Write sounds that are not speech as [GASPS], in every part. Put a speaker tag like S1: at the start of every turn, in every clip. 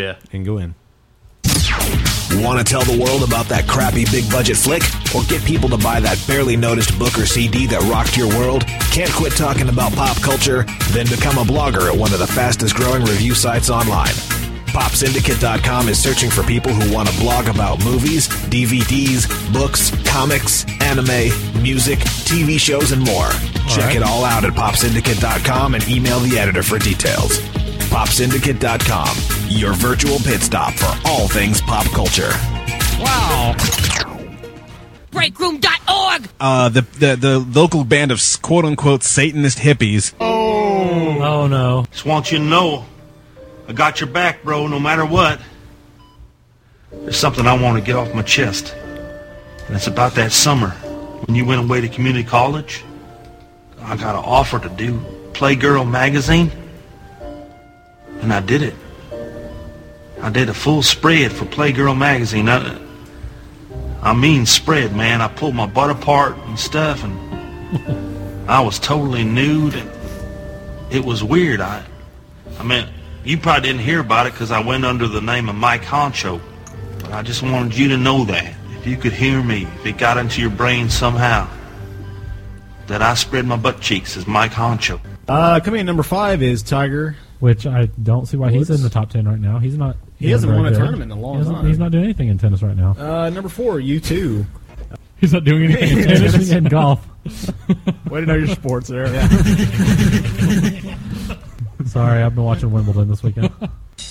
S1: Yeah.
S2: and go in.
S3: Want to tell the world about that crappy big budget flick? Or get people to buy that barely noticed book or CD that rocked your world? Can't quit talking about pop culture? Then become a blogger at one of the fastest growing review sites online. PopSyndicate.com is searching for people who want to blog about movies, DVDs, books, comics, anime, music, TV shows, and more. Check
S2: right.
S3: it all out at PopSyndicate.com and email the editor for details. PopSyndicate.com, your virtual pit stop for all things pop culture.
S4: Breakroom.org.
S2: Uh, the, the the local band of quote unquote Satanist hippies
S5: Oh no.
S6: Just want you to know, I got your back, bro, no matter what. There's something I want to get off my chest. And it's about that summer when you went away to community college. I got an offer to do Playgirl magazine. And I did it. I did a full spread for Playgirl magazine. I, I mean spread, man. I pulled my butt apart and stuff and
S5: [LAUGHS]
S6: I was totally nude and it was weird. I, I mean, you probably didn't hear about it because I went under the name of Mike Honcho. But I just wanted you to know that if you could hear me, if it got into your brain somehow, that I spread my butt cheeks as Mike Honcho.
S7: Uh, coming in number five is Tiger.
S5: Which I don't see why he's in the top ten right now. He's not.
S7: He hasn't
S5: very
S7: won a
S5: good.
S7: tournament in a long
S5: He hasn't-
S7: time.
S5: He's not doing anything in tennis right now.
S7: Uh, number four, you too.
S5: He's not doing anything in tennis and golf.
S7: [LAUGHS] Way to know your sports
S5: [LAUGHS]
S7: there.
S5: Sorry, I've been watching Wimbledon this [LAUGHS] weekend.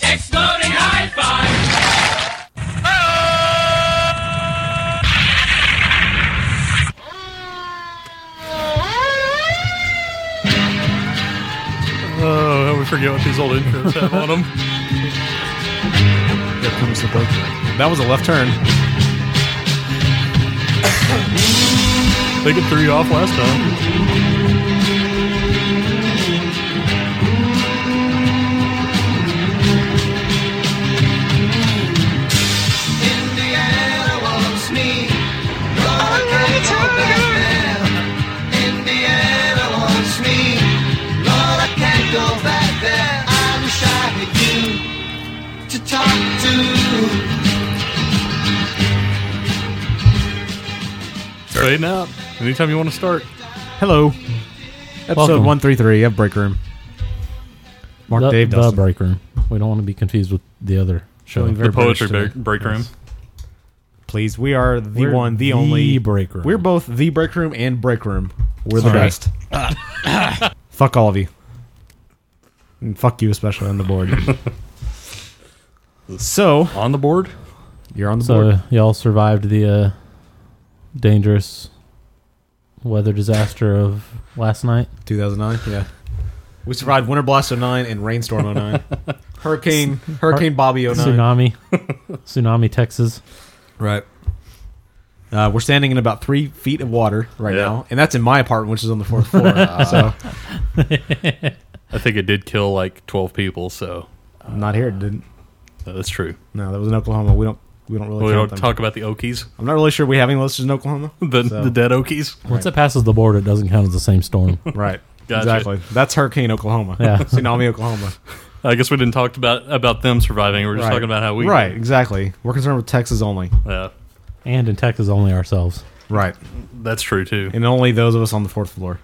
S4: Exploding high five.
S1: Oh, we forget what these old intros have on them.
S2: Here comes the boat. That was a left turn.
S1: [COUGHS] They could threw you off last time. Fading out. Anytime you want to start.
S8: Hello. Episode
S5: Welcome.
S8: 133 of Break Room. Mark
S5: the,
S8: Dave
S5: the
S8: Dustin.
S5: break room. We don't want to be confused with the other show.
S8: Feeling very
S1: The poetry break,
S8: British today.
S1: break room.
S8: Please, we are the
S5: We're
S8: one, the,
S5: the
S8: only
S5: Break Room.
S8: We're both the Break Room and Break Room. We're the
S5: Sorry.
S8: best. [COUGHS] fuck all of you. And fuck you, especially on the board. so,
S1: On the board.
S8: you're on the
S5: so
S8: board.
S5: y'all survived the uh, dangerous weather disaster of last night.
S8: 2009, yeah. We survived Winter Blast 09 and Rainstorm [LAUGHS] 09. Hurricane, Hurricane Bobby 09. [LAUGHS]
S5: Tsunami, tsunami, Texas.
S8: Right. Uh, we're standing in about three feet of water right
S1: Yeah.
S8: now, and that's in my apartment, which is on the
S1: [LAUGHS]
S8: fourth floor.
S5: [LAUGHS]
S8: so
S1: I think it did kill like twelve people. So
S8: I'm not here. Uh, It didn't.
S1: that's true.
S8: No, that was in Oklahoma. We don't. We don't really.
S1: We don't
S8: count them.
S1: talk about the Okies.
S8: I'm not really sure we have any listeners in Oklahoma.
S1: [LAUGHS] The
S8: So-
S1: the dead Okies.
S5: Once it passes the border, it doesn't count as the same storm.
S8: right.
S1: Gotcha.
S8: Exactly. That's Hurricane Oklahoma.
S5: Yeah.
S8: [LAUGHS] Tsunami Oklahoma.
S1: [LAUGHS] I guess we didn't talk about about them surviving. We were just
S8: Right.
S1: talking about how we
S8: Right. [LAUGHS] Exactly. We're concerned with Texas only.
S1: Yeah,
S5: and in Texas, only ourselves.
S8: Right.
S1: that's true too.
S8: And only those of us on the fourth floor.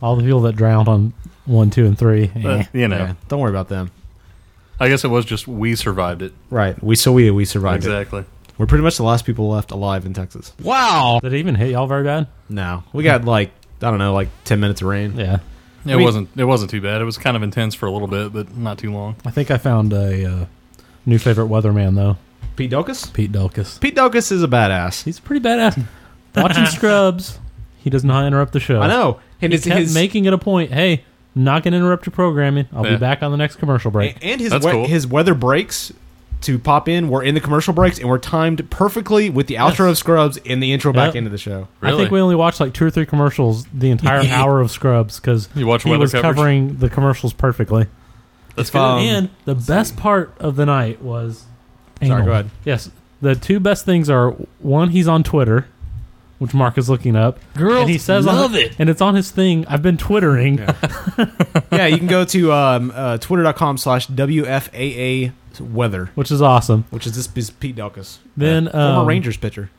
S5: All the people that drowned on one, two, and three. eh.
S1: But, you know,
S8: Yeah. Don't worry about them.
S1: I guess it was just we survived it.
S8: Right. We so we we survived. It.
S1: Exactly.
S8: We're pretty much the last people left alive in Texas.
S5: Did it even hit y'all very bad?
S8: No, we got like I don't know, like ten minutes of rain.
S5: Yeah.
S1: It wasn't. It wasn't too bad. It was kind of intense for a little bit, but not too long.
S5: I think I found a uh, new favorite weatherman though,
S8: Pete Dokas.
S5: Pete Delkus.
S8: Pete Dokas is a badass.
S5: He's pretty badass.
S1: [LAUGHS]
S8: [LAUGHS]
S5: Watching Scrubs, he does not interrupt the show.
S8: I know. And
S5: He
S8: his,
S5: kept
S8: his
S5: making it a point. Hey, I'm not going to interrupt your programming. I'll
S1: Yeah.
S5: be back on the next commercial break.
S8: and his
S1: That's
S8: we-
S1: cool.
S8: his weather breaks to pop in were in the commercial breaks and were timed perfectly with the outro of Scrubs and the intro back
S5: Yep.
S8: into the show.
S1: Really?
S5: I think we only watched like two or three commercials the
S8: [LAUGHS]
S5: entire hour of Scrubs because he
S1: You watch weather
S5: was
S1: coverage?
S5: covering the commercials perfectly.
S1: That's
S8: Um,
S5: and the best part of the night was. anal.
S8: go ahead.
S5: Yes, the two best things are one, he's on Twitter, which Mark is looking up. Girl, and he says love on, it, and it's on his thing. I've been twittering.
S8: [LAUGHS] yeah, you can go to um, uh, twitter.com slash WFAA weather,
S5: [LAUGHS] which is awesome.
S8: which is this is Pete Delkus,
S5: Then
S8: former
S5: um,
S8: Rangers pitcher.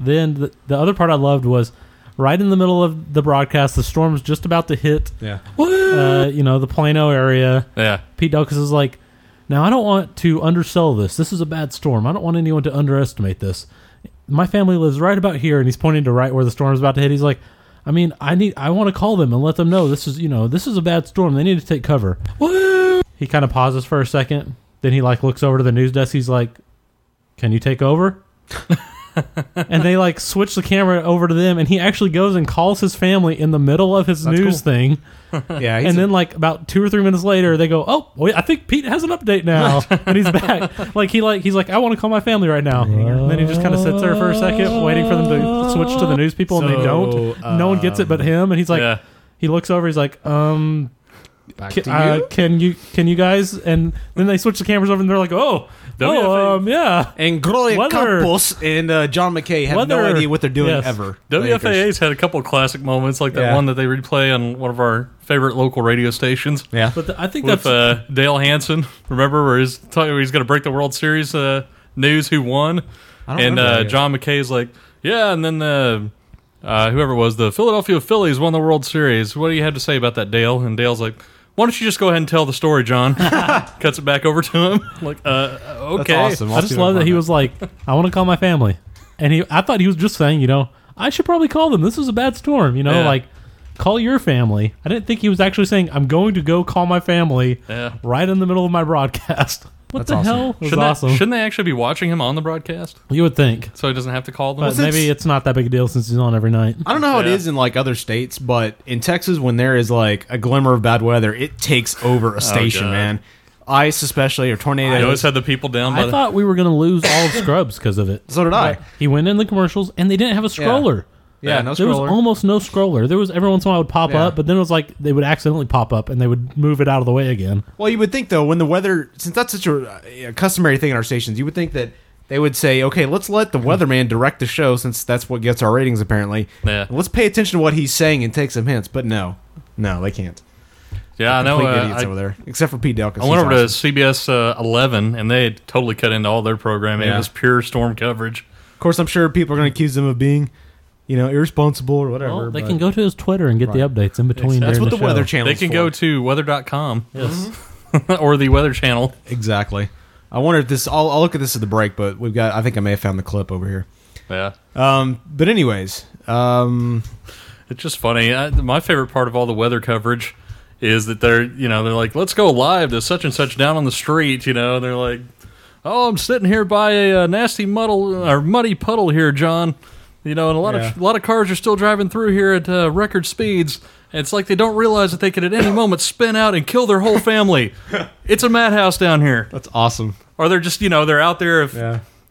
S5: Then the, the other part I loved was right in the middle of the broadcast, the storm's just about to hit.
S8: Yeah.
S5: Uh, you know the Plano area.
S1: Yeah.
S5: Pete Duckus is like, now I don't want to undersell this. This is a bad storm. I don't want anyone to underestimate this. My family lives right about here, and he's pointing to right where the storm's about to hit. He's like, I mean, I need, I want to call them and let them know this is, you know, this is a bad storm. They need to take cover. He kind of pauses for a second, then he like looks over to the news desk. He's like, "Can you take over?" and they like switch the camera over to them, and he actually goes and calls his family in the middle of his news thing
S8: [LAUGHS] Yeah, he's
S5: and
S8: a-
S5: then like about two or three minutes later they go oh wait i think pete has an update
S8: [LAUGHS]
S5: now and he's back like he like he's like i want to call my family right now and then he just kind of sits there for a second waiting for them to switch to the news people and they don't
S8: So, um,
S5: no one gets it but him and he's like
S1: yeah.
S5: he looks over he's like um
S8: back
S5: can,
S8: to
S5: uh,
S8: you.
S5: can you can you guys and then they switch the cameras over and they're like oh
S1: WFA.
S5: oh um yeah
S8: and Gloria
S5: Weather.
S8: Campos and uh, John McKay have no
S5: Weather.
S8: idea what they're doing
S5: Yes.
S8: ever. Lakers.
S1: WFAA's had a couple of classic moments like that
S8: Yeah.
S1: one that they replay on one of our favorite local radio stations.
S8: Yeah.
S5: but the, i think
S1: With
S5: that's
S1: uh, Dale Hansen, remember where he's talking, where he's going to break the World Series uh, news who won,
S8: don't
S1: and
S8: remember that
S1: uh,
S8: yet.
S1: John McKay's like, yeah, and then the uh, whoever it was the Philadelphia Phillies won the World Series. What do you have to say about that, Dale? And Dale's like, why don't you just go ahead and tell the story, John? [LAUGHS] Cuts it back over to him. Like, uh, uh, okay,
S8: awesome.
S5: I just love that he was like, I want to call my family, and he. I thought he was just saying, you know, I should probably call them. This is a bad storm, you know,
S1: Yeah.
S5: like call your family. I didn't think he was actually saying, I'm going to go call my family
S1: Yeah.
S5: right in the middle of my broadcast. [LAUGHS] What the
S8: awesome.
S5: hell? It was
S1: Shouldn't, that-
S5: awesome.
S1: shouldn't they actually be watching him on the broadcast
S5: you would think,
S1: so he doesn't have to call them?
S5: but maybe it's not that big a deal since he's on every night.
S8: I don't know how it
S1: Yeah.
S8: is in like other states, but in Texas, when there is like a glimmer of bad weather, it takes over a station,
S1: Oh, God.
S8: man. Ice, especially,
S1: I
S8: or
S1: always
S8: tornadoes.
S1: had the people down by
S5: I
S1: the.
S5: thought we were going to lose all of Scrubs because of it.
S8: so did I.
S5: He went in the commercials, and they didn't have a scroller.
S8: Yeah, no
S5: There was
S8: scroller.
S5: almost no scroller. There was every once in a while it would pop
S8: Yeah.
S5: up, but then it was like they would accidentally pop up and they would move it out of the way again.
S8: Well, you would think though, when the weather, since that's such a, uh customary thing in our stations, you would think that they would say, "Okay, let's let the weatherman direct the show, since that's what gets our ratings." Apparently,
S1: Yeah.
S8: Let's pay attention to what he's saying and take some hints. But no, no, they can't.
S1: yeah, I know.
S8: Complete
S1: uh,
S8: idiots
S1: I-
S8: over there, except for Pete Delkus.
S1: I went over to CBS uh, 11, and they had totally cut into all their programming.
S8: Yeah.
S1: It was pure storm coverage.
S8: Of course, I'm sure people are going to accuse him of being, you know, irresponsible or whatever.
S5: Well, they
S8: but-
S5: can go to his Twitter and get the updates in between.
S8: That's
S5: during
S8: what
S5: the,
S8: the, weather
S5: show.
S8: channel.
S1: They can go to weather.com [LAUGHS] or the Weather Channel.
S8: exactly. I wonder if this. I'll, I'll look at this at the break, but we've got. I think I may have found the clip over here.
S1: Yeah.
S8: Um, but anyways, um,
S1: It's just funny. I, my favorite part of all the weather coverage is that they're, you know, they're like, let's go live to such and such down on the street, you know, and they're like, oh, I'm sitting here by a, uh nasty muddle or muddy puddle here, John. You know, and a lot of a lot of cars are still driving through here at uh, record speeds. And it's like they don't realize that they could at any moment spin out and kill their whole
S8: [LAUGHS]
S1: family. it's a madhouse down here.
S8: that's awesome.
S1: Or they're just, you know, they're out there if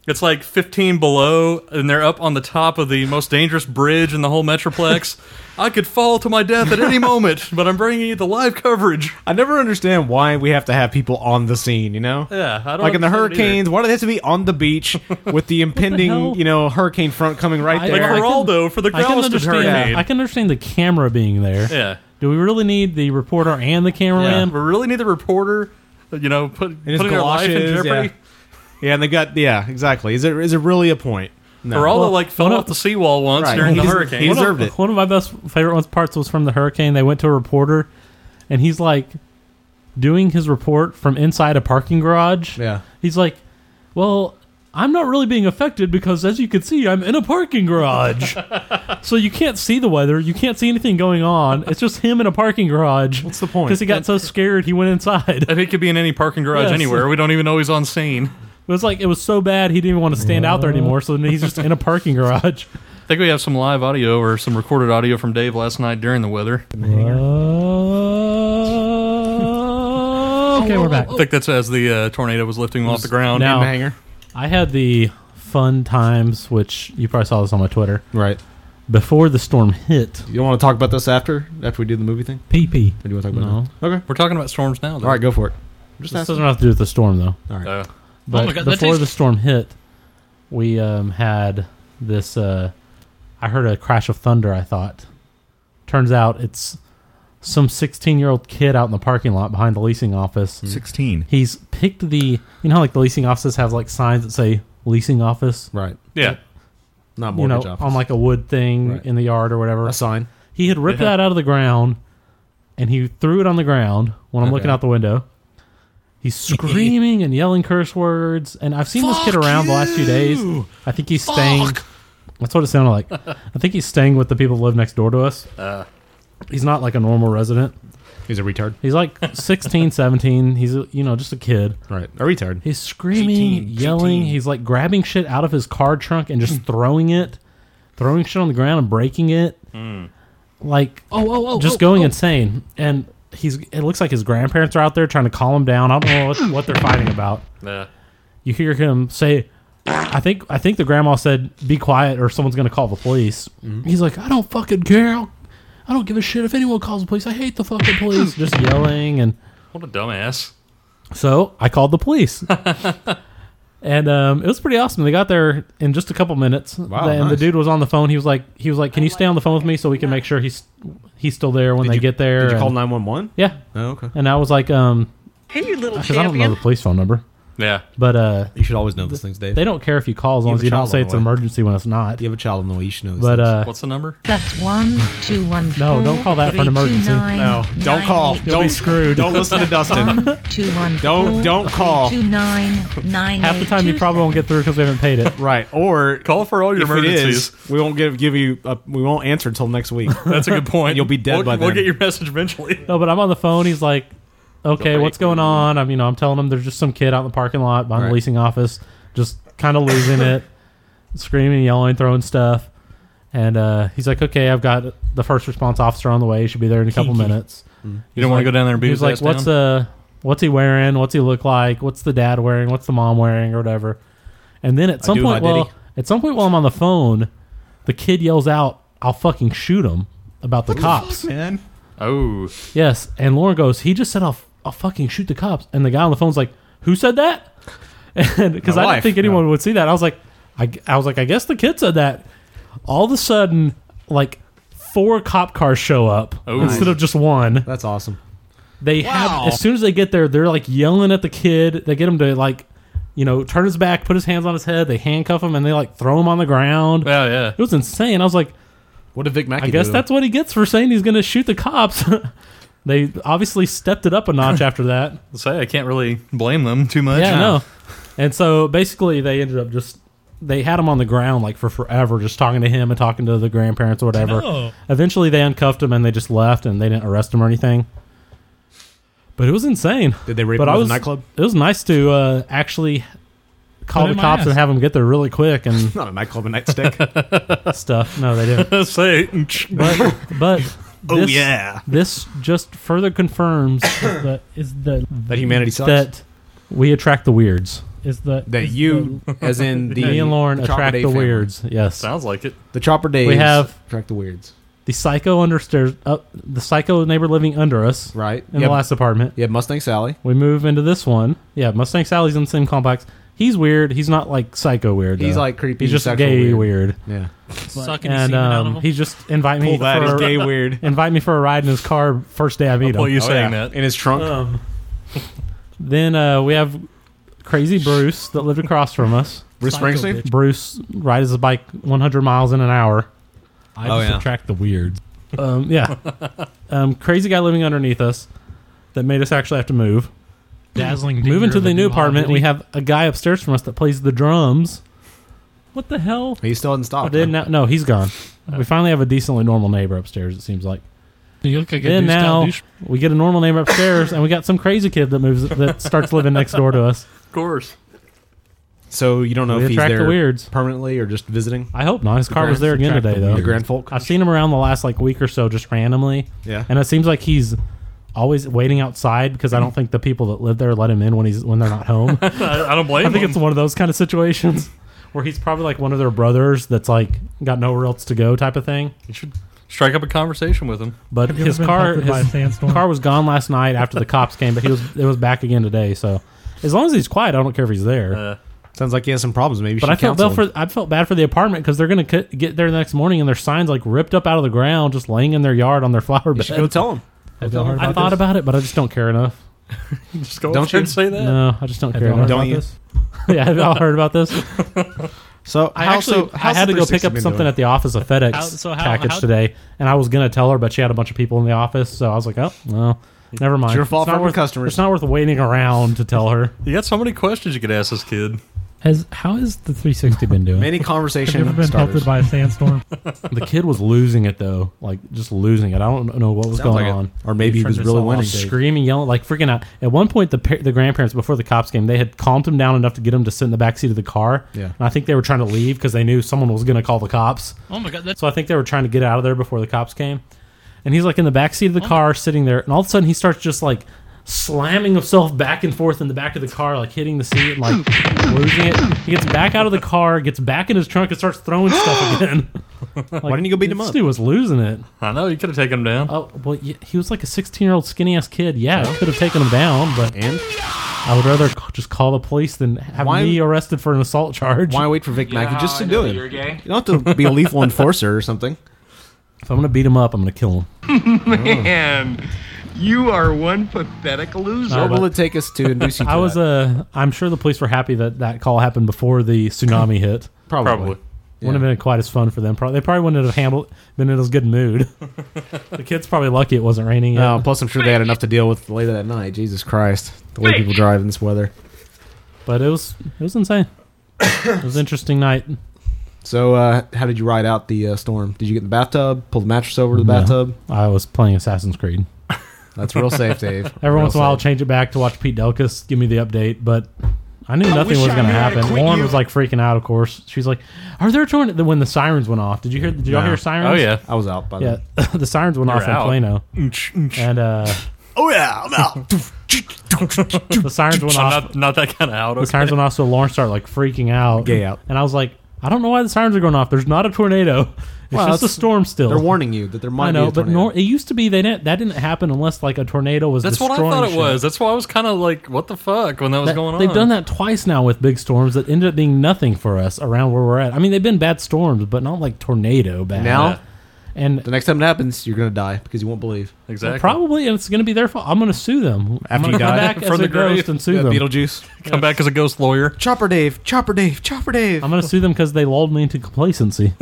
S1: it's like 15 below, and they're up on the top of the most dangerous bridge in the whole
S5: [LAUGHS]
S1: Metroplex. I could fall to my death at any moment, but I'm bringing you the live coverage.
S8: I never understand why we have to have people on the scene, you know?
S1: Yeah, I don't
S8: Like in
S1: understand
S8: the
S1: either.
S8: hurricanes, why do they have to be on
S5: [LAUGHS]
S8: the beach with the impending,
S5: hell?
S8: you know, hurricane front coming right
S5: I-
S1: Like
S8: there?
S5: I can-
S1: Geraldo for the
S5: I can
S1: Galveston
S5: understand.
S1: hurricane.
S5: I can understand the camera being there.
S1: yeah.
S5: Do we really need the reporter and the cameraman?
S1: And we really need the reporter, you know, put,
S8: his
S1: putting our life in
S8: galoshes,
S1: jeopardy.
S8: yeah, and they got yeah, exactly. Is it is it really a point? No.
S1: Geraldo,
S5: Well,
S1: like, fell
S5: one
S1: off
S5: of-
S1: the seawall once
S8: Right.
S1: during the
S8: He's-
S1: hurricane.
S8: he's-
S5: One
S8: deserved
S5: of,
S8: it.
S5: One of my best favorite ones parts was from the hurricane. They went to a reporter, and he's like doing his report from inside a parking garage.
S8: Yeah.
S5: He's like, "Well, I'm not really being affected because, as you can see, I'm in a parking
S8: [LAUGHS]
S5: garage, so you can't see the weather. You can't see anything going on. It's just him in a parking garage. What's
S8: the point?
S5: Because he got so scared, he went inside. It
S1: he could be in any parking garage
S5: Yes.
S1: anywhere. We don't even know he's on scene.
S5: was like it was so bad he didn't even want to stand out there anymore. So then he's just in a parking garage.
S1: I think we have some live audio or some recorded audio from Dave last night during the weather.
S5: okay, we're back.
S1: I think that's as the uh, tornado was lifting him off the
S8: Oh,
S1: ground.
S5: Now-
S8: hanger.
S5: I had the fun times, which you probably saw this on my Twitter
S8: Right.
S5: before the storm hit.
S8: You don't want to talk about this after after we do the movie thing?
S5: PP.
S8: Or do you want to talk about
S5: No,
S8: it? Okay.
S1: We're talking about storms now. Though.
S8: All right, go for it. I'm just
S5: this
S8: asking.
S5: doesn't have to do with the storm though.
S1: Uh,
S5: But
S4: Oh my God, that
S5: before
S4: tastes-
S5: the storm hit, we um, had this. Uh, I heard a crash of thunder. I thought. Turns out it's some 16 year old kid out in the parking lot behind the leasing office.
S8: Mm-hmm.
S2: 16.
S5: He's picked the, you know, how, like the leasing offices have like signs that say leasing office,
S8: Right.
S1: Yeah.
S8: Not
S5: you know,
S8: mortgage office.
S5: on like a wood thing
S8: Right.
S5: in the yard or whatever.
S8: a sign.
S5: He had ripped
S1: Yeah.
S5: that out of the ground and he threw it on the ground when I'm looking
S8: Okay.
S5: out the window.
S8: [LAUGHS]
S5: He's screaming and yelling curse words. And I've seen this kid around the last few days. I think he's staying. That's what it sounded like. I think he's staying with the people who live next door to us. he's not like a normal resident.
S8: He's a retard.
S5: He's like 16, 17. He's, a, you know, just a kid.
S8: Right. A retard.
S5: He's screaming,
S2: 18,
S5: yelling.
S2: 18.
S5: He's like grabbing shit out of his car trunk and just throwing it, throwing shit on the ground and breaking it. Like, oh, oh, oh, just going insane. And he's. It looks like his grandparents are out there trying to calm him down. I don't know what, what they're fighting about.
S1: Yeah.
S5: You hear him say, "I think, I think the grandma said, be quiet, or someone's going to call the police." He's like, "I don't fucking care. I'll- I don't give a shit if anyone calls the police. I hate the fucking police." just yelling and.
S1: What a dumbass.
S5: So I called the police. [LAUGHS] and um, it was pretty awesome. They got there in just a couple minutes.
S8: Wow,
S5: and the
S8: nice.
S5: dude was on the phone. He was like, he was like, "Can you stay on the phone with me so we can make sure he's he's still there when they
S8: you-
S5: get there?"
S8: Did you
S5: And-
S8: call 911?
S5: yeah.
S8: Oh, okay.
S5: And I was like, um,
S9: Hey, you little
S5: because I don't know the
S9: champion.
S5: police phone number,
S1: Yeah.
S5: but uh,
S8: You should always know these things, Dave.
S5: they don't care if you call as long
S8: have
S5: as
S8: a
S5: you don't
S8: child
S5: say
S8: on the
S5: it's an
S8: way.
S5: emergency when it's not.
S8: You have a child in the way. You should know. these
S5: But
S8: things.
S5: uh,
S1: What's the number?
S10: That's one, two, one,
S5: No, don't call that for an emergency.
S8: no, don't call. Don't be screwed. [LAUGHS] Don't listen to Dustin.
S10: Two, one,
S8: Don't-
S10: four,
S8: don't call.
S10: Two, nine, nine,
S5: half the
S10: eight,
S5: time you
S10: two,
S5: probably won't get through because [LAUGHS] we haven't paid it.
S8: right. Or
S1: Call for all your
S8: if it
S1: emergencies.
S8: is, we won't give give you. A, we won't answer until next week.
S1: [LAUGHS] That's a good point.
S8: You'll be dead
S1: we'll,
S8: by
S1: We'll
S8: then.
S1: get your message eventually.
S5: [LAUGHS] No, but I'm on the phone. He's like, okay, what's going on? I'm, you know, I'm telling him there's just some kid out in the parking lot behind
S8: Right.
S5: the leasing office, just kind of
S1: [LAUGHS]
S5: losing it, screaming, yelling, throwing stuff. And uh, he's like, okay, I've got the first response officer on the way. He should be there in a couple
S1: [LAUGHS]
S5: minutes.
S1: Hmm. You don't want to go down there and beat
S5: He was
S1: his
S5: like,
S1: ass
S5: what's
S1: down?
S5: uh, what's he wearing? What's he look like? What's the dad wearing? What's the mom wearing or whatever? And then at some
S8: do
S5: point,
S8: my
S5: well,
S8: ditty.
S5: at some point while I'm on the phone, the kid yells out, "I'll fucking shoot him!" About the cops.
S2: Man.
S1: oh,
S5: Yes, and Lauren goes, he just said, I'll, I'll fucking shoot the cops. And the guy on the phone's like, who said that? [LAUGHS] Because
S8: My
S5: I
S8: wife,
S5: didn't think anyone would see that. I was like, I, g- I was like, I guess the kid said that. All of a sudden, like four cop cars show up
S1: Oh.
S5: instead of just one.
S8: That's awesome.
S5: They have as soon as they get there, they're like yelling at the kid. They get him to like, you know, turn his back, put his hands on his head. They handcuff him and they like throw him on the ground.
S1: well, yeah.
S5: It was insane. I was like,
S8: What did Vic Mackey?
S5: I guess that's what he gets for saying he's going to shoot the cops. [LAUGHS] they obviously stepped it up a notch after that.
S1: [LAUGHS] Say, I can't really blame them too much.
S5: Yeah, no. And so basically, they ended up just they had him on the ground like for forever, just talking to him and talking to the grandparents or whatever.
S8: Oh.
S5: Eventually, they uncuffed him and they just left, and they didn't arrest him or anything. But it was insane.
S8: Did they rape
S5: but
S8: him
S5: I
S8: at the
S5: was,
S8: nightclub?
S5: It was nice to uh, actually call
S9: Put
S5: the
S9: in my
S5: cops and
S9: ass.
S5: have them get there really quick and
S8: [LAUGHS] not a nightclub, a nightstick.
S5: stuff. [LAUGHS] No, they [LAUGHS]
S8: [LAUGHS]
S5: didn't.
S1: Say,
S5: But but
S1: [LAUGHS]
S2: Oh,
S5: this-
S2: yeah.
S5: this just further
S8: [COUGHS]
S5: confirms
S9: Is the is the
S8: that humanity sucks.
S5: that we attract the weirds.
S9: is the
S8: That
S9: is
S8: you, [LAUGHS]
S1: [LAUGHS]
S8: as in the
S5: [LAUGHS] Me and Lauren
S8: the Chopper
S5: attract
S8: Dave
S5: the
S8: family.
S5: weirds. Yes.
S1: sounds like it.
S8: The Chopper Days.
S5: We have-
S8: attract the weirds.
S5: the psycho understairs up the psycho neighbor living under us
S8: Right.
S5: in
S8: Yeah,
S5: the last apartment.
S8: Yeah, Mustang Sally.
S5: We move into this one. Yeah, Mustang Sally's in the same complex. He's weird. He's not like psycho weird.
S8: He's
S5: though.
S8: like creepy.
S5: he's just
S8: sexual
S5: gay
S8: weird.
S5: weird.
S8: Yeah.
S9: sucking the
S5: And
S9: semen out of
S5: um,
S9: him?
S5: he just invite me
S8: Pull that. He's
S5: for
S8: gay weird.
S5: [LAUGHS] invite me for a ride in his car first day I meet
S1: Well,
S5: him.
S1: you saying that?
S8: Oh, in his trunk.
S5: Um, [LAUGHS] then uh, we have crazy Bruce that lived across from us.
S8: Bruce
S9: Psycho
S8: Springsteen.
S9: bitch.
S5: Bruce rides his bike 100 miles in an hour.
S8: I just Oh, yeah.
S5: attract the weird. Um,
S8: [LAUGHS]
S5: yeah. um, crazy guy living underneath us that made us actually have to move.
S9: dazzling.
S5: Moving
S9: digger
S5: to
S9: of
S5: the
S9: a
S5: new
S9: new
S5: apartment,
S9: holiday.
S5: we have a guy upstairs from us that plays the drums. What the hell?
S8: He still hasn't
S5: Oh,
S8: stopped.
S5: then now, no, he's gone. We finally have a decently normal neighbor upstairs. It seems like.
S9: You look like a
S5: Then
S9: douche style
S5: now
S9: douche.
S5: we get a normal neighbor upstairs, and we got some crazy kid that moves
S9: [LAUGHS]
S5: that starts living next door to us.
S1: Of course.
S8: So you don't know
S5: We
S8: if he's
S5: attract the
S8: there
S5: weirds.
S8: permanently or just visiting.
S5: I hope not. His car was there again
S8: Attract
S5: today,
S8: the
S5: though.
S8: weird. The grand folk.
S5: I've seen him around the last like week or so, just randomly.
S8: Yeah.
S5: And it seems like he's always waiting outside because I don't think the people that live there let him in when he's when they're
S9: [LAUGHS]
S5: not home. I
S1: I, I don't blame
S5: think
S1: them.
S5: it's one of those kind of situations where he's probably like one of their brothers that's like got nowhere else to go type of thing.
S1: you should strike up a conversation with him.
S5: But
S9: you ever
S5: his
S9: been
S5: car
S9: pelted by a
S5: his
S9: sandstorm?
S5: car was gone last night after the cops came, but he was it was back again today. So as long as he's quiet, I don't care if he's there.
S8: Sounds like he has some problems. Maybe. you
S5: But
S8: should
S5: I felt
S8: counsel
S5: bad for I felt bad for the apartment because they're gonna c- get there the next morning and their [LAUGHS] signs like ripped up out of the ground, just laying in their yard on their flower
S8: him. You
S5: bed.
S8: should go tell him.
S5: I
S9: y'all heard about
S5: thought
S9: this?
S5: about it, but I just don't
S9: [LAUGHS]
S5: care enough.
S1: just go Don't up there you? and say that?
S5: No, I just don't
S9: Have
S5: care
S9: y'all
S5: enough
S9: heard
S5: about
S9: about
S5: this. [LAUGHS] yeah, have y'all
S8: [LAUGHS]
S5: heard about this?
S8: So
S5: I
S8: how's
S5: actually
S8: the-
S5: I
S8: how's
S5: had
S8: the
S5: to go pick
S8: 360
S5: up
S8: been
S5: something
S8: doing?
S5: at the office, a FedEx
S9: How- so how-
S5: package
S9: how-
S5: today, and I was gonna tell her, but she had a bunch of people in the office, so I was like, oh well, never mind.
S8: your fault for
S5: not
S8: having
S5: worth,
S8: customers.
S5: It's not worth waiting around to tell her.
S1: You got so many questions you could ask this kid.
S9: Has how has the 360 been doing?
S8: Many
S9: Have you
S8: conversation
S9: ever been
S8: starters.
S9: pelted by a
S8: [LAUGHS]
S9: sandstorm?
S5: [LAUGHS] The kid was losing it though, like just losing it. I don't know what was
S8: Sounds
S5: going
S8: like it.
S5: on.
S8: Or maybe he was really winning. Dave.
S5: screaming, yelling, like freaking out. At one point, the par- the grandparents before the cops came, they had calmed him down enough to get him to sit in the back seat of the car.
S8: Yeah.
S5: and I think they were trying to leave because they knew someone was going to call the cops.
S9: oh my god, that's
S5: So I think they were trying to get out of there before the cops came. And he's like in the back seat of the car, sitting there, and all of a sudden he starts just like slamming himself back and forth in the back of the car, like hitting the seat
S9: [GASPS]
S5: and like losing it. He gets back out of the car, gets back in his trunk, and starts
S9: [GASPS]
S5: throwing stuff again. Why
S8: didn't you go beat him up?
S5: Dude was losing it.
S1: I know you could have taken him down.
S5: Oh well, y he was like a sixteen-year-old skinny-ass kid. Yeah, I could have taken him down, but
S8: And
S5: I would rather c- just call the police than have
S8: Why-
S5: me arrested for an assault charge.
S8: why wait for Vic Mackey? Just to
S4: I
S8: do
S4: know
S8: it.
S4: you're gay.
S8: You don't have to be a lethal enforcer or something.
S5: [LAUGHS] If I'm gonna beat him up, I'm gonna kill him.
S11: [LAUGHS] Man, you are one pathetic loser.
S5: Uh,
S8: What will
S5: but
S8: it take us
S5: [LAUGHS]
S8: to induce you? To
S5: I was.
S8: that?
S5: Uh, I'm sure the police were happy that that call happened before the tsunami
S8: [LAUGHS]
S5: hit.
S1: Probably.
S5: Wouldn't have been quite as fun for them. Probably, they probably wouldn't have handled been in as good mood. [LAUGHS] the kid's probably lucky it wasn't raining. Yet.
S8: Oh, plus I'm sure they had enough to deal with later that night. Jesus Christ, the way people drive in this weather.
S5: but it was it was insane. it was an interesting night.
S8: So, uh, how did you ride out the uh, storm? Did you get in the bathtub? Pull the mattress over to the
S5: No.
S8: bathtub?
S5: I was playing Assassin's Creed. [LAUGHS]
S8: That's real safe, Dave.
S5: Every
S8: Real
S5: once in a while, I'll
S8: safe.
S5: change it back to watch Pete Delkus give me the update, but I knew nothing
S11: wish
S5: was
S11: I
S5: going to
S11: knew how to
S5: happen.
S11: quit
S5: Lauren
S11: you.
S5: was like freaking out. Of course, she's like, "Are there torn?" When the sirens went off, did you hear? Did y'all
S8: No.
S5: hear sirens?
S1: Oh yeah.
S8: I was out by
S5: [LAUGHS] yeah.
S8: then.
S5: the sirens went
S1: You're
S5: off in
S1: out.
S5: Plano, and
S8: [LAUGHS]
S5: uh,
S3: Oh, yeah, I'm out.
S5: [LAUGHS] the sirens went
S1: I'm [LAUGHS]
S5: off.
S1: not, not that kind of out.
S5: The
S1: Okay.
S5: sirens went off, so Lauren started like freaking out.
S8: Gay out.
S5: And I was like, "I don't know why the sirens are going off. There's not a tornado. It's
S8: Well,
S5: just a
S8: it's-
S5: storm still."
S8: They're warning you that there might
S5: I know,
S8: be a
S5: but
S8: tornado.
S5: nor- it used to be they didn't. That didn't happen unless like a tornado was.
S1: That's what I
S5: destroying
S1: thought it
S5: shit.
S1: was. That's why I was kind of like, what the fuck when that was
S5: That-
S1: going on.
S5: They've done that twice now with big storms that ended up being nothing for us around where we're at. I mean, they've been bad storms, but not like tornado bad.
S8: now,
S1: Yeah.
S5: and
S8: the next time it happens, you're gonna die because you won't believe.
S1: Exactly.
S5: probably it's going to be their fault. I'm going to sue them. I'm gonna
S8: After
S5: come
S8: you
S1: [LAUGHS]
S8: die?
S5: back
S1: From
S5: as
S1: the
S5: a ghost
S1: grave?
S5: and sue
S8: Yeah,
S5: them.
S8: Beetlejuice,
S1: Come back as a ghost lawyer.
S8: Chopper Dave, Chopper Dave, Chopper Dave.
S5: I'm going to sue them because they lulled me into
S1: [LAUGHS]
S5: complacency.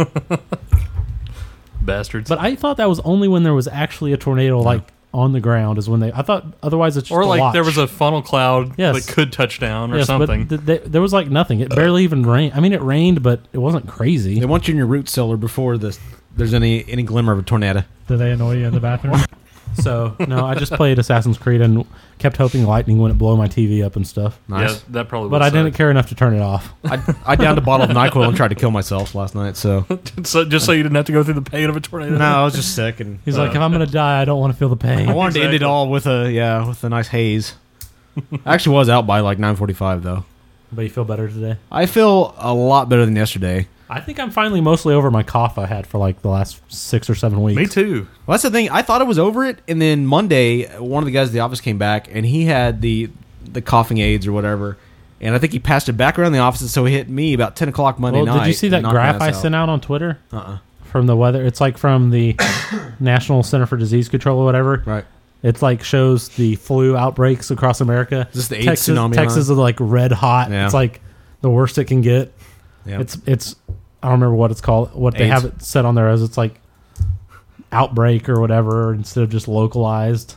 S1: Bastards.
S5: but I thought that was only when there was actually a tornado like on the ground is when they. I thought otherwise it's just
S1: or
S5: a
S1: like
S5: watch.
S1: there was a funnel cloud
S5: Yes.
S1: that could touch down or
S5: Yes,
S1: something.
S5: [LAUGHS] but th- th- there was like nothing. It barely even rained. I mean, it rained, but it wasn't crazy.
S8: they want you in your root cellar before this. There's any any glimmer of a tornado.
S9: do they annoy you in the bathroom?
S5: [LAUGHS] So no, I just played Assassin's Creed and kept hoping lightning wouldn't blow my TV up and stuff.
S1: yeah,
S8: Nice.
S1: that probably.
S5: But
S1: would
S5: I didn't
S1: suck.
S5: care enough to turn it off.
S8: I, I downed a bottle of Nyquil and tried to kill myself last night. So
S1: so, just so you didn't have to go through the pain of a tornado.
S8: no, I was just sick and uh,
S5: He's like, if I'm gonna die, I don't want to feel the pain.
S8: I wanted to end it all with a yeah, with a nice haze. [LAUGHS] I actually was out by like 9:45 though.
S5: But you feel better today.
S8: I feel a lot better than yesterday.
S5: I think I'm finally mostly over my cough I had for like the last six or seven weeks.
S1: Me too.
S8: Well, that's the thing. I thought I was over it, and then Monday, one of the guys at the office came back, and he had the the coughing aids or whatever, and I think he passed it back around the office, so he hit me about 10 o'clock Monday
S5: Well,
S8: night.
S5: did you see that graph I sent out on Twitter
S8: Uh-uh.
S5: from the weather? It's like from
S8: [COUGHS]
S5: the National Center for Disease Control or whatever.
S8: Right.
S5: It's like shows the flu outbreaks across America.
S8: Is this the AIDS
S5: Texas,
S8: tsunami
S5: Texas is like red hot.
S8: Yeah.
S5: It's like the worst it can get.
S8: Yeah.
S5: It's it's I don't remember what it's called. What they
S8: AIDS.
S5: have it set on there as it's like outbreak or whatever instead of just localized.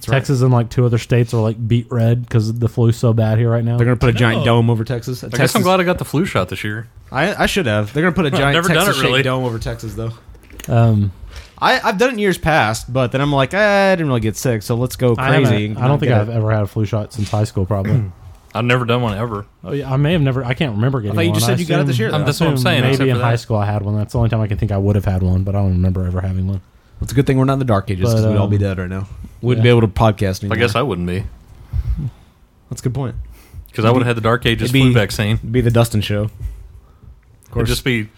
S5: Texas and like two other states are like beat red because the flu's so bad here right now.
S8: They're gonna put a giant
S5: Oh.
S8: dome over Texas.
S1: I guess I'm glad I got the flu shot this year.
S8: I, I should have. They're gonna put a giant
S1: never done it,
S8: Texas-shaped
S1: really.
S8: dome over Texas though.
S5: um,
S8: I, I've done it in years past, but then I'm like, eh, I didn't really get sick, so let's go
S5: I, haven't-
S8: crazy. and
S5: I don't
S8: not
S5: think
S8: get
S5: I've
S8: it.
S5: ever had a flu shot since high school.
S1: Hmm.
S5: Probably.
S1: I've never done one ever.
S5: oh yeah, I may have never. I can't remember getting.
S8: thought you
S5: one.
S8: just said you got it this
S5: assume-
S8: year, though.
S1: That's what I'm
S5: assume
S1: saying, except
S5: Maybe in
S1: for
S5: high
S1: that.
S5: school I had one. That's the only time I can think I would have had one, but I don't remember ever having one.
S8: It's a good thing we're not in the dark ages
S5: But,
S8: because we'd all
S5: um,
S8: be dead right now. Wouldn't be
S5: yeah.
S8: able to podcast anymore.
S1: I guess I wouldn't be
S8: that's a good point.
S1: because I would have had the Dark Ages
S8: it'd be-
S1: flu vaccine.
S8: It'd be the Dustin show.
S1: It'd just be
S5: It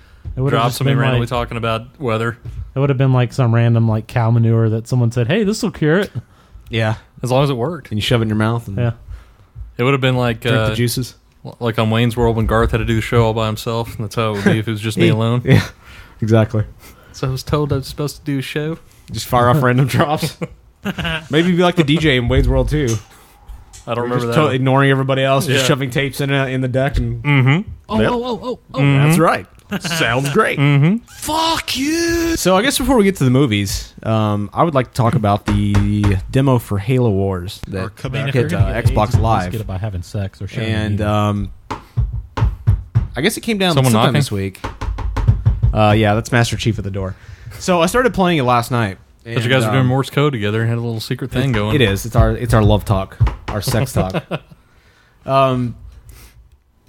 S5: would have
S1: drop
S5: just
S1: somebody
S5: been
S1: randomly
S5: like-
S1: talking about weather.
S5: It would have been like some random like cow manure that someone said, "Hey, this will cure it."
S8: Yeah,
S1: As long as it worked,
S8: and you shove it in your mouth and
S5: Yeah.
S1: it would have been like
S8: drink
S1: uh,
S8: the juices.
S1: like on Wayne's World when Garth had to do the show all by himself. That's how it would be if it was just
S5: [LAUGHS]
S8: [LAUGHS]
S1: me alone.
S8: Yeah, exactly.
S1: So I was told I was supposed to do a show. [LAUGHS]
S8: Just fire off random drops. Maybe be like the DJ in Wade's World too.
S1: I don't
S8: You're
S1: remember
S8: just
S1: that
S8: totally
S1: one.
S8: ignoring everybody else,
S1: Yeah.
S8: just shoving tapes in uh, in the deck and.
S1: Mm-hmm.
S8: Oh,
S1: Yep.
S8: oh, oh, oh, oh.
S1: Mhm.
S8: That's right. Sounds great.
S1: Mhm.
S8: Fuck you. So I guess before we get to the movies, um, I would like to talk about the demo for Halo Wars that
S5: I mean, if
S8: hit
S5: you're gonna
S8: uh,
S5: get AIDS,
S8: Xbox
S5: you just
S8: Live,
S5: Get it by having sex or sharing.
S8: and um, I guess it came down
S5: Someone
S8: sometime
S5: knocking?
S8: this week. Uh, yeah, that's Master Chief at the door. So I started playing it last night. um,
S1: But you guys were
S8: are
S1: doing Morse code together and had a little secret thing
S8: it-
S1: going.
S8: It is. It's our it's our love talk, our
S1: [LAUGHS]
S8: sex talk. Um,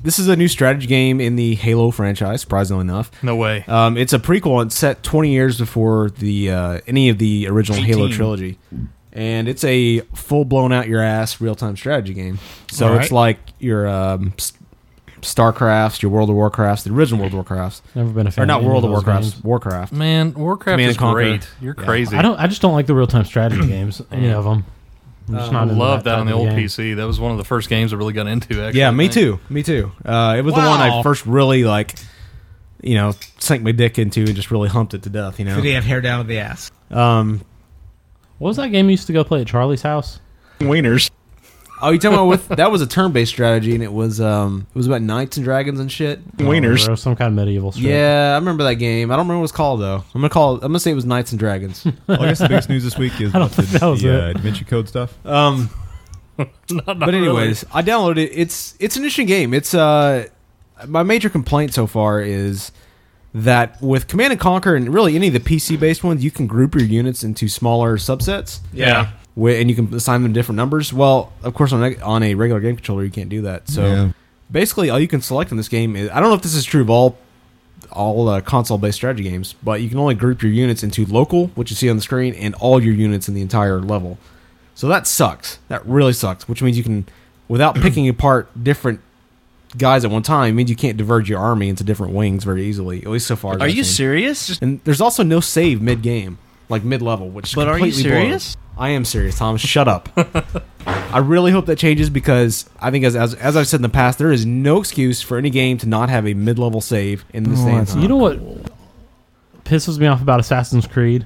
S8: this is a new strategy game in the Halo franchise. Surprisingly enough,
S1: No way.
S8: Um, it's a prequel. It's set 20 years before the uh, any of the original Halo
S1: 18.
S8: trilogy, and it's a full blown out your ass real time strategy game. So
S5: All right.
S8: it's like your um, S- Starcrafts, your World of Warcrafts, the original World of Warcrafts.
S5: Never been a fan
S8: Or
S5: of
S8: not
S5: any
S8: World
S5: of those
S8: of Warcrafts.
S5: games.
S8: Warcraft.
S1: Man, Warcraft
S8: Command
S1: is
S8: and Conquer.
S1: great. You're
S8: Yeah.
S1: crazy.
S5: I don't. I just don't like the real time
S8: [CLEARS THROAT]
S5: strategy games. Any of them. [LAUGHS] I'm
S12: Uh,
S5: just not
S1: I
S5: into
S1: love that, on the
S5: type of
S1: old
S5: game.
S1: PC. That was one of the first games I really got into. Actually,
S8: yeah,
S1: I
S8: me
S1: think.
S8: too. Me
S5: [LAUGHS]
S8: too. Uh, it was the one I
S1: Wow.
S8: first really like, you know, sank my dick into and just really humped it to death. You know,
S12: Did he have hair down to the ass?
S8: um,
S5: What was that game you used to go play at Charlie's house?
S8: wieners. Oh, you talking
S12: [LAUGHS]
S8: about with that was a turn-based strategy, and it was um, it was about knights and dragons and shit.
S5: Wieners. There was Oh, some kind of medieval. Strip.
S8: Yeah, I remember that game. I don't remember what it's called though. I'm gonna call. It, I'm gonna say it was Knights
S5: [LAUGHS]
S8: and Dragons.
S13: Well, I guess the biggest news this week is
S8: [LAUGHS] I don't
S13: about the,
S8: think that was
S13: the, uh,
S8: it.
S13: Dimension Code stuff.
S8: Um,
S1: not
S8: but anyways, I downloaded it. It's it's an interesting game. It's uh my major complaint so far is that with Command and Conquer and really any of the PC based ones, you can group your units into smaller subsets.
S12: Yeah.
S8: Wi- and you can assign them different numbers. Well, of course, on a, on a regular game controller, you can't do that. So
S13: Yeah.
S8: basically, all you can select in this game is I don't know if this is true of all all uh, console based strategy games, but you can only group your units into local, which you see on the screen, and all your units in the entire level. So that sucks. That really sucks. Which means you can,
S12: [CLEARS THROAT]
S8: without picking apart different guys at one time, means you can't diverge your army into different wings very easily. At least so far. as
S12: Are
S8: I've
S12: you
S8: seen.
S12: serious?
S8: And there's also no save mid game, like mid level, which
S12: But are you
S8: completely blows.
S12: serious?
S8: I am serious, Thomas.
S12: [LAUGHS]
S8: Shut up. I really hope that changes because I think, as, as as I've said in the past, there is no excuse for any game to not have a mid level save in
S9: Oh,
S8: this day and time.
S5: you know what pisses me off about Assassin's Creed?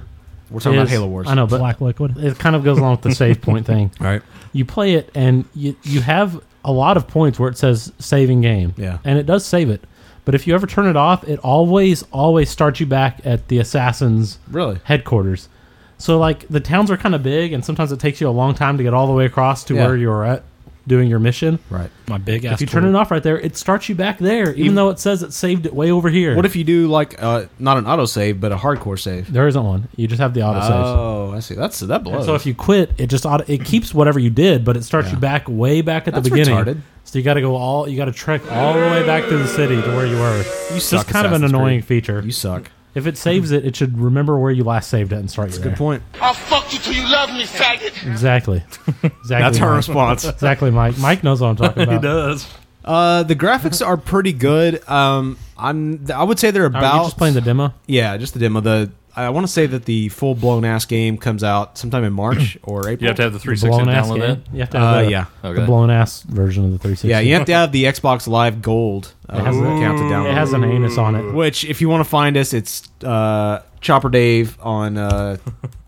S8: We're talking about Halo Wars.
S5: I know, but
S9: Black Liquid.
S5: It kind of goes along with
S9: [LAUGHS]
S5: the save point thing.
S8: Right.
S5: You play it and you you have a lot of points where it says saving game.
S8: Yeah.
S5: And it does save it. But if you ever turn it off, it always always starts you back at the assassins
S8: really
S5: headquarters. So like the towns are kind of big and sometimes it takes you a long time to get all the way across to
S8: Yeah.
S5: where you're at doing your mission.
S8: Right.
S9: My big
S5: If you turn it off right there, it starts you back there, even though it says it saved it way over here.
S8: What if you do like uh, not an auto save but a hardcore save?
S5: There isn't one. You just have the auto save.
S8: Oh, I see. That's that blows.
S5: So if you quit, it just auto, it keeps whatever you did, but it starts you back way back at the
S8: That's
S5: beginning.
S8: retarded.
S5: So you got to go all you got to trek all the way back through the city to where you were.
S8: You
S5: It's
S8: suck,
S5: just kind of an
S8: Assassin's
S5: annoying
S8: Creed.
S5: feature. You
S8: suck.
S5: If it saves it, it should remember where you last saved it and start you
S8: good
S5: there.
S8: point.
S4: I'll fuck you till you love me, faggot.
S5: Exactly. Exactly.
S8: [LAUGHS] That's our
S5: Mike. [LAUGHS]
S8: response.
S5: Exactly, Mike. Mike knows what
S1: [LAUGHS]
S5: I'm
S8: [LAUGHS]
S5: talking about.
S1: does.
S8: Uh, the graphics are pretty good. Um, I'm I would say they're
S5: you
S8: about.
S5: just playing the demo?
S8: Yeah, just the demo. The I want to say that the full blown ass game comes out sometime
S5: [CLEARS THROAT]
S8: in March or April.
S1: You have to have the 360 download that?
S5: You have to have
S8: Uh,
S5: the,
S8: yeah.
S5: the blown ass version of the 360.
S8: [LAUGHS] Yeah, you have to have the Xbox Live Gold uh,
S5: It has a-
S8: account to
S5: it
S8: download.
S5: has an anus on it.
S8: Which, if you want to find us, it's uh, Chopper Dave on
S5: [LAUGHS]
S8: uh,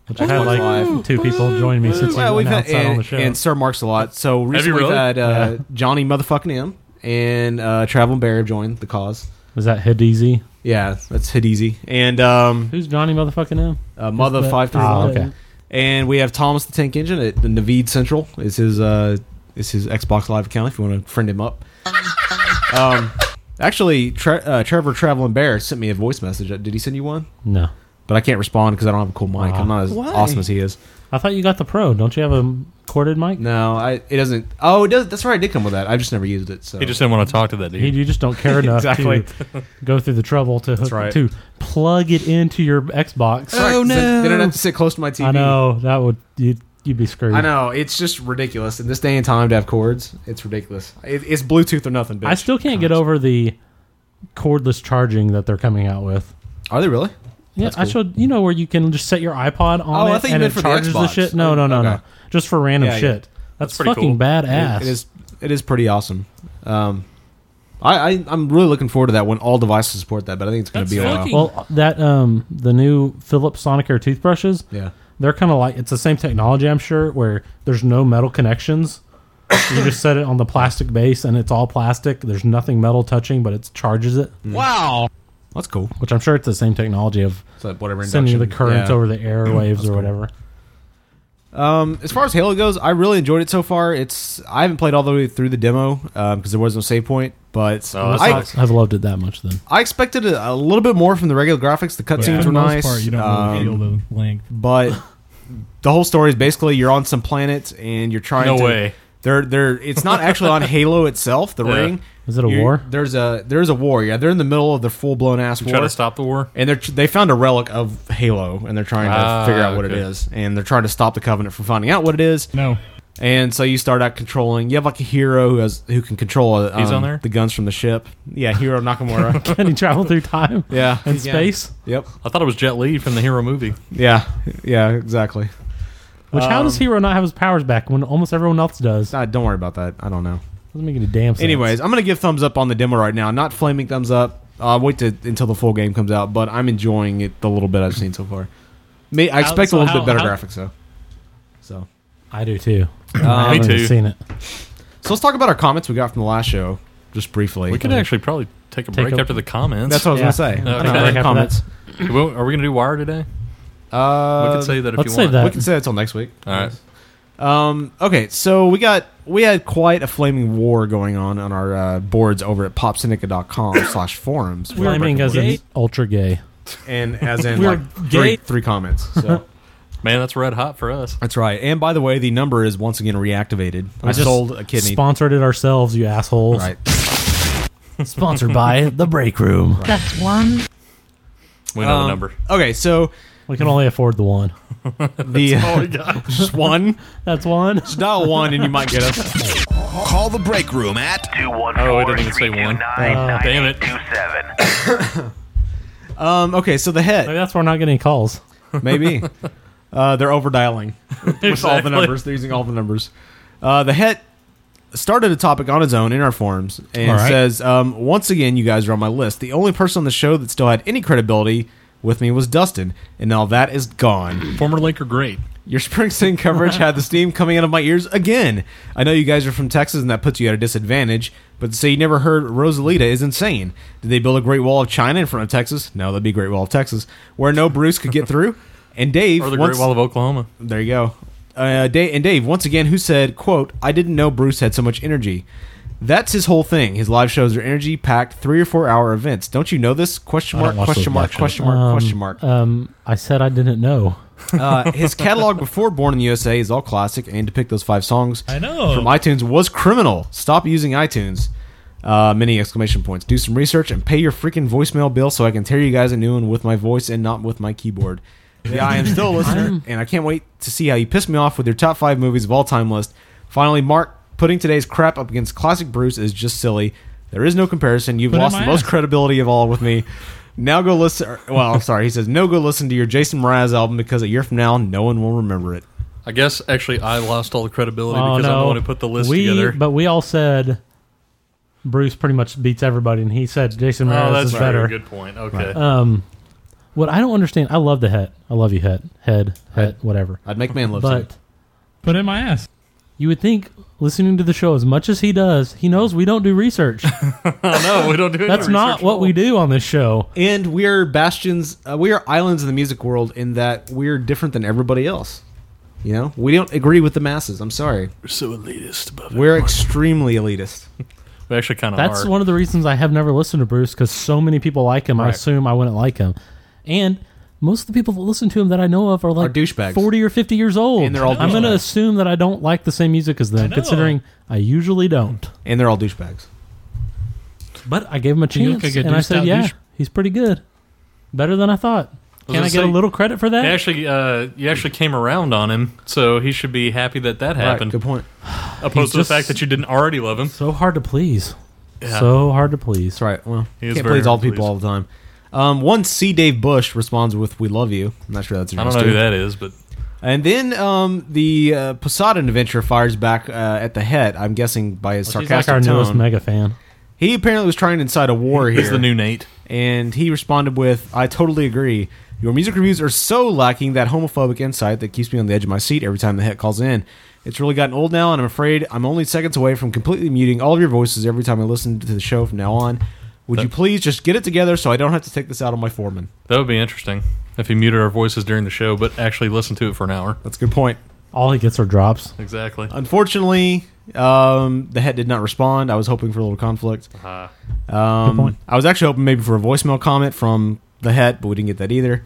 S5: Which I had like two people join me since
S8: well,
S5: you
S8: we've
S5: went
S8: had,
S5: outside
S8: and,
S5: on the show.
S8: and Sir Marks a lot. So recently
S5: really?
S8: we've had uh,
S5: Yeah.
S8: Johnny motherfucking M and uh, Travel and Bear have joined the cause.
S5: Was that Hadizi?
S8: Yeah, that's Hadizi. And um,
S5: who's Johnny motherfucking M?
S8: Uh, mother
S5: Who's the-
S8: five three
S5: Ah,
S8: one.
S5: okay.
S8: And we have Thomas the Tank Engine at the Navid Central. Is his uh, is his Xbox Live account if you want to friend him
S5: [LAUGHS]
S8: up. um, actually, Tre- uh, Trevor Traveling Bear sent me a voice message. Did he send you one?
S5: No.
S8: But I can't respond because I don't have a cool mic. I'm not as
S5: Why?
S8: awesome as he is.
S5: I thought you got the pro. Don't you have a corded mic?
S8: No, I it doesn't. Oh, it does. That's right. It did come with that. I've just never used it. So
S1: He just didn't want to talk to that dude.
S5: You- You just don't
S8: [LAUGHS]
S5: care enough [LAUGHS]
S8: Exactly.
S5: to go through the trouble to hook,
S8: right.
S5: to plug it into your Xbox.
S8: That's right, 'cause then- Then I'd have to sit close to my TV.
S5: I know that would you'd, you'd be screwed.
S8: I know it's just ridiculous in this day and time to have cords. It's ridiculous. It, it's Bluetooth or nothing. Bitch.
S5: I still can't get over the cordless charging that they're coming out with.
S8: Are they really?
S5: Yeah,
S8: That's
S5: I
S8: cool.
S5: showed you know where you can just set your iPod on
S8: Oh,
S5: it
S8: I thought you
S5: and
S8: meant
S5: it
S8: for the
S5: charges the,
S8: Xbox. Oh,
S5: shit. No, no, no, no.
S8: Okay.
S5: Just for random
S8: Yeah, yeah.
S5: shit. That's, fucking badass.
S8: It- it is. It is pretty awesome. Um, I, I I'm really looking forward to that when all devices support that. But I think it's going to be a while.
S5: Well, that um the new Philips Sonicare toothbrushes.
S8: Yeah.
S5: They're kind of like it's the same technology, I'm sure, where there's no metal connections. you just set it on the plastic base, and it's all plastic. There's nothing metal touching, but it charges it.
S8: Wow, Mm. that's cool.
S5: Which I'm sure it's the same technology of
S8: It's like whatever
S5: sending the
S8: induction-
S5: currents
S8: yeah.
S5: over the airwaves
S8: That's
S5: or
S8: cool.
S5: whatever.
S8: Um, as far as Halo goes, I really enjoyed it so far. It's I haven't played all the way through the demo because there was no save point, but I,
S5: I, have loved it that much. Then
S8: I expected a, a little bit more from the regular graphics. The
S9: Yeah,
S8: cutscenes
S9: for the
S8: were
S9: most
S8: nice. um,
S9: part, you don't really feel the length. [LAUGHS]
S8: But the whole story is basically you're on some planet and you're trying
S1: No
S8: to.
S1: way.
S8: They're, they're, it's not actually
S1: [LAUGHS]
S8: on Halo itself, the
S1: Yeah.
S8: ring.
S1: Is it a
S8: You're-
S1: war?
S8: There's a there's a war. Yeah, they're in the middle of the full blown ass
S1: You're
S8: war.
S1: trying to stop the war?
S8: and they're they found a relic of Halo, and they're trying to
S1: Ah,
S8: figure out what
S1: okay.
S8: it is, and they're trying to stop the Covenant from finding out what it is.
S9: No.
S8: And so you start out controlling. You have like a hero who has who can control uh,
S5: He's
S8: um,
S5: on there?
S8: the guns from
S1: [LAUGHS]
S8: the ship. Yeah, Hero Nakamura.
S5: [LAUGHS] Can he travel through time?
S8: Yeah,
S5: and
S8: He can.
S5: space.
S8: Yep.
S1: I thought it was Jet Li from the Hero movie.
S8: Yeah, yeah, exactly.
S5: Which how does
S8: Um,
S5: Hero not have his powers back when almost everyone else does?
S8: don't worry about that. I don't know.
S5: Doesn't make any damn sense.
S8: Anyways, I'm gonna give thumbs up on the demo right now. Not flaming thumbs up. I'll wait to, until the full game comes out, but I'm enjoying it the little bit I've seen so far. May, I
S5: How-
S8: expect
S5: so
S8: a little
S5: how-
S8: bit better
S1: [COUGHS]
S5: how-
S8: graphics though. So
S5: I do too.
S8: Um,
S5: I haven't seen it.
S8: So let's talk about our comments we got from the last show, just briefly.
S1: We could actually probably take a
S8: Take
S1: break
S8: a-
S1: after the comments.
S8: That's what I was gonna say.
S1: Okay.
S8: Take a break after
S1: Comments. Well, Are we going to do Wire today?
S8: Uh,
S1: we could say that if you want.
S8: We can say that till next week.
S1: All right.
S8: Um, okay, so we got we had quite a flaming war going on on our uh, boards over at popsynica.com slash forums.
S5: Flaming as in ultra gay.
S8: and as
S5: [LAUGHS]
S8: in
S5: We're
S8: like
S5: gay.
S8: three, three comments.
S5: [LAUGHS]
S8: So
S1: man, that's red hot for [LAUGHS] us.
S8: That's right. And by the way, the number is once again reactivated. I,
S5: We just
S8: sold a kidney.
S5: Sponsored it ourselves, you assholes.
S8: Right.
S5: [LAUGHS] Sponsored by the break room.
S10: That's one.
S1: We know the number.
S8: Um,
S5: [LAUGHS]
S8: Okay, so
S5: we can only afford the one.
S8: the uh, just one.
S5: That's one.
S8: Just dial one, and you might get us.
S3: Call the break room at.
S1: Oh, I didn't even say one.
S5: Uh,
S1: Damn it.
S8: [LAUGHS]
S3: [COUGHS]
S8: Um, okay, so the head.
S5: Maybe that's why we're not getting calls.
S8: [LAUGHS] Maybe. uh,
S5: [LAUGHS]
S8: they're overdialing with all the
S5: Exactly.
S8: numbers. They're using all the numbers. Uh, the het started a topic on his own in our forums and
S5: All right.
S8: says, um, once again, you guys are on my list. The only person on the show that still had any credibility with me was Dustin, and now that is gone.
S1: [CLEARS THROAT] Former Laker great.
S8: Your Springsteen coverage had the steam coming out of my ears again. I know you guys are from Texas and that puts you at a disadvantage, but to say you never heard Rosalita is insane. Did they build a Great Wall of China in front of Texas? No, that'd be Great Wall of Texas, where no Bruce could get through. And Dave,
S1: Or the
S8: once-
S1: Great Wall of Oklahoma.
S8: there you go. Uh, Dave, and Dave, once again, who said, quote, I didn't know Bruce had so much energy. That's his whole thing. His live shows are energy-packed three or four-hour events. Don't you know this? Question
S5: I don't
S8: mark,
S5: watch those
S8: question mark,
S5: live shows.
S8: question mark,
S5: Um,
S8: question mark.
S5: Um, I said I didn't know.
S8: [LAUGHS] Uh, his catalog before Born in the USA is all classic, and to pick those five songs
S9: I know.
S8: from iTunes was criminal. Stop using iTunes. Uh, many exclamation points. Do some research and pay your freaking voicemail bill so I can tear you guys a new one with my voice and not with my keyboard. Yeah, I am still a listener, and I can't wait to see how you piss me off with your top five movies of all time list. Finally, Mark, putting today's crap up against classic Bruce is just silly. There is no comparison. You've
S9: Put it in
S8: lost
S9: my
S8: the most
S9: ass.
S8: credibility of all with me. Now go listen. Or, well, I'm sorry. He says, no, go listen to your Jason Mraz album because a year from now, no one will remember it.
S1: I guess actually I lost all the credibility
S5: Oh,
S1: because I'm
S5: no.
S1: the one who put the list
S5: we,
S1: together.
S5: But we all said Bruce pretty much beats everybody, and he said Jason
S1: Oh,
S5: Mraz
S1: that's
S5: is
S1: true.
S5: better.
S1: Good point. Okay. Right.
S5: Um, what I don't understand, I love the head. I love you, head, head, head, whatever.
S8: I'd make man love
S5: But
S9: Put in my ass.
S5: you would think listening to the show as much as he does, he knows we don't
S1: [LAUGHS]
S5: do research.
S1: no, we don't do any
S5: That's not
S1: research.
S5: what we do on this show.
S8: And we are bastions. Uh, we are islands in the music world in that we're different than everybody else. You know, we don't agree with the masses. I'm sorry.
S1: We're so elitist. Above
S8: We're extremely elitist.
S1: We actually kind of
S5: That's
S1: are.
S5: one of the reasons I have never listened to Bruce because so many people like him. I
S1: Right.
S5: assume I wouldn't like him, and most of the people that listen to him that I know of are like
S8: douchebags.
S5: forty or fifty years old.
S8: And they're all
S5: I'm going to
S8: douchebags.
S5: assume that I don't like the same music as them, considering I usually don't.
S8: And they're all douchebags.
S5: But I gave him a
S9: You look
S5: chance,
S9: like a
S5: and I
S9: douchebag
S5: said, "Yeah,
S9: douche."
S5: he's pretty good, better than I thought."
S1: I was
S5: Can I
S1: gonna
S5: get a
S1: say-
S5: little credit for
S1: You
S5: that?
S1: actually, uh, you actually came around on him, so he should be happy that that happened.
S8: good point.
S1: Opposed
S5: He's
S1: to the
S5: just-
S1: fact that you didn't already love him.
S5: so hard to please.
S1: Yeah.
S5: So hard to please.
S8: That's right. Well,
S1: He is
S8: can't
S1: very
S8: please all
S1: hard to
S8: people all the time. Um, one C. Dave Bush responds with "We love you." I'm not sure that's.
S1: I don't know who that is, but
S8: And then um, the uh, Posada adventure fires back uh, at the head. I'm guessing by his
S5: He's like
S8: sarcastic
S5: our newest
S8: tone.
S5: mega fan.
S8: He apparently was trying to incite a war here.
S1: he's the new Nate.
S8: and he responded with, "I totally agree. Your music reviews are so lacking that homophobic insight that keeps me on the edge of my seat every time the hit calls in. It's really gotten old now, and I'm afraid I'm only seconds away from completely muting all of your voices every time I listen to the show from now on. Would you please just get it together so I don't have to take this out on my foreman?
S1: That would be interesting if he muted our voices during the show, but actually listened to it for an hour.
S8: That's a good point.
S5: All he gets are drops.
S1: Exactly.
S8: Unfortunately, um, the head did not respond. I was hoping for a little conflict.
S1: Uh-huh.
S8: Um,
S1: Good point.
S8: I was actually hoping maybe for a voicemail comment from the head, but we didn't get that either.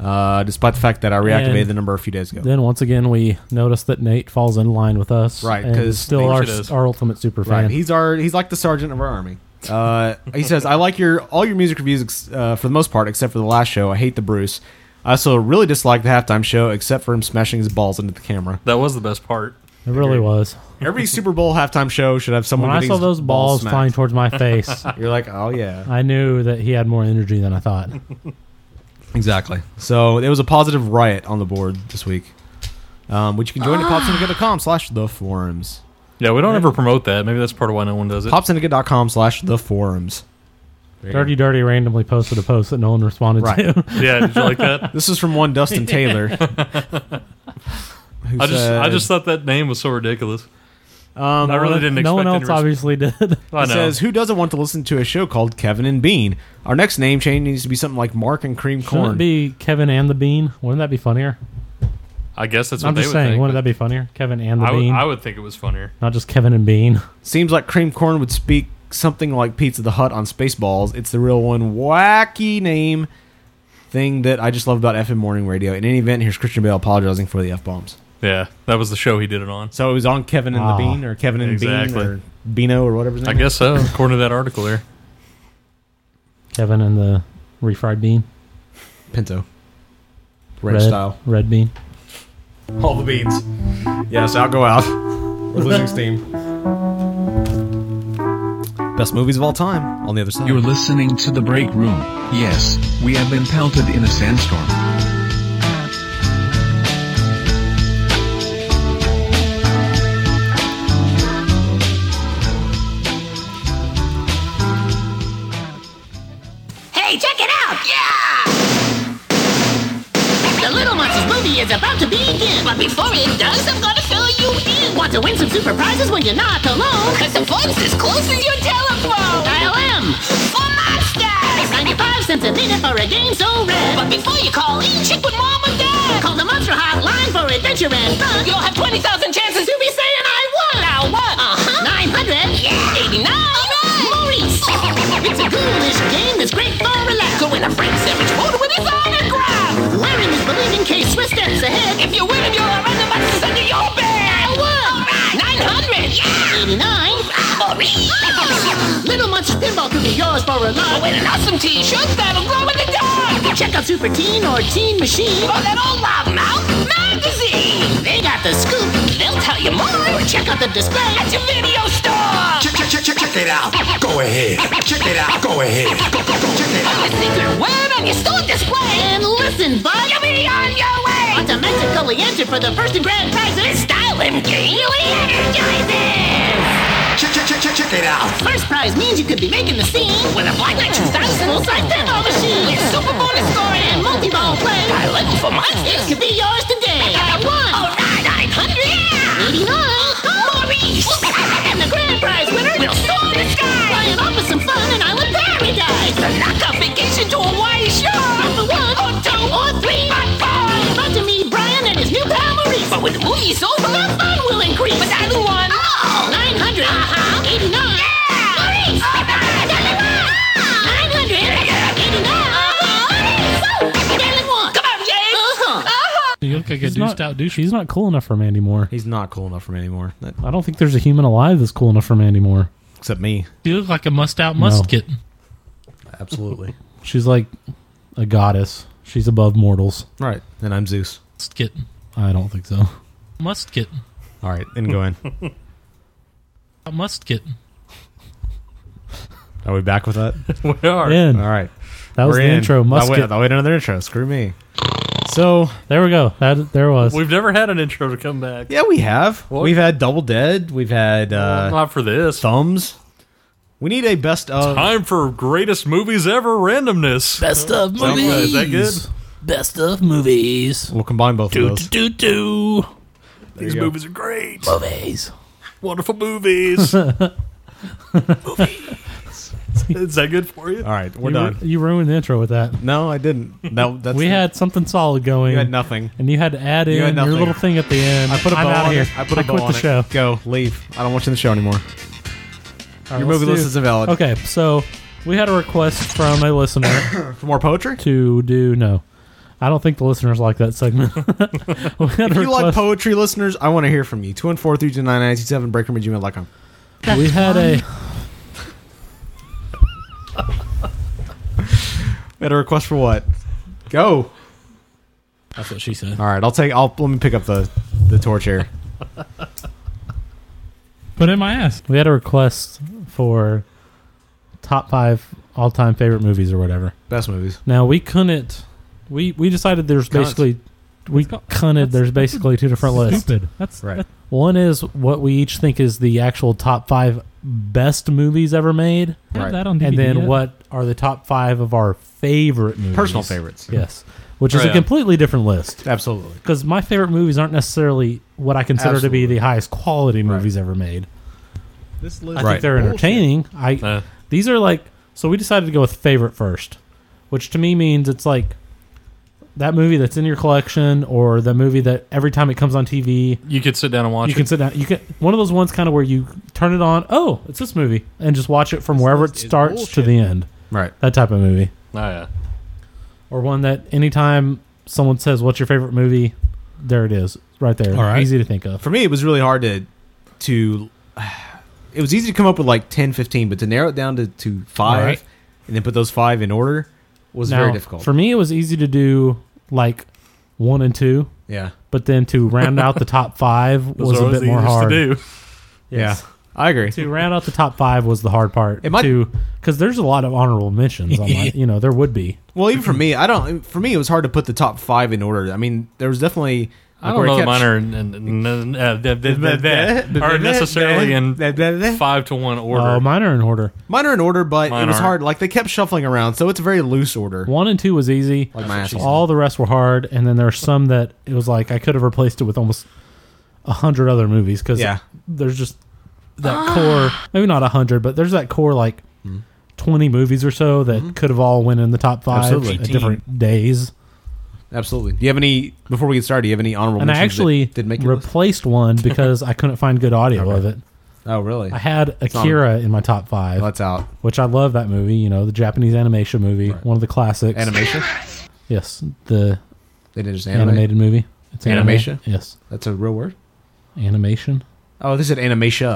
S8: Uh, despite the fact that I reactivated
S5: And
S8: the number a few days ago.
S5: Then once again, we notice that Nate falls in line with us,
S8: Right,
S5: and is
S8: because
S5: still our, our ultimate super fan.
S8: He's our he's like the sergeant of our army. Uh, he says, "I like your all your music reviews ex- uh, for the most part, except for the last show. I hate the Bruce. I also really dislike the halftime show, except for him smashing his balls into the camera.
S1: That was the best part.
S5: it really was.
S8: Every Super Bowl halftime show should have someone.
S5: When I
S8: getting
S5: saw
S8: his
S5: those balls
S8: smacked.
S5: flying towards my face,
S8: [LAUGHS] you're like, oh yeah,
S5: I knew that he had more energy than I
S8: [LAUGHS]
S5: thought.
S8: exactly. So it was a positive riot on the board this week, um, which you can join at popsyndicate.com slash the forums.
S1: Yeah, we don't ever promote that. Maybe that's part of why no one does it.
S8: Popsyndicate.com slash the forums.
S5: Dirty Dirty randomly posted a post that no one responded
S1: [LAUGHS]
S5: to.
S8: This is from
S5: [LAUGHS]
S8: one Dustin Taylor. who
S1: I just I
S8: said-
S1: just thought that name was so ridiculous.
S8: Um,
S1: I really didn't. expect
S5: no one
S1: any
S5: else
S1: response.
S5: obviously did. [LAUGHS]
S1: I
S8: It
S1: know.
S8: says, "Who doesn't want to listen to a show called Kevin and Bean? Our next name change needs to be something like Mark and Cream
S5: Shouldn't it
S8: Corn."
S5: be Kevin and the Bean? Wouldn't that be funnier?
S1: I guess that's what
S5: I'm
S1: they
S5: just
S1: would
S5: saying,
S1: think.
S5: wouldn't that be funnier? Kevin and the
S1: I would-
S5: Bean,
S1: I would think it was funnier.
S5: not just Kevin and Bean.
S8: Seems like Cream Corn would speak something like Pizza the Hut on Spaceballs. It's the real one wacky name thing that I just love about FM morning radio. In any event, here's Christian Bale apologizing for the f bombs.
S1: Yeah, that was the show he did it on.
S8: So it was on Kevin and
S5: Ah,
S8: the Bean, or Kevin and
S1: exactly.
S8: Bean, or Beano, or whatever. His
S1: I
S8: name
S1: guess
S8: is.
S1: so, according to that article
S8: [LAUGHS]
S1: there.
S5: Kevin and the refried bean,
S8: Pinto, Ranch
S5: red
S8: style.
S5: red bean.
S8: All the beans. Yes, I'll go out. We're [LAUGHS] losing steam. Best movies of all time on the other side.
S12: You're listening to The Break Room. Yes, we have been pelted in a sandstorm.
S14: Hey, check it out! Yeah! The Little Monsters movie is about to begin, but before it does, I'm gonna fill you in. Want to win some super prizes when you're not alone? Cause the phone's as close as your telephone! Dial M for Monsters! 95 cents a minute for a game so red. But before you call in, check with Mom or Dad. Call the Monster Hotline for adventure and fun. You'll have 20,000 chances to be saying I won! I won! Uh-huh. 900? Yeah! 89? [LAUGHS] Maurice! it's a ghoulish game that's great for relax. Go win a Frank sandwich photo with his autograph! Larry is believing case Swiss steps ahead. If you win him, you'll have the boxes under your bed! I won! 900! Yeah! 89? Maurice! Little Munch's pinball could be yours for a lot. Win an awesome t-shirt that'll grow in the dark! Check out Super Teen or Teen Machine. Or that old loudmouth magazine! They got the scoop. They'll tell you more. Or check out the display at your video store!
S11: Check, check, check, check, check it out. Go ahead. Check it out. Go ahead.
S14: Your secret web and your store display. And listen, bud, you'll be on your way. Want to magically enter for the first and grand prize of this style and daily energizes. Check, check, check, check, check it out. First prize means you could be making the scene with a Black Knight 2000 full-size pinball machine. With super bonus score and multi-ball play. I level for monsters. This could be yours today. I Oh, won. All right, 900. Yeah. 89. Maurice. [LAUGHS] and the grand prize winner will soar the sky. Flying off with some fun in Island Paradise. The knockout vacation to Hawaii Shore. Number one, or two, or three, but four. About to meet Brian and his new pal Maurice. But when the movie's over, the fun will increase. But I won. Oh. 900. Uh-huh. 89. Yeah. Maurice. Oh,
S5: You look like a
S9: deuced out
S5: douche. He's not cool enough for me anymore.
S8: He's not cool enough for me anymore.
S5: I don't think there's a human alive that's cool enough for me anymore.
S8: Except me.
S9: You look like a must out
S5: No.
S9: must kit.
S8: Absolutely.
S5: She's like a goddess. She's above mortals.
S8: Right. [LAUGHS] And I'm Zeus.
S9: Skit.
S5: I don't think so.
S9: Must kit.
S8: All right, then go in.
S9: A must kit.
S8: Are [LAUGHS] we back with that?
S1: we are.
S5: In.
S8: All right.
S5: That was
S8: We're
S5: the
S8: in.
S5: intro. Must
S8: I wait,
S5: get-
S8: I wait another intro. Screw me. So
S5: there we go. That there was.
S1: We've never had an intro to come back.
S8: Yeah, we have.
S1: What?
S8: We've had Double Dead. We've had uh,
S1: not for this
S8: thumbs. We need a best of
S1: Time for greatest movies ever randomness.
S9: Best of
S1: Something like- Is that good?
S5: Best of movies.
S8: We'll combine both
S5: Do,
S8: of those.
S5: do, do, do.
S8: These you go. movies are
S1: great.
S5: Movies.
S1: Wonderful
S8: [LAUGHS]
S1: movies. movies. Is that good for you?
S8: All right, we're
S5: you ru-
S8: done.
S5: you ruined the intro with that.
S8: No, I didn't.
S5: [LAUGHS]
S8: No, that's
S5: we had something solid going.
S8: You had nothing.
S5: and you had to add
S8: You
S5: in
S8: had
S5: your
S8: nothing.
S5: little thing at the end.
S8: I put a
S5: I'm
S8: bow
S5: out
S8: on
S5: here.
S8: It. I put a bow
S5: quit
S8: on
S5: the
S8: it.
S5: show.
S8: Go leave. I don't want you in the show anymore.
S5: All right,
S8: Your
S5: let's
S8: movie list
S5: do-
S8: is invalid. [LAUGHS]
S5: Okay, [LAUGHS] so we had a request from a listener
S8: [COUGHS] for more poetry
S5: to do no. I don't think the listeners like that
S8: [LAUGHS]
S5: segment. We had a
S8: If you like
S5: request-
S8: poetry, listeners, I want to hear from you. Two one four three two nine nine eight seven. Breakerman@gmail.com.
S5: we had a
S8: [LAUGHS] We had a request for what? Go.
S5: That's what she said.
S8: All right, I'll take. I'll let me pick up the the torch here.
S5: put in my ass. We had a request for top five all time favorite movies or whatever.
S8: Best movies.
S5: Now we couldn't. We we decided there's
S8: Cunt.
S5: basically we cunted. There's basically two different lists.
S9: Stupid. That's
S8: right.
S5: One is what we each think is the actual top five best movies ever made.
S9: Have Right. that on
S5: And
S9: DVD
S5: then
S9: yet?
S5: what are the top five of our favorite movies?
S8: Personal favorites.
S5: Yes. Which is
S8: Right.
S5: a completely different list.
S8: Absolutely.
S5: Because my favorite movies aren't necessarily what I consider to be the highest quality movies ever made.
S7: This
S5: I
S7: list
S5: think
S7: is
S5: they're
S7: bullshit.
S5: entertaining. I these are like so we decided to go with favorite first, which to me means it's like that movie that's in your collection or the movie that every time it comes on TV
S1: You could sit down and watch
S5: you
S1: it.
S5: can sit down. You can one of those ones kind of where you turn it on. Oh, it's this movie, and just watch it from wherever it starts to the end.
S8: Right.
S5: That type of movie,
S1: Oh, yeah.
S5: or one that anytime someone says, "What's your favorite movie?" There it is, right there.
S8: All right.
S5: Easy to think of.
S8: For me, it was really hard to to. [SIGHS] It was easy to come up with like 10, 15, but to narrow it down to to five,
S5: All right.
S8: and then put those five in order was
S5: Now,
S8: very difficult.
S5: For me, it was easy to do like one and two.
S8: Yeah.
S5: But then to round out the top five
S8: [LAUGHS] Those
S5: was
S8: are
S5: a
S8: always
S5: bit
S8: the
S5: more
S8: easiest to
S5: hard.
S8: do. Yeah, I agree.
S5: To round out the top five was the hard part. It
S8: might-
S5: because there's a lot of honorable
S8: [LAUGHS]
S5: mentions. On my, you know, there would be.
S8: Well, even for me, I don't. For me, it was hard to put the top five in order. I mean, there was definitely.
S1: I don't know that mine are, n- n- n- uh, th- th- th- th- are necessarily in five to one order.
S5: Oh, mine are in order.
S8: Mine are in order, but
S1: Mine
S8: it was
S1: aren't.
S8: hard. Like they kept shuffling around, so it's a very loose order.
S5: One and two was easy.
S8: Like my asshole.
S5: All the rest were hard, and then there are some that it was like I could have replaced it with almost a hundred other movies because
S8: Yeah.
S5: there's just that core. Maybe not a hundred, but there's that core like
S8: Hmm.
S5: twenty movies or so that could have all went in the top five
S8: Absolutely.
S5: at different days.
S8: Absolutely. Do you have any? Before we get started, do you have any honorable?
S5: and I
S8: mentions that
S5: actually
S8: did make your list?
S5: replaced
S8: [LAUGHS]
S5: one because I couldn't find good audio of it.
S8: Oh, really?
S5: I had
S8: It's on-
S5: Akira in my top five.
S8: That's out.
S5: Which I love that movie. You know, the Japanese animation movie, one of the classics.
S8: Animation?
S5: Yes, the
S8: They did just animate?
S5: animated movie. anime.
S8: animation.
S5: Yes,
S8: that's a real word.
S5: animation.
S8: Oh, they said animation.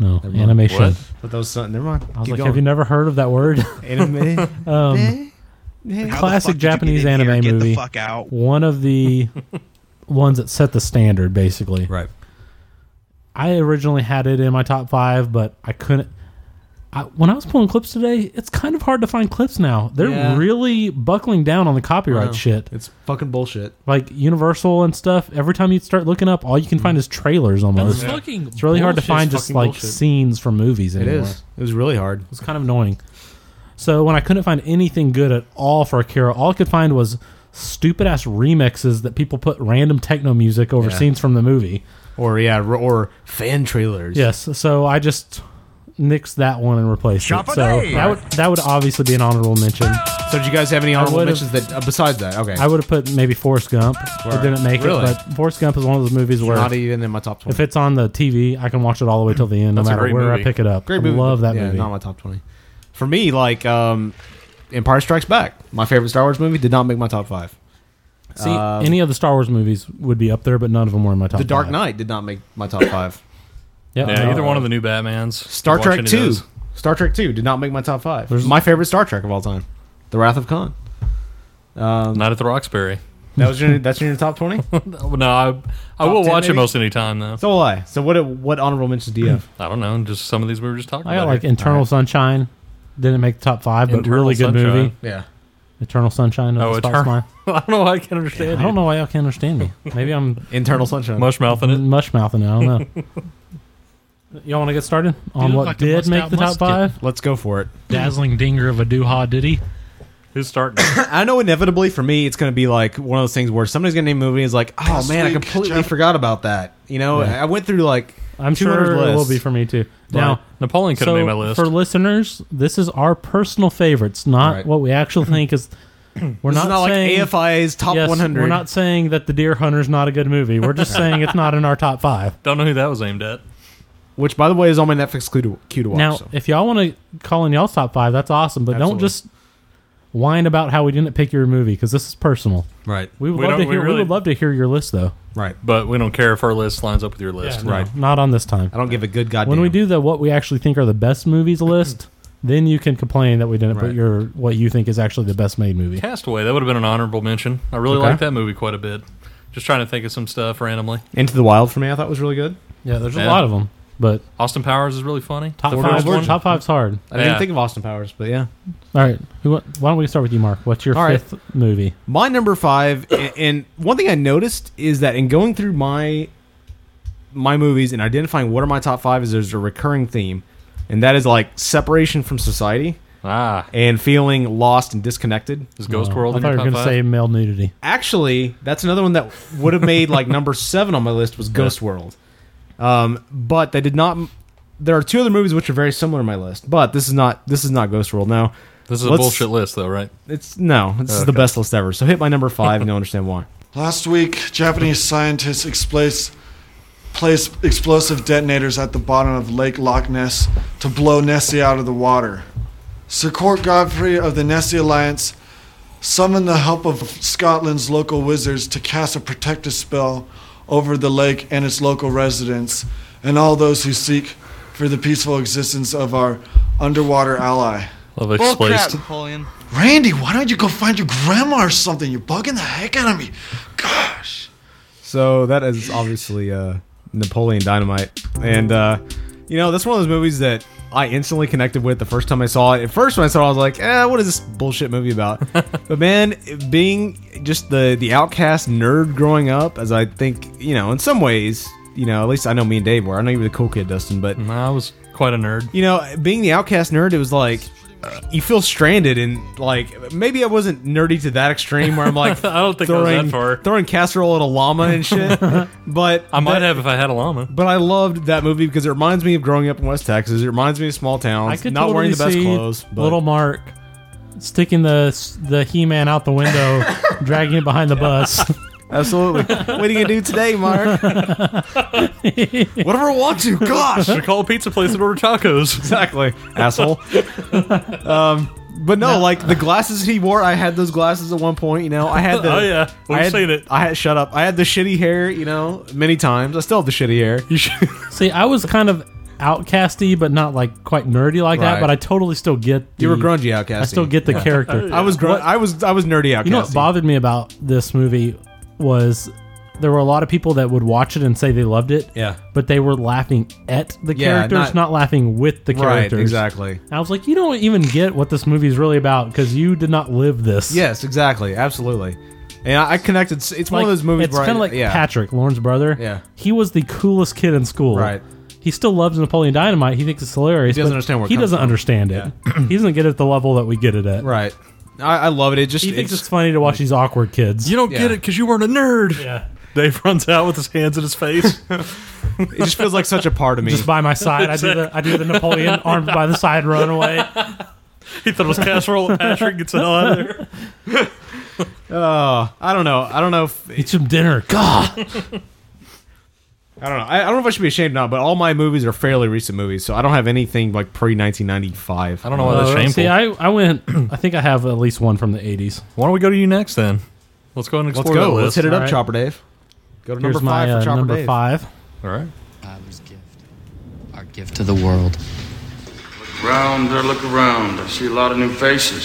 S5: No,
S8: Never mind.
S5: animation.
S8: What? But that was something. Never mind.
S5: I was
S8: Keep
S5: like,
S8: going.
S5: have you never heard of
S15: [LAUGHS]
S5: that word?
S8: Anime?
S5: [LAUGHS] um,
S8: the
S5: classic
S15: fuck did you
S5: Japanese
S15: get in
S5: anime
S15: here? Get the
S5: movie.
S15: fuck out.
S5: One
S15: [LAUGHS]
S5: of the ones that set the standard, basically.
S8: Right.
S5: I originally had it in my top five, but I couldn't. I, when I was pulling clips today, it's kind of hard to find clips now. They're
S8: Yeah.
S5: really buckling down on the copyright
S8: Wow.
S5: shit.
S8: It's fucking bullshit.
S5: Like Universal and stuff. Every time you start looking up, all you can find is trailers almost.
S8: Mm. That's fucking
S5: it's really hard to
S8: bullshit.
S5: find
S8: It's
S5: just
S8: fucking
S5: like
S8: bullshit.
S5: scenes from movies
S8: It
S5: anymore.
S8: is. It was really hard.
S5: It's kind of annoying. So when I couldn't find anything good at all for Akira, all I could find was stupid ass remixes that people put random techno music over
S8: Yeah.
S5: scenes from the movie.
S8: Or yeah, r- or fan trailers.
S5: Yes, so I just nixed that one and replaced it. So
S8: Chop-a-day!
S5: that would that would obviously be an honorable mention.
S8: So do you guys have any
S5: I
S8: honorable
S5: would've-
S8: mentions that uh, besides that? Okay.
S5: I would have put maybe Forrest Gump. It
S8: Word.
S5: didn't make
S8: Really?
S5: it, but Forrest Gump is one of those movies where
S8: Not even in my top 20.
S5: If it's on the TV, I can watch it all the way till the end, no
S8: That's a
S5: matter
S8: great
S5: where
S8: movie.
S5: I pick it up.
S8: Great
S5: I
S8: movie.
S5: love that
S8: yeah,
S5: movie.
S8: Not my top twenty. For me, like um, Empire Strikes Back, my favorite Star Wars movie, did not make my top five.
S5: See,
S8: Um,
S5: any of the Star Wars movies would be up there, but none of them were in my top.
S8: The Dark
S5: five.
S8: Knight did not make my top five.
S5: Yeah,
S1: Yeah, either one of the new Batmans.
S8: Star
S1: Watch
S8: Trek
S1: any of
S8: Two.
S1: those.
S8: Star Trek Two did not make my top five. my favorite Star Trek of all time, The Wrath of Khan. Um,
S1: Not at the Roxbury.
S8: That was your. That's your
S5: [LAUGHS]
S8: top twenty.
S1: [LAUGHS] no, I, I
S8: Top
S1: will
S8: 10
S1: watch it
S8: maybe?
S1: most any time though. Hmm.
S8: So will I. So what? What honorable mentions do you have?
S1: I don't know. Just some of these we were just talking
S5: I
S1: about.
S5: got like
S1: here.
S5: Internal Sunshine. Didn't make the top five, but
S1: Internal
S5: really good
S1: Sunshine.
S5: movie.
S1: Yeah.
S5: Eternal Sunshine. Of
S1: Oh,
S5: the
S1: Eternal- [LAUGHS]
S5: Spotless Mind.
S1: I don't know. Why I can't understand.
S5: I don't know why Oh, y'all can't understand me. Maybe I'm
S8: [LAUGHS] Internal Sunshine.
S1: Mushmouthing it.
S5: Mushmouthing it. I
S1: [LAUGHS]
S5: don't know. [LAUGHS] y'all want to get started on
S9: look
S5: what
S9: like a
S5: did
S9: bust
S5: make
S9: out
S5: the top
S9: musket.
S5: five?
S8: Let's go for it.
S9: Dazzling dinger of a doo-ha diddy.
S1: Who's starting?
S8: [COUGHS] I know inevitably for me, it's going to be like one of those things where somebody's going to name a movie and is like, oh
S5: Last
S8: man, I
S5: week,
S8: completely
S5: Jeff-
S8: forgot about that. You know,
S5: Yeah.
S8: I went through like
S5: I'm
S8: 200
S5: sure it
S8: lists.
S5: will be for me too.
S8: Right.
S5: Now
S1: Napoleon could've
S5: so
S1: made my list.
S5: For listeners, this is our personal favorites, not
S8: Right.
S5: what we actually think is. We're
S8: This is
S5: not,
S8: not like
S5: saying,
S8: AFI's top
S5: Yes,
S8: 100.
S5: We're not saying that the Deer Hunter's not a good movie. We're just saying it's not in our top five.
S1: Don't know who that was aimed at.
S8: Which, by the way, is on my Netflix queue to, queue to watch.
S5: now,
S8: so.
S5: if y'all want to call in y'all's top five, that's awesome. But don't
S8: Absolutely.
S5: just whine about how we didn't pick your movie because this is personal.
S8: Right.
S5: We would
S1: We
S5: love
S1: don't-
S5: to
S1: we
S5: hear. We,
S1: really-
S5: would love to hear your list though.
S8: Right.
S1: But we don't care if our list lines up with your list.
S5: No, Not on this time.
S8: I don't give a good goddamn.
S5: When we do the what we actually think are the best
S8: [CLEARS THROAT]
S5: movies list, then you can complain that we didn't put
S1: Right.
S5: your what you think is actually the best made movie.
S1: Castaway, that would have been an honorable mention. I really
S5: Okay.
S1: like that movie quite a bit. Just trying to think of some stuff randomly.
S8: Into the Wild for me, I thought was really good.
S5: Yeah, there's a lot of them. But
S1: Austin Powers is really funny.
S5: Top
S1: The
S5: five-
S1: first one.
S5: top five's hard.
S8: I didn't
S1: Yeah.
S8: think of Austin Powers, but yeah.
S5: all right, who, wa- why don't we start with you, Mark? What's your
S8: All right.
S5: fifth movie?
S8: My number five, and, and one thing I noticed is that in going through my my movies and identifying what are my top five is there's a recurring theme, and that is like separation from society,
S1: ah,
S8: and feeling lost and disconnected.
S1: Is
S5: Oh, I thought you were going to say male nudity.
S8: Actually, that's another one that would have made like number seven on my
S1: [LAUGHS]
S8: list was Ghost World, um, but they did not. There are two other movies which are very similar to my list, but this is not this is not Ghost World. Now,
S1: This is a
S8: let's-
S1: bullshit list, though, right?
S8: It's no, this is the
S1: Okay.
S8: best list ever. So hit my number five, and you'll understand why.
S15: Last week, Japanese scientists explace, place explosive detonators at the bottom of Lake Loch Ness to blow Nessie out of the water. Sir Court Godfrey of the Nessie Alliance summoned the help of Scotland's local wizards to cast a protective spell over the lake and its local residents and all those who seek for the peaceful existence of our underwater ally.
S1: Love
S16: Bullcrap, Napoleon.
S15: Randy, why don't you go find your grandma or something? You're bugging the heck out of me.
S8: So that is obviously uh, Napoleon Dynamite, and uh, you know that's one of those movies that I instantly connected with the first time I saw it. At first, when I saw it, I was like, "Eh, what is this bullshit
S1: [LAUGHS]
S8: movie about?" but man, being just the the outcast nerd growing up, as I think you know, in some ways, you know, at least I know me and Dave were. I know you were the cool kid, Dustin, but
S1: Mm, I was quite a nerd.
S8: You know, being the outcast nerd, it was like. uh, You feel stranded, and like maybe I wasn't nerdy to that extreme where I'm like,
S1: [LAUGHS] I don't think I was
S8: throwing,
S1: that far.
S8: throwing casserole at a llama and [LAUGHS] shit. but
S1: I might
S8: that-
S1: have if I had a llama.
S8: But I loved that movie because it reminds me of growing up in West Texas. It reminds me of small towns.
S5: I could
S8: not
S5: totally
S8: wearing the best
S5: see
S8: clothes. But
S5: Little Mark sticking the the He Man out the
S8: [LAUGHS]
S5: window, dragging it behind the bus.
S8: Absolutely. [LAUGHS] what are you gonna do
S5: [LAUGHS]
S8: today, Mark? Whatever I want to. Gosh,
S1: Should call a pizza place and order tacos.
S8: [LAUGHS] Exactly, asshole. um, but no, like the glasses he wore, I had those glasses at one point. You know,
S5: [LAUGHS]
S8: I had the.
S1: Oh, yeah. We've
S8: I had,
S1: seen it.
S8: I had shut up. I had the shitty hair. You know, many times. I still have the shitty hair.
S5: You
S8: [LAUGHS]
S5: should. See, I was kind of outcasty, but not like quite nerdy like
S8: Right.
S5: that. But I totally still get. The,
S8: You were grungy outcast.
S5: I still get
S8: [LAUGHS]
S5: the character.
S8: I was grun-
S5: What-
S8: I was I was nerdy outcast.
S5: You know what bothered me about this movie was there were a lot of people that would watch it and say they loved it.
S8: Yeah.
S5: But they were laughing at the
S8: Yeah,
S5: characters,
S8: not-
S5: not, laughing with the
S8: Right,
S5: characters.
S8: exactly.
S5: And I was like, you don't even get what this movie is really about because you did not live this.
S8: Yes, exactly, absolutely. And I, I connected. It's one of
S5: Like,
S8: those movies.
S5: It's
S8: where I-
S5: kind of like
S8: yeah.
S5: Patrick, Lauren's brother.
S8: Yeah.
S5: He was the coolest kid in school.
S8: Right.
S5: He still loves Napoleon Dynamite. He thinks it's hilarious.
S8: He doesn't
S5: but
S8: understand where it
S5: he
S8: comes
S5: doesn't
S8: from.
S5: understand it. [CLEARS THROAT] he doesn't get it at the level that we get it at.
S8: Right. I, I love it. It just
S5: He thinks it's funny to watch these awkward kids.
S1: You don't get it because you weren't a nerd. Yeah. Dave runs out with his hands in his face.
S8: [LAUGHS] it just feels like such a part of me.
S5: Just by my side, I do
S8: [LAUGHS]
S5: the I do the Napoleon armed by the side run away.
S1: [LAUGHS] He thought it was casserole. Patrick gets it out of there.
S8: [LAUGHS] Oh, I don't know. I don't know if
S5: eat some dinner. God.
S8: I don't know. I, I don't know if I should be ashamed or not, but all my movies are fairly recent movies, so I don't have anything like pre nineteen ninety five. I
S1: don't know why that's shameful.
S5: Uh, See, I, I went. [CLEARS THROAT] I think I have at least one from the '80s.
S1: Why don't we go to you next then? Let's go ahead and
S8: Let's
S1: explore
S8: go.
S1: that
S8: Let's
S1: list.
S8: hit it up,
S1: All right.
S8: Chopper Dave. Go to
S5: Here's
S8: number
S5: my,
S8: five
S5: uh,
S8: for Chopper
S5: number
S8: Dave.
S5: five.
S1: All right.
S17: Father's gift. Our gift to the world.
S18: Round, I look around. I see a lot of new faces.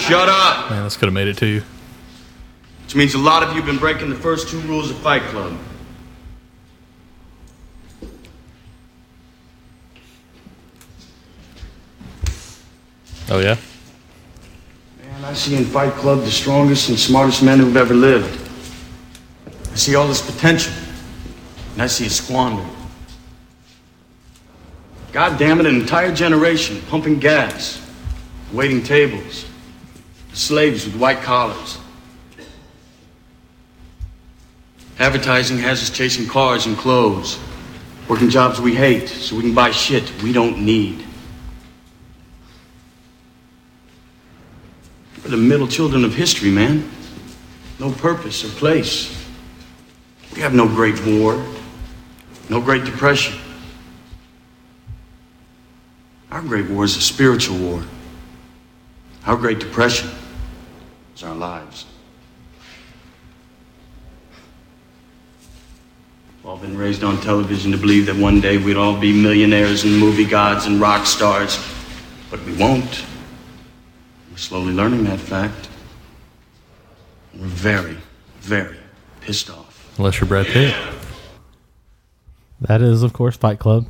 S18: Shut up!
S1: Man, this could have made it to you.
S18: Which means a lot of you have been breaking the first two rules of Fight Club.
S1: Oh yeah.
S18: And I see in Fight Club the strongest and smartest men who've ever lived. I see all this potential, and I see it squandered. God damn it, an entire generation pumping gas,
S19: waiting tables, slaves with white collars. Advertising has us chasing cars and clothes, working jobs we hate so we can buy shit we don't need. We're the middle children of history, man. No purpose or place. We have no great war, no great depression. Our great war is a spiritual war. Our great depression is our lives. We've all been raised on television to believe that one day we'd all be millionaires and movie gods and rock stars, but we won't. We're slowly learning that fact. We're very, very pissed off.
S1: Unless you're Brad Pitt.
S5: That is, of course, Fight Club.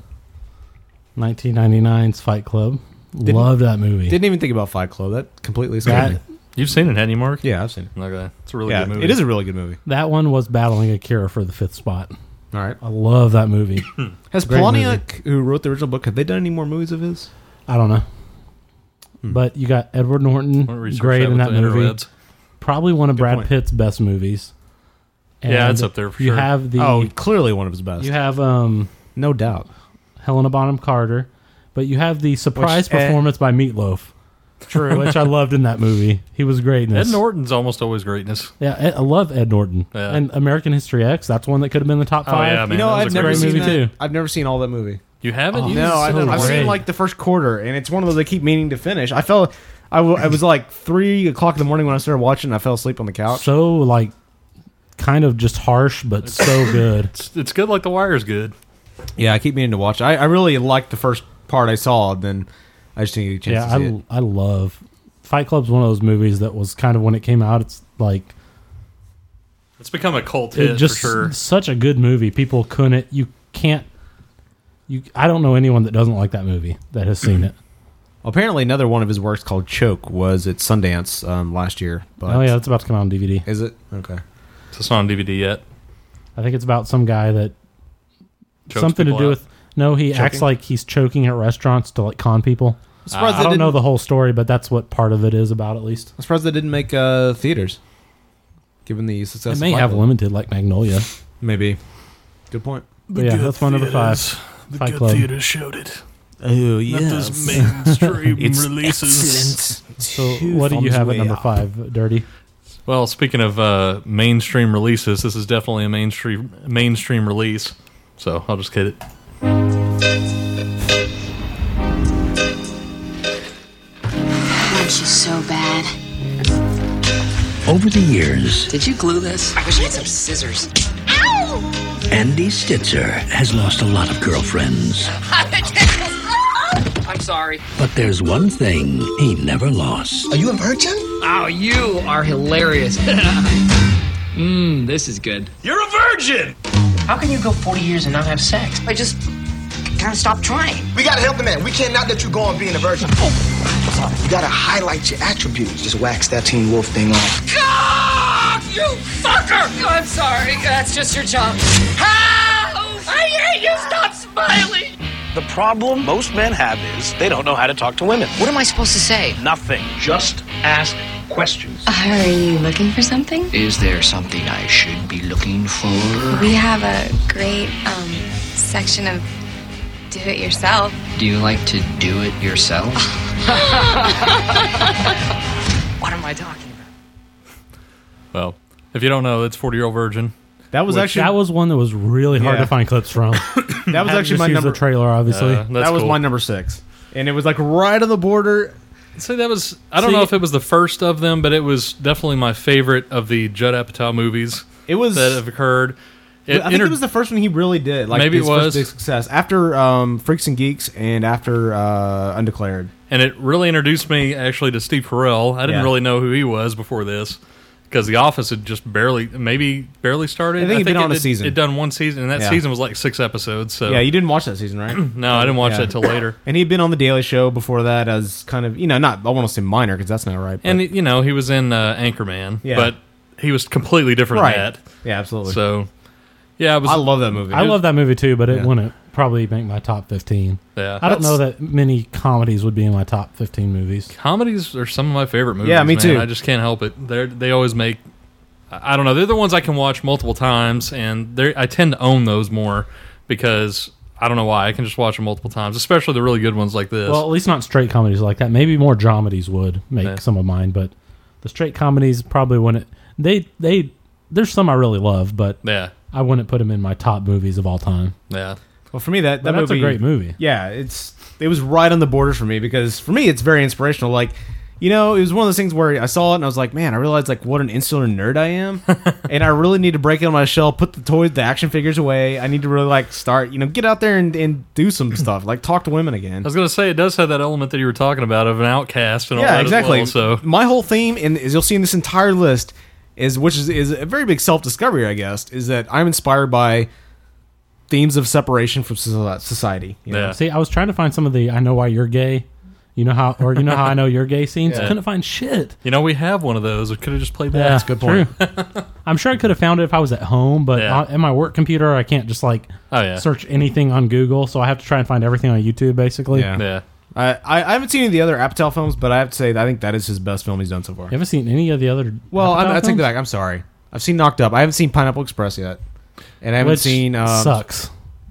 S5: 1999's Fight Club.
S8: Didn't-
S5: Love that movie.
S8: Didn't even think about Fight Club. That completely escaped
S5: That-
S8: me.
S1: You've seen it, hadn't you, Mark?
S8: Yeah, I've seen it.
S1: Okay, it's a really
S8: Yeah,
S1: good movie.
S8: It is a really good movie.
S5: That one was battling Akira for the fifth spot.
S8: All right.
S5: I love that
S8: [COUGHS]
S5: movie.
S8: Has
S5: Great movie.
S8: Poloniak, who wrote the original book, have they done any more movies of his?
S5: I don't know.
S8: Hmm.
S5: But you got Edward Norton,
S8: Wanna research
S5: great
S8: that
S5: in
S8: with
S5: that
S8: the
S5: movie.
S8: interwebs.
S5: Probably one of Brad
S8: point.
S5: Pitt's best movies.
S1: Yeah, it's up there for
S5: you
S1: sure.
S5: have the
S1: Oh,
S8: clearly one of his best.
S5: You have um
S8: no doubt
S5: Helena Bonham Carter, but you have the surprise
S1: eh.
S5: performance by Meatloaf.
S1: True.
S5: which I loved in that movie. He was great in
S1: Ed
S5: this.
S1: Norton's almost always greatness.
S5: Yeah, Ed- I love Ed Norton.
S1: Yeah.
S5: And American History X, that's one that could have been in the top
S1: Oh,
S5: five.
S1: yeah, man,
S8: You know,
S1: that was
S8: I've
S1: a
S8: never
S1: great
S8: seen
S1: movie,
S8: that-
S1: too.
S8: I've never seen all that movie.
S1: You haven't? You-
S8: no, I've,
S1: so
S8: I've
S1: great.
S8: seen like the first quarter, and it's one of those I keep meaning to finish. I fell. I, w- I was like three o'clock in the morning when I started watching. and I fell asleep on the couch.
S5: So like, kind of just harsh, but so
S8: [LAUGHS]
S5: good.
S1: It's, it's good Oh, like The Wire's good.
S8: Yeah, I keep meaning to watch. I, I really liked the first part I saw. Then I just didn't get a chance
S5: yeah,
S8: to see it.
S5: I, I love Fight Club's one of those movies that was kind of when it came out. It's like
S1: It's become a cult
S5: it
S1: hit
S5: just
S1: for sure.
S5: such a good movie. People couldn't. You can't. You. I don't know anyone that doesn't like that movie that has seen it.
S8: [CLEARS THROAT] Apparently, another one of his works called Choke was at Sundance um, last year. But
S5: oh yeah, it's about to come out on DVD.
S8: Is it okay?
S1: So it's not on DVD yet.
S5: I think it's about some guy that
S1: Chokes
S5: something to
S1: people
S5: do
S1: out?
S5: with. No, he acts
S1: Choking?
S5: like he's choking at restaurants to like con people.
S8: I'm surprised
S5: I
S8: they
S5: don't know
S8: didn't-
S5: the whole story, but that's what part of it is about, at least.
S8: I'm surprised they didn't make uh, theaters, given the success.
S5: It may
S8: of Fight
S5: have
S8: Club.
S5: limited, like Magnolia.
S8: Maybe. Good point.
S5: But yeah, that's one of the five.
S17: The
S5: Fight
S17: good
S5: Club.
S17: theaters showed it.
S8: Oh
S17: Not those
S8: [LAUGHS]
S17: mainstream releases.
S5: So, what do you have at number five, Dirty?
S1: Well, speaking of uh, mainstream releases, this is definitely a mainstream mainstream release. So I'll just hit it.
S14: want you so bad.
S20: Over the years,
S14: Did you glue this? I wish I had some scissors. Ow!
S20: Andy Stitzer has lost a lot of girlfriends,
S14: I'm sorry.
S20: but there's one thing he never lost.
S14: Are you a virgin? Oh, you are hilarious. [LAUGHS] Mmm, this is good. You're a virgin! How can you go 40 years and not have sex? I just gotta stop trying.
S3: We gotta help him out. We cannot let you go on being a virgin. You gotta highlight your attributes. Just wax that Teen Wolf thing off.
S14: You fucker! Oh, I'm sorry. That's just your job. How? I hate you! Stop smiling!
S21: The problem most men have is they don't know how to talk to women.
S14: What am I supposed to say?
S21: Nothing. Just ask questions.
S10: Uh, Are you looking for something?
S22: Is there something I should be looking for?
S10: We have a great um, section of do it yourself.
S22: Do you like to do it yourself?
S14: [LAUGHS] What am I talking
S1: Well, if you don't know, it's 40 Year Old Virgin.
S8: That
S5: Which- that was one that was really hard
S1: Yeah.
S5: to find clips from.
S8: [LAUGHS] That was
S5: I
S8: actually
S5: just
S8: my
S5: used
S8: number.
S5: The trailer, obviously.
S1: Uh,
S8: that was my number six, and it was like right on the border.
S1: See, that was I don't know if it was the first of them, but it was definitely my favorite of the Judd Apatow movies.
S8: It was
S1: that have occurred.
S8: I think it was the first one he really did. Like
S1: Maybe
S8: his
S1: it was.
S8: first big success after um, Freaks and Geeks and after uh, Undeclared.
S1: and it really introduced me actually to Steve Carell. I didn't
S8: Yeah.
S1: really know who he was before this because The Office had just barely, maybe barely started.
S8: I think it'd been
S1: it
S8: on a
S1: did-
S8: season.
S1: It done one season, and that
S8: Yeah.
S1: season was like six episodes. So
S8: yeah, you didn't watch that season, right?
S1: Oh. [CLEARS THROAT] No, I didn't watch that till
S8: [LAUGHS]
S1: later.
S8: And he'd been on the Daily Show before that as kind of you know not I want to say minor because that's not right. but-
S1: And you know he was in uh, Anchorman,
S8: Yeah.
S1: but he was completely different
S8: Right.
S1: than that.
S8: Yeah, absolutely.
S1: So Yeah, it was- I love that movie.
S5: I love that movie too, but it
S1: Yeah.
S5: wouldn't probably make my top fifteen.
S1: Yeah.
S5: I don't know
S1: That's-
S5: that many comedies would be in my top fifteen movies.
S1: Comedies are some of my favorite movies.
S5: Yeah, me
S1: man.
S5: too.
S1: I just can't help it. They they always make. I I don't know. They're the ones I can watch multiple times, and they I tend to own those more because I don't know why. I can just watch them multiple times, especially the really good ones like this.
S5: Well, at least not straight comedies like that. Maybe more dramedies would make
S1: Yeah.
S5: some of mine, but the straight comedies probably wouldn't. They they there's some I really love, but
S1: Yeah.
S5: I wouldn't put them in my top movies of all time.
S1: Yeah.
S8: Well, for me, that,
S5: But
S8: that
S5: that's a
S8: movie,
S5: great movie.
S8: Yeah, it's it was right on the borders for me because for me, it's very inspirational. Like, you know, it was one of those things where I saw it and I was like, man, I realized like what an insular nerd
S5: [LAUGHS]
S8: I am, and I really need to break out of my shell, put the toys, the action figures away. I need to really like start, you know, get out there and, and do
S5: [LAUGHS]
S8: some stuff, like talk to women again.
S1: I was gonna say it does have that element that you were talking about of an outcast and all
S8: yeah,
S1: that
S8: exactly.
S1: as well. So
S8: my whole theme, and as you'll see in this entire list, is which is, is a very big self discovery, I guess, is that I'm inspired by themes of separation from soci- society. you know?
S5: See, I was trying to find some of the I know why you're gay. You know how, or you know how I know you're gay scenes.
S1: Yeah.
S5: Couldn't find shit.
S1: you know we have one of those. We could have just played that.
S5: true. [LAUGHS] I'm sure I could have found it if I was at home, but
S1: Yeah.
S5: on- in my work computer, I can't just like
S1: Oh, yeah.
S5: search anything on Google. So I have to try and find everything on YouTube, basically.
S8: Yeah. I, I I haven't seen any of the other Apatow films, but I have to say that I think that is his best film he's done so far.
S5: You haven't seen any of the other.
S8: Well, I'm,
S5: Apatow
S8: I take
S5: films?
S8: that back. I'm sorry. I've seen Knocked Up. I haven't seen Pineapple Express yet, and I haven't
S5: Which
S8: seen um,
S5: sucks.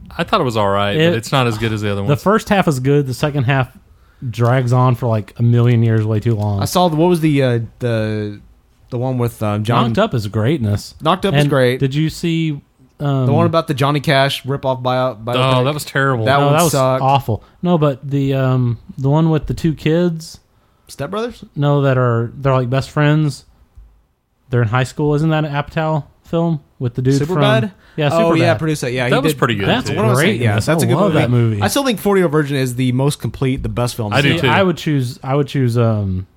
S1: I thought it was all right,
S5: It-
S1: but it's not as good as the other
S5: The
S1: ones.
S5: first half is good. The second half drags on for like a million years, way too long.
S8: I saw the, what was the uh, the the one with um, John
S5: Knocked Up is greatness.
S8: Knocked Up is
S5: And
S8: great.
S5: Did you see um,
S8: the one about the Johnny Cash ripoff bio? biopic?
S1: oh, that was terrible.
S8: That
S5: no,
S8: one
S5: that was
S8: sucked.
S5: awful. No, but the um the one with the two kids,
S8: Step Brothers.
S5: no, that are they're like best friends. They're in high school. Isn't that an Apatow film with the dude
S8: Superbad?
S5: from? Yeah,
S8: Oh yeah,
S5: Superbad.
S8: produced that. Yeah, he did-
S5: That's
S8: what I was
S5: great.
S8: saying. Yeah, that's a good
S5: love
S8: movie.
S5: that movie.
S8: I still think Forty Year Old Virgin is the most complete, the best film.
S5: See, I would choose. I would choose. Um,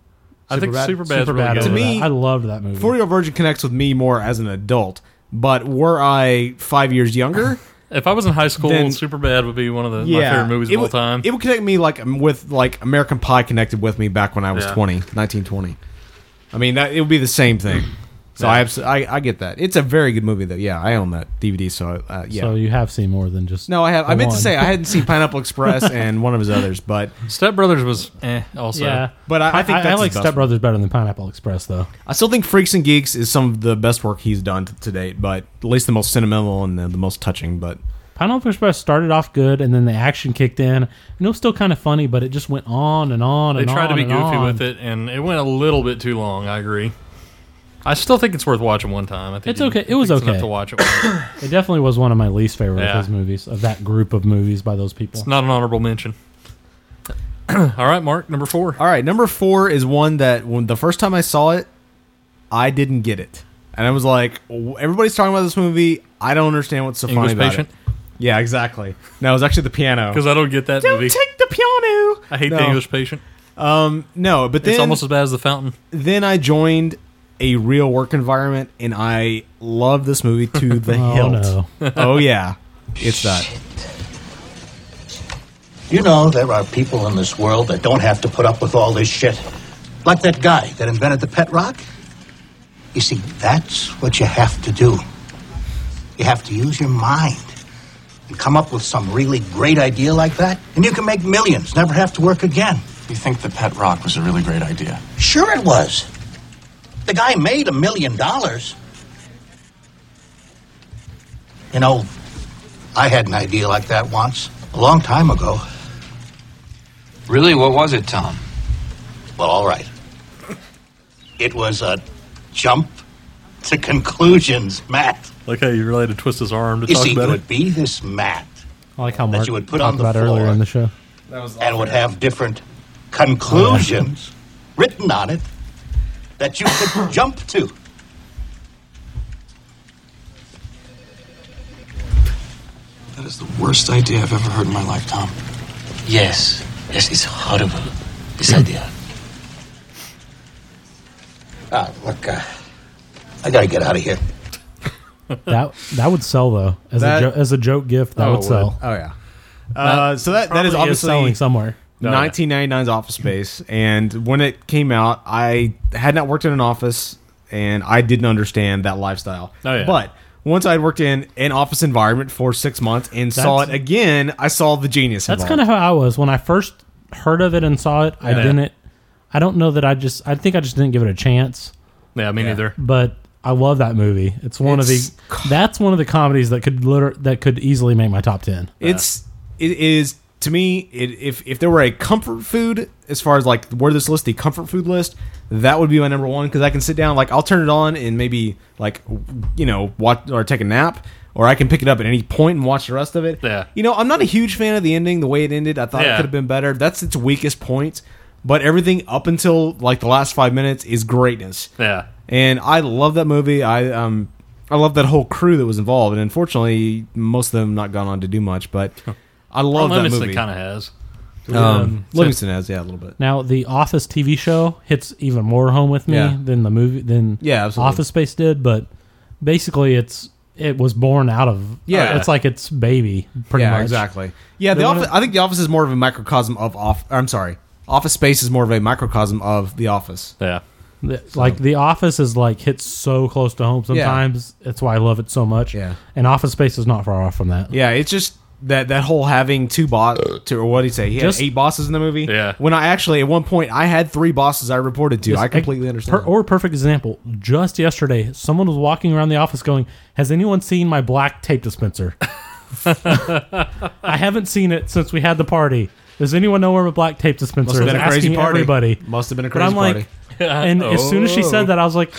S8: I think Superbad's really
S5: Superbad
S8: good.
S5: over
S8: To me-
S5: that. I loved that movie.
S8: Forty Year Old Virgin connects with me more as an adult. But were I five years [LAUGHS] younger,
S1: if I was in high school,
S8: Then-
S1: Superbad would be one of the, my
S8: yeah,
S1: favorite movies
S8: it
S1: of all
S8: would-
S1: time.
S8: It would connect me like um, with like American Pie connected with me back when I was
S1: Yeah.
S8: 20, 1920. I mean, that, it would be the same thing. So I, abs- I I get that. It's a very good movie though. Yeah, I own that DVD. So uh, yeah.
S5: So you have seen more than just.
S8: no, I have. I
S5: the
S8: meant
S5: one.
S8: to say I
S5: [LAUGHS]
S8: hadn't seen Pineapple Express and one of his others, but
S1: Step Brothers was eh, also.
S5: Yeah,
S8: But I, I think that's
S5: I
S8: his
S5: like
S8: best
S5: Step Brothers better than Pineapple Express, though.
S8: I still think Freaks and Geeks is some of the best work he's done to, to date, but at least the most sentimental and the, the most touching. But
S5: Pineapple Express started off good, and then the action kicked in, and it was still kind of funny, but it just went on and on.
S1: They
S5: and
S1: tried to
S5: on
S1: be
S5: and
S1: goofy
S5: on.
S1: with it, and it went a little bit too long. I agree. I still think it's worth watching one time. I think
S5: It's
S1: you-
S5: okay.
S1: I
S5: It was
S1: think it's
S5: okay.
S1: enough to watch it. once.
S5: It definitely was one of my least favorite
S1: Yeah.
S5: of his movies, of that group of movies by those people.
S1: it's not an honorable mention. [LAUGHS] all right, Mark, number four.
S8: All right, number four is one that when the first time I saw it, I didn't get it, and I was like, "W- everybody's talking about this movie. I don't understand what's so
S1: English
S8: funny about
S1: Patient?
S8: it. Yeah, exactly. No, it was actually the piano
S1: because I don't get that movie.
S8: take the piano.
S1: I hate the
S8: No.
S1: English Patient.
S8: Um, no, but then
S1: it's almost as bad as the Fountain.
S8: then I joined a real work environment, and I love this
S5: [LAUGHS]
S8: movie to the
S5: Oh,
S8: hilt.
S5: no.
S8: oh yeah, it's that.
S6: You know, there are people in this world that don't have to put up with all this shit. Like that guy that invented the pet rock. You see, that's what you have to do. You have to use your mind and come up with some really great idea like that, and you can make millions, never have to work again.
S19: You think the pet rock was a really great idea?
S6: Sure, it was. The guy made a million dollars. You know, I had an idea like that once, a long time ago.
S19: Really, what was it, Tom?
S6: Well, all right. It was a jump to conclusions, Matt.
S1: Like how you really had to twist his arm to
S6: You
S1: talk
S6: see,
S1: about
S6: it
S1: it.
S6: would be this Matt
S5: I like how
S6: that
S5: Mark
S6: you would put on
S5: talked
S6: the
S5: about
S6: floor.
S5: earlier in the
S1: [LAUGHS]
S5: show.
S6: and would have different conclusions written on it that you could jump to.
S19: That is the worst idea I've ever heard in my life, Tom. Yes. Yes, it's horrible. This idea.
S6: Ah, look, uh, I gotta get out of here.
S5: That that would sell though as
S8: That-
S5: a jo- as a joke gift. That
S8: Oh, it
S5: would sell.
S8: would. Oh, yeah. Uh, so that that
S5: Probably
S8: is obviously
S5: selling somewhere.
S8: 1999's Office Space, and when it came out, I had not worked in an office, and I didn't understand that lifestyle.
S1: Oh, yeah.
S8: But once I'd worked in an office environment for six months and saw it
S5: That's-
S8: again, I saw the genius.
S5: That's kind of how I was when I first heard of it and saw it. I
S8: Yeah.
S5: didn't. I don't know that I just. I think I just didn't give it a chance.
S1: Yeah, me neither.
S5: But I love that movie. It's one
S8: It's-
S5: of the. That's one of the comedies that could liter- that could easily make my top ten.
S8: It's it is to me. It, if if there were a comfort food as far as like where this list, the comfort food list, that would be my number one because I can sit down, like I'll turn it on and maybe like you know watch or take a nap. Or I can pick it up at any point and watch the rest of it. Yeah. You know, I'm not a huge fan of the ending, the way it ended. I thought it
S1: Yeah.
S8: could have been better. That's its weakest point. But everything up until like the last five minutes is greatness.
S1: Yeah.
S8: And I love that movie. I um I love that whole crew that was involved, and unfortunately, most of them not gone on to do much. But I
S1: Ron
S8: love that
S1: Livingston
S8: movie.
S1: kinda has.
S8: Um,
S5: Um,
S8: Livingston has, yeah, a little bit.
S5: Now the Office TV show hits even more home with me
S8: Yeah.
S5: than the movie than
S8: Yeah, absolutely.
S5: Office Space did, but basically it's it was born out of uh,
S8: Yeah.
S5: it's like its baby pretty
S8: yeah,
S5: much
S8: exactly. Yeah, the
S5: They
S8: office.
S5: wanna-
S8: I think the office is more of a microcosm of off. I'm sorry, Office Space is more of a microcosm of the Office.
S1: Yeah.
S5: The- Like The Office is like hits so close to home sometimes. That's why I love it so much. Yeah, and Office Space is not far off from that.
S8: Yeah, it's just that that whole having two boss or what do you say? He
S5: Just-
S8: had eight bosses in the movie.
S5: Yeah.
S8: When I actually at one point I had three bosses I reported to.
S5: Just-
S8: I completely understand.
S5: Per, or perfect example, just yesterday, someone was walking around the office going, "Has anyone seen my black tape dispenser?" [LAUGHS] I haven't seen it since we had the party. Does anyone know where my black tape dispenser
S8: Must have
S5: is?
S8: been a crazy
S5: Asking
S8: party.
S5: Everybody.
S8: Must have been a
S5: but I'm
S8: crazy
S5: Like,
S8: party.
S5: and as soon as she
S8: Oh.
S5: said that, I was like,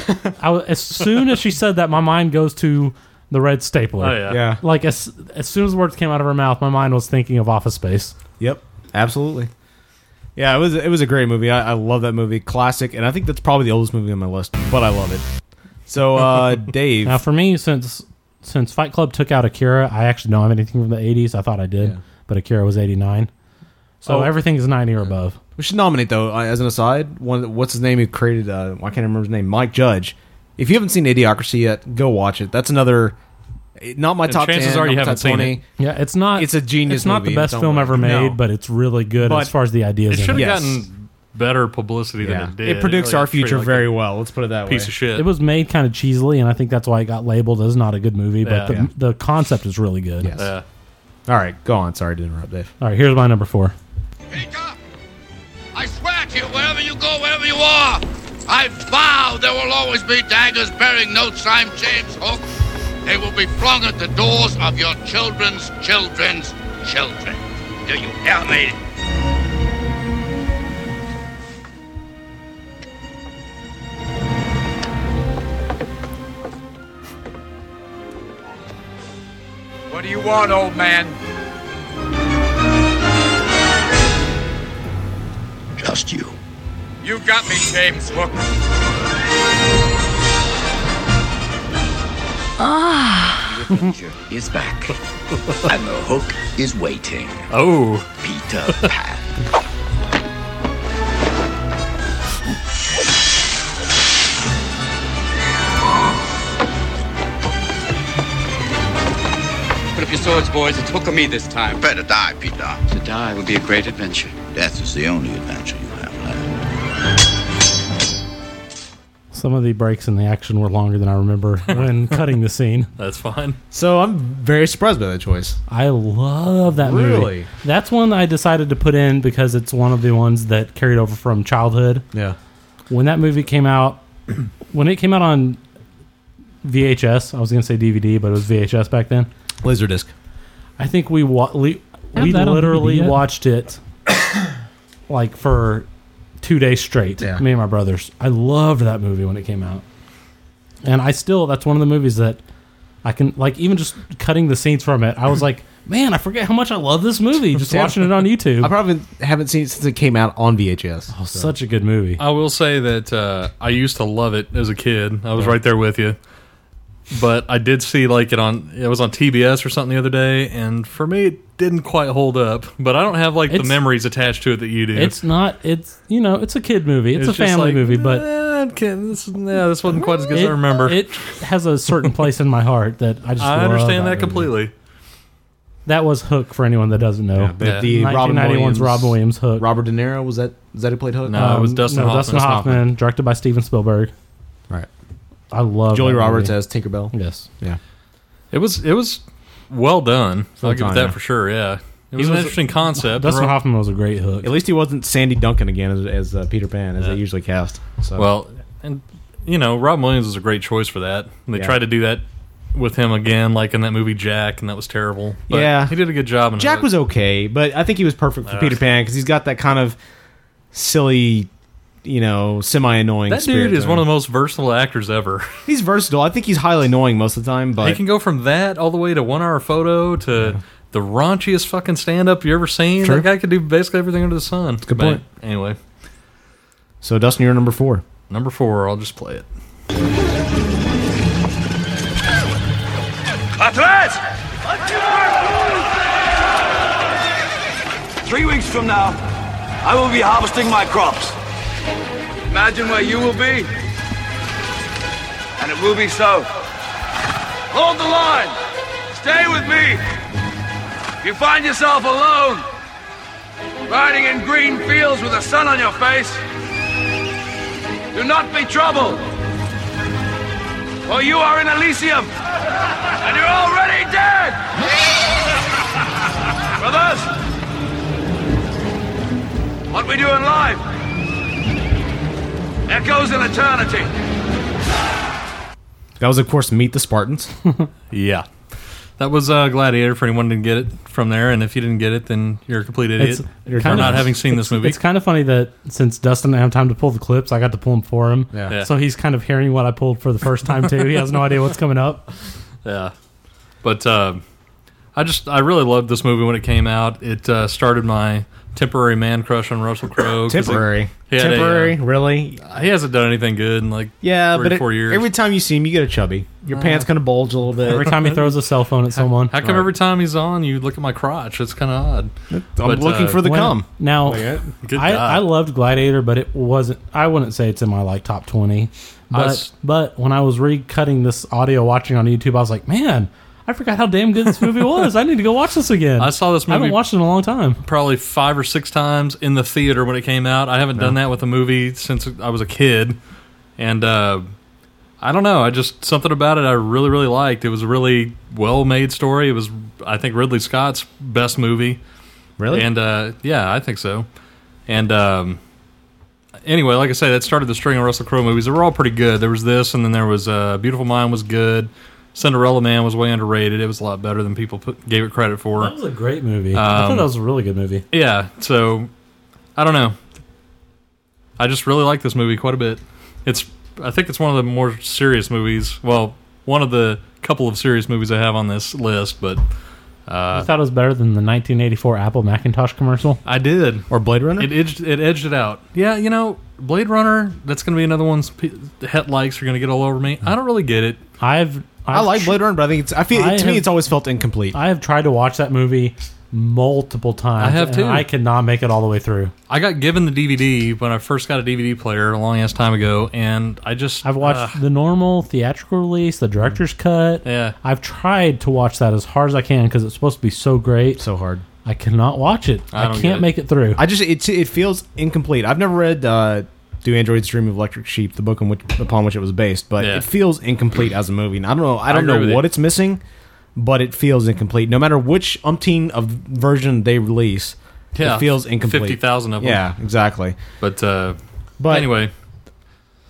S5: I was, as soon as she said that, my mind goes to the red stapler.
S8: Oh, yeah. Yeah.
S5: Like as as soon as the words came out of her mouth, my mind was thinking of Office Space.
S8: Yep, absolutely. Yeah, it was it was a great movie. I, I love that movie, classic, and I think that's probably the oldest movie on my list, but I love it. So,
S5: [LAUGHS]
S8: uh, Dave,
S5: Now, for me, since since Fight Club took out Akira, I actually don't have anything from the '80s. I thought I did, but Akira was '89, so
S8: Oh.
S5: everything is '90 or above.
S8: we should nominate though. Uh, as an aside, one what's his name who created? Uh, I can't remember his name. Mike Judge. If you haven't seen Idiocracy yet, go watch it. That's another. eh, Not my
S5: And
S8: top
S5: chances
S8: 10,
S5: are you
S8: not my
S5: haven't
S8: top
S5: seen
S8: 20.
S5: it. Yeah, it's not.
S8: It's a genius.
S5: It's not the
S8: movie.
S5: best
S8: Don't
S5: film
S8: worry.
S5: ever made,
S8: No.
S5: but it's really good
S8: But-
S5: as far as the ideas.
S1: It should
S5: in
S1: have
S5: it.
S1: gotten better publicity
S8: Yeah.
S1: than it did.
S8: It predicts our
S1: treated
S8: future
S1: like
S8: very
S1: a
S8: well, let's put it that
S1: piece
S8: way.
S1: of shit.
S5: It was made kind of cheesily, and I think that's why it got labeled as not a good movie. But
S1: Yeah.
S5: the,
S1: Yeah.
S5: the concept is really good.
S1: Yes. Yeah.
S8: All right, go on. Sorry to interrupt, Dave.
S5: All right, here's my number four.
S4: I swear to you, wherever you go, wherever you are, I vow there will always be daggers bearing no sign James Hook. They will be flung at the doors of your children's children's children. Do you hear me?
S2: What do you want, old man?
S20: Just you.
S2: You got me, James Hook.
S17: Ah! The Avenger
S4: [LAUGHS]
S17: is back. and the hook is waiting.
S1: Oh.
S17: Peter Pan.
S2: Put up your swords, boys. It's Hook or me this time. Better die, Peter. To die would be a great adventure.
S20: Death is the only adventure you have left.
S5: Some of the breaks in the action were longer than I remember when [LAUGHS] cutting the scene.
S1: That's fine.
S8: So I'm very surprised by that choice.
S5: I love that movie.
S8: Really?
S5: That's one I decided to put in because it's one of the ones that carried over from childhood.
S8: Yeah.
S5: When that movie came out, [CLEARS THROAT] when it came out on VHS, I was going to say DVD, but it was VHS back then.
S8: Laserdisc.
S5: I think we wa- we,
S9: Have
S5: we
S9: that on
S5: literally
S9: DVD yet?
S5: watched it like for two days straight.
S9: Yeah.
S5: Me and my brothers. I loved that movie when it came out, and I still that's one of the movies that I can like even just cutting the scenes from it. I was like, [LAUGHS] man, I forget how much I love this movie just
S8: Yeah.
S5: watching it on YouTube.
S8: I probably haven't seen it since it came out on VHS.
S5: Oh, such a good movie.
S1: I will say that uh, I used to love it as a kid. I was right there with you. But I did see like it on it was on TBS or something the other day, and for me it didn't quite hold up. But I don't have like the
S5: It's-
S1: memories attached to it that you do.
S5: It's not. It's you know, it's a kid movie. It's,
S1: It's
S5: a
S1: just
S5: family
S1: like,
S5: movie, but
S1: Eh, okay, this, yeah, this wasn't quite as good as
S5: It-
S1: I remember.
S5: It has a certain place in my heart that I just.
S1: I
S5: love
S1: understand that
S5: movie.
S1: completely.
S5: That was Hook for anyone that doesn't know.
S8: Yeah, but the Robin
S5: 1991's
S8: Williams-
S5: Robin Williams Hook.
S8: Robert De Niro was that? Was that who played Hook?
S5: Um, no, Dustin Hoffman, directed by Steven Spielberg.
S8: Right.
S5: I love
S8: Julie
S5: that
S8: Roberts
S5: movie.
S8: as Tinkerbell.
S5: Yes.
S8: Yeah.
S1: It was it was well done. I'll give it
S8: Sometime,
S1: that
S8: yeah.
S1: for sure. Yeah, it
S8: He
S1: was, an
S8: was-
S1: interesting concept.
S5: Dustin Hoffman was a great hook.
S8: At least he wasn't Sandy Duncan again as, as uh, Peter Pan, as they usually cast. So.
S1: Well, and you know, Rob Williams is a great choice for that. And they
S8: Yeah.
S1: tried to do that with him again, like in that movie Jack, and that was terrible. But
S8: yeah,
S1: he did a good job. In
S8: Jack was okay, but I think he was perfect for
S1: Ugh.
S8: Peter Pan because he's got that kind of silly, you know, semi-annoying.
S1: That
S8: spirit
S1: dude is
S8: to
S1: one
S8: him.
S1: of the most versatile actors ever. [LAUGHS]
S8: He's versatile. I think he's highly annoying most of the time,
S1: he
S8: but
S1: can go from that all the way to one hour photo to the raunchiest fucking stand up you ever seen.
S8: True.
S1: That guy could do basically everything under the sun.
S8: good
S1: But
S8: point.
S1: Anyway,
S8: so Dustin, you're number four.
S1: number four, I'll just play it.
S16: Atlas! Three weeks from now, I will be harvesting my crops. Imagine where you will be. And it will be so. Hold the line. Stay with me. If you find yourself alone, riding in green fields with the sun on your face, do not be troubled. For you are in Elysium, and you're already dead! [LAUGHS] Brothers, what we do in life echoes in eternity.
S8: That was, of course, Meet the Spartans.
S1: Yeah. That was uh, Gladiator for anyone who didn't get it from there. And if you didn't get it, then you're a complete idiot for
S5: kinda-
S1: not having seen this
S5: it's-
S1: movie.
S5: It's kind of funny that since Dustin didn't have time to pull the clips, I got to pull them for him.
S1: Yeah. Yeah.
S5: So he's kind of hearing what I pulled for the first time too. He has no idea what's coming up.
S1: Yeah, but um, I just I really loved this movie when it came out. It uh, started my temporary man crush on Russell Crowe. 'cause he-
S8: Temporary.
S1: he had a, uh,
S8: Temporary, really?
S1: He hasn't done anything good in like
S8: [LAUGHS] Yeah,
S1: three
S8: but
S1: or
S8: it-
S1: four years.
S8: every time you see him, you get a chubby. Your
S1: Uh,
S8: pants kind of bulge a little bit
S5: Every time he throws a cell
S8: [LAUGHS]
S5: phone at someone.
S1: How come every time he's on, you look at my crotch? It's kind of odd. [LAUGHS] I'm
S5: When- Now,
S1: uh, Good
S5: I,
S1: God.
S5: I loved Gladiator, but it wasn't. I wouldn't say it's in my like top twenty.
S1: I
S5: But
S1: s-
S5: but when I was recutting this audio, watching on YouTube, I was like, man, I forgot how damn good this movie was. I need to go watch this again.
S1: I saw this
S5: I haven't
S1: movie-
S5: watched it in a long time.
S1: probably five or six times in the theater when it came out. I haven't
S5: No.
S1: done that with a movie since I was a kid, and uh, I don't know. I just something about it I really really liked. It was a really well made story. It was I think Ridley Scott's best movie.
S8: Really?
S1: And uh, yeah, I think so. And um, anyway, like I say, that started the string of Russell Crowe movies. They were all pretty good. There was this, and then there was uh, Beautiful Mind was good. Cinderella Man was way underrated. It was a lot better than people put, gave it credit for.
S5: That was a great movie. I thought
S1: Um,
S5: that was a really good movie.
S1: yeah, so I don't know. I just really like this movie quite a bit. It's I think it's one of the more serious movies. Well, one of the couple of serious movies I have on this list, but
S5: I
S1: uh,
S5: thought it was better than the 1984 Apple Macintosh commercial.
S1: I did.
S5: Or Blade Runner.
S1: it edged it edged it out. Yeah, you know, Blade Runner. That's going to be another one's pe- het likes are going to get all over me. I don't really get it.
S5: I've,
S8: I like Blade Runner, but I think it's. I feel
S5: I
S8: to me,
S5: have-
S8: it's always felt incomplete.
S5: I have tried to watch that movie multiple times.
S1: I have
S5: and
S1: too.
S5: I cannot make it all the way through.
S1: I got given the DVD when I first got a DVD player a long ass time ago, and I just
S5: I've watched the normal theatrical release, the director's cut.
S1: Yeah.
S5: I've tried to watch that as hard as I can because it's supposed to be so great. So
S8: hard.
S5: I cannot watch it. I,
S8: don't get
S5: can't
S8: it.
S5: make it through.
S8: I just e, it it feels incomplete. I've never read uh, "Do Androids Dream of Electric Sheep," the book on which, upon which it was based, but
S1: Yeah.
S8: it feels incomplete as a movie. And I don't know. I
S1: I
S8: don't
S1: agree with
S8: know what
S1: you.
S8: it's missing, but it feels incomplete. No matter which umpteen of version they release,
S1: Yeah,
S8: it feels incomplete.
S1: 50,000 of them.
S8: Yeah, exactly.
S1: But uh,
S8: But-
S1: anyway,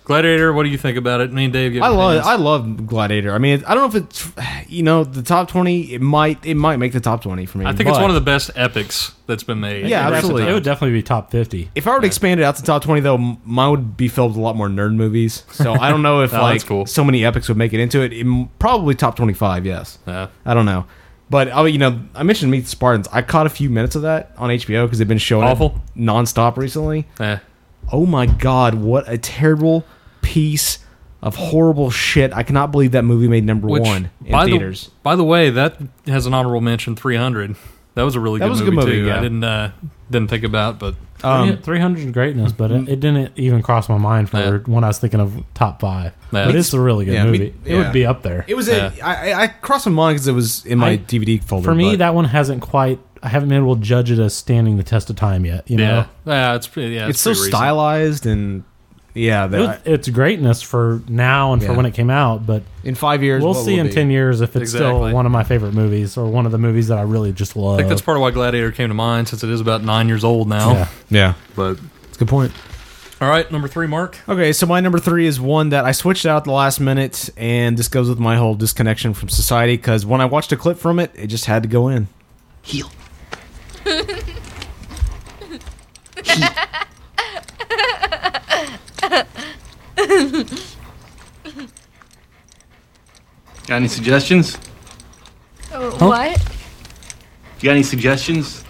S1: Gladiator. What do you think about it? Me and Dave. Give
S8: I love
S1: opinions.
S8: I love Gladiator. I mean, I don't know if it's you know the top twenty. It might it might make the top twenty for me.
S1: I think it's
S8: but-
S1: one of the best epics that's been made.
S8: Yeah, absolutely.
S5: It would definitely be top 50.
S8: If I were to expand it out to top twenty, though, m- mine would be filled with a lot more nerd movies. So I don't
S1: [LAUGHS]
S8: know if
S1: Oh, that's
S8: like so many epics would make it into it. It m- probably top twenty five. Yes. I don't know, but I mean, you know, I mentioned Meet the Spartans. I caught a few minutes of that on HBO because they've been showing
S1: Awful. Eh.
S8: it nonstop recently.
S1: Yeah.
S8: Oh my god, what a terrible piece of horrible shit! I cannot believe that movie made number
S1: Which,
S8: one in
S1: by
S8: theaters.
S1: The, by the way, that has an honorable mention. Three hundred. That was a really
S8: That
S1: good
S8: was a
S1: movie
S8: good movie,
S1: too.
S8: yeah.
S1: I didn't uh, didn't think about, but
S5: Um, 300 greatness, but
S8: Mm.
S5: it, it didn't even cross my mind for when I was thinking of top five.
S8: Yeah.
S5: But it's a really good
S8: Yeah, me-
S5: movie. It
S8: yeah.
S5: would be up there.
S8: It was a I I I crossed my mind because it was in my
S5: I-
S8: DVD folder.
S5: for me.
S8: but-
S5: That one hasn't quite. I haven't been able to judge it as standing the test of time yet. You know,
S1: yeah, yeah, it's pretty. Yeah,
S8: it's, so
S1: pretty recent.
S8: stylized and Yeah,
S5: It was- it's greatness for now and for
S8: Yeah.
S5: when it came out, but
S8: in five years,
S5: we'll
S8: what
S5: see
S8: will
S5: in
S8: it be?
S5: ten years if it's
S1: Exactly.
S5: still one of my favorite movies or one of the movies that I really just love.
S1: I think that's part of why Gladiator came to mind, since it is about nine years old now.
S5: Yeah.
S8: Yeah.
S1: But
S8: It's a good point.
S1: all right, number three, Mark.
S8: Okay, so my number three is one that I switched out at the last minute, and this goes with my whole disconnection from society because when I watched a clip from it, it just had to go in. Heal.
S13: Got any suggestions?
S10: Oh, What?
S13: You got any suggestions?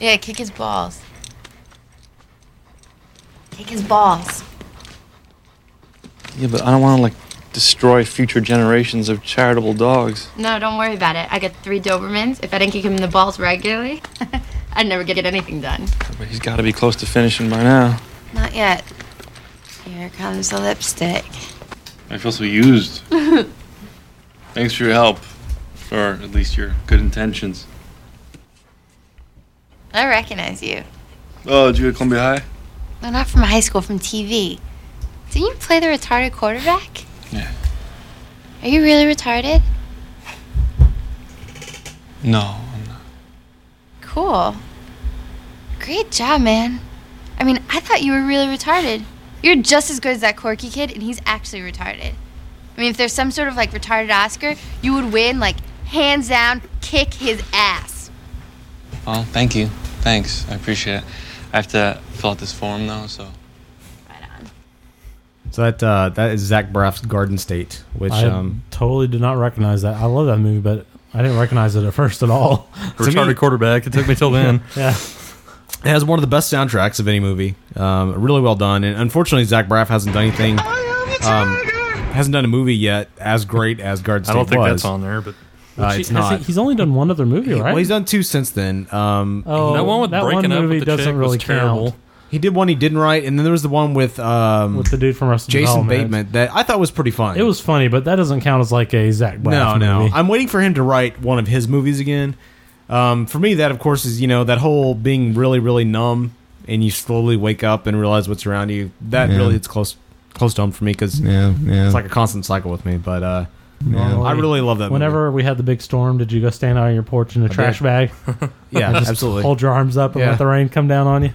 S10: Yeah, kick his balls. Kick his balls.
S13: Yeah, but I don't want to like destroy future generations of charitable dogs.
S10: No, don't worry about it. I got three Dobermans. If I didn't kick him in the balls regularly, [LAUGHS] I'd never get anything done.
S13: But he's got to be close to finishing by now.
S10: Not yet. Here comes the [LAUGHS] lipstick.
S13: I feel so used. Thanks for your help, or at least your good intentions.
S10: I recognize you.
S13: Oh, did you go to Columbia High?
S10: No, not from high school, from TV. Didn't you play the retarded quarterback?
S13: Yeah.
S10: Are you really retarded?
S13: No.
S10: Cool. Great job, man. I mean, I thought you were really retarded. You're just as good as that quirky kid, and he's actually retarded. I mean, if there's some sort of like retarded Oscar, you would win, like, hands down, kick his ass.
S13: Well, Oh, thank you. Thanks. I appreciate it. I have to fill out this form though, so.
S8: So that uh, that is Zach Braff's Garden State, which
S5: I
S8: um,
S5: totally did not recognize that. I love that movie, but I didn't recognize it at first
S1: [LAUGHS]
S5: at all.
S1: [LAUGHS] Retarded quarterback. It took me till then.
S5: [LAUGHS] yeah.
S8: It has one of the best soundtracks of any movie. Um, really well done. And unfortunately, Zach Braff hasn't done anything. Um, hasn't done a movie yet as great as Garden State
S1: I don't think
S8: was.
S1: that's on there, but
S8: Uh, it's not.
S5: He's only done one other movie, right?
S8: Well, he's done two since then. Um,
S5: Oh, That one with that breaking one up with movie the doesn't chick was really terrible. count.
S8: He did one he didn't write, and then there was the one with um, with
S5: the dude from Arrested
S8: Jason
S5: Development.
S8: Bateman that I thought was pretty fun.
S5: it was funny, but that doesn't count as like a Zach Braff
S8: no,
S5: movie.
S8: no. I'm waiting for him to write one of his movies again. Um, for me, that of course is you know that whole being really, really numb, and you slowly wake up and realize what's around you. That
S5: Yeah.
S8: really it's close, close to home for me because
S5: Yeah, yeah.
S8: it's like a constant cycle with me. But uh, I really love that. movie.
S5: Whenever we had the big storm, did you go stand out on your porch in a
S8: did.
S5: trash bag?
S8: [LAUGHS] Yeah,
S5: And just
S8: absolutely.
S5: Hold your arms up and
S8: Yeah.
S5: let the rain come down on you.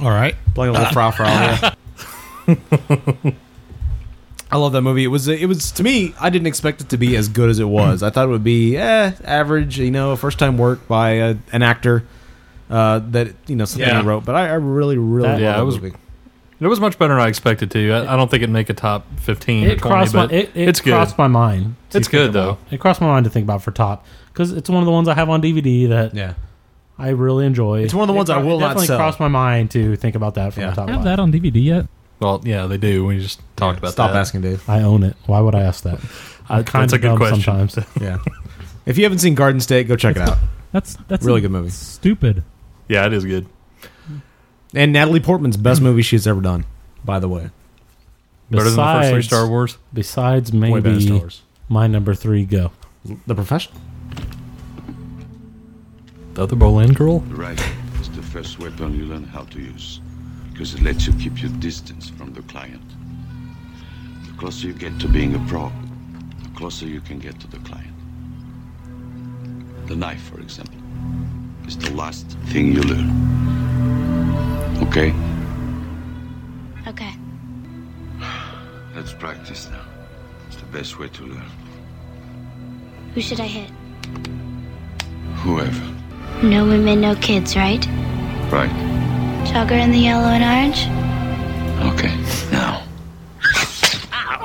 S8: All right, playing a little froth
S5: [LAUGHS]
S8: I love that movie. It was it was to me. I didn't expect it to be as good as it was. I thought it would be eh, average, you know, first time work by a, an actor uh, that you know something
S1: Yeah.
S8: he wrote. But I, I really, really love
S1: yeah,
S8: that
S1: it was.
S8: movie.
S1: It was much better than I expected to. I, I don't think it'd make a top fifteen. or
S5: It
S1: 20,
S5: crossed my
S1: but
S5: it, it
S1: it's good.
S5: crossed my mind. to
S1: It's
S5: think
S1: good,
S5: about. It crossed my mind to think about for top because it's one of the ones I have on DVD that
S8: yeah.
S5: I really enjoy.
S8: It's one of the
S5: It
S8: ones I
S5: cro-
S8: will
S5: it
S8: not
S5: definitely
S8: sell.
S5: crossed my mind to think about that from the top.
S9: Have that on DVD yet?
S1: Well, yeah, they do. We just talked about
S8: stop
S1: that.
S8: asking, Dave.
S5: I own it. Why would I ask that? I'm kind
S1: that's
S5: of
S1: a good
S5: dumb
S1: question. [LAUGHS]
S5: Sometimes.
S8: yeah. [LAUGHS] If you haven't seen Garden State, go check it out.
S9: That's that's
S8: really good movie.
S9: Stupid.
S1: Yeah, it is good.
S8: And Natalie Portman's best movie she's ever done, by the way.
S1: Better than the first three
S5: Besides-
S1: Star Wars?
S5: Besides
S8: Way better than Star
S5: maybe
S8: Wars.
S5: my number three go.
S8: The Professional.
S1: The other Boleyn girl?
S23: The rifle is the first weapon you learn how to use because it lets you keep your distance from the client. The closer you get to being a pro, the closer you can get to the client. The knife, for example, is the last thing you learn. Okay?
S10: Okay.
S23: Let's practice now. It's the best way to learn.
S22: Who should I hit?
S23: Whoever.
S22: No women, no kids, right?
S23: Right.
S22: Jogger in the yellow and orange?
S23: Okay. Now.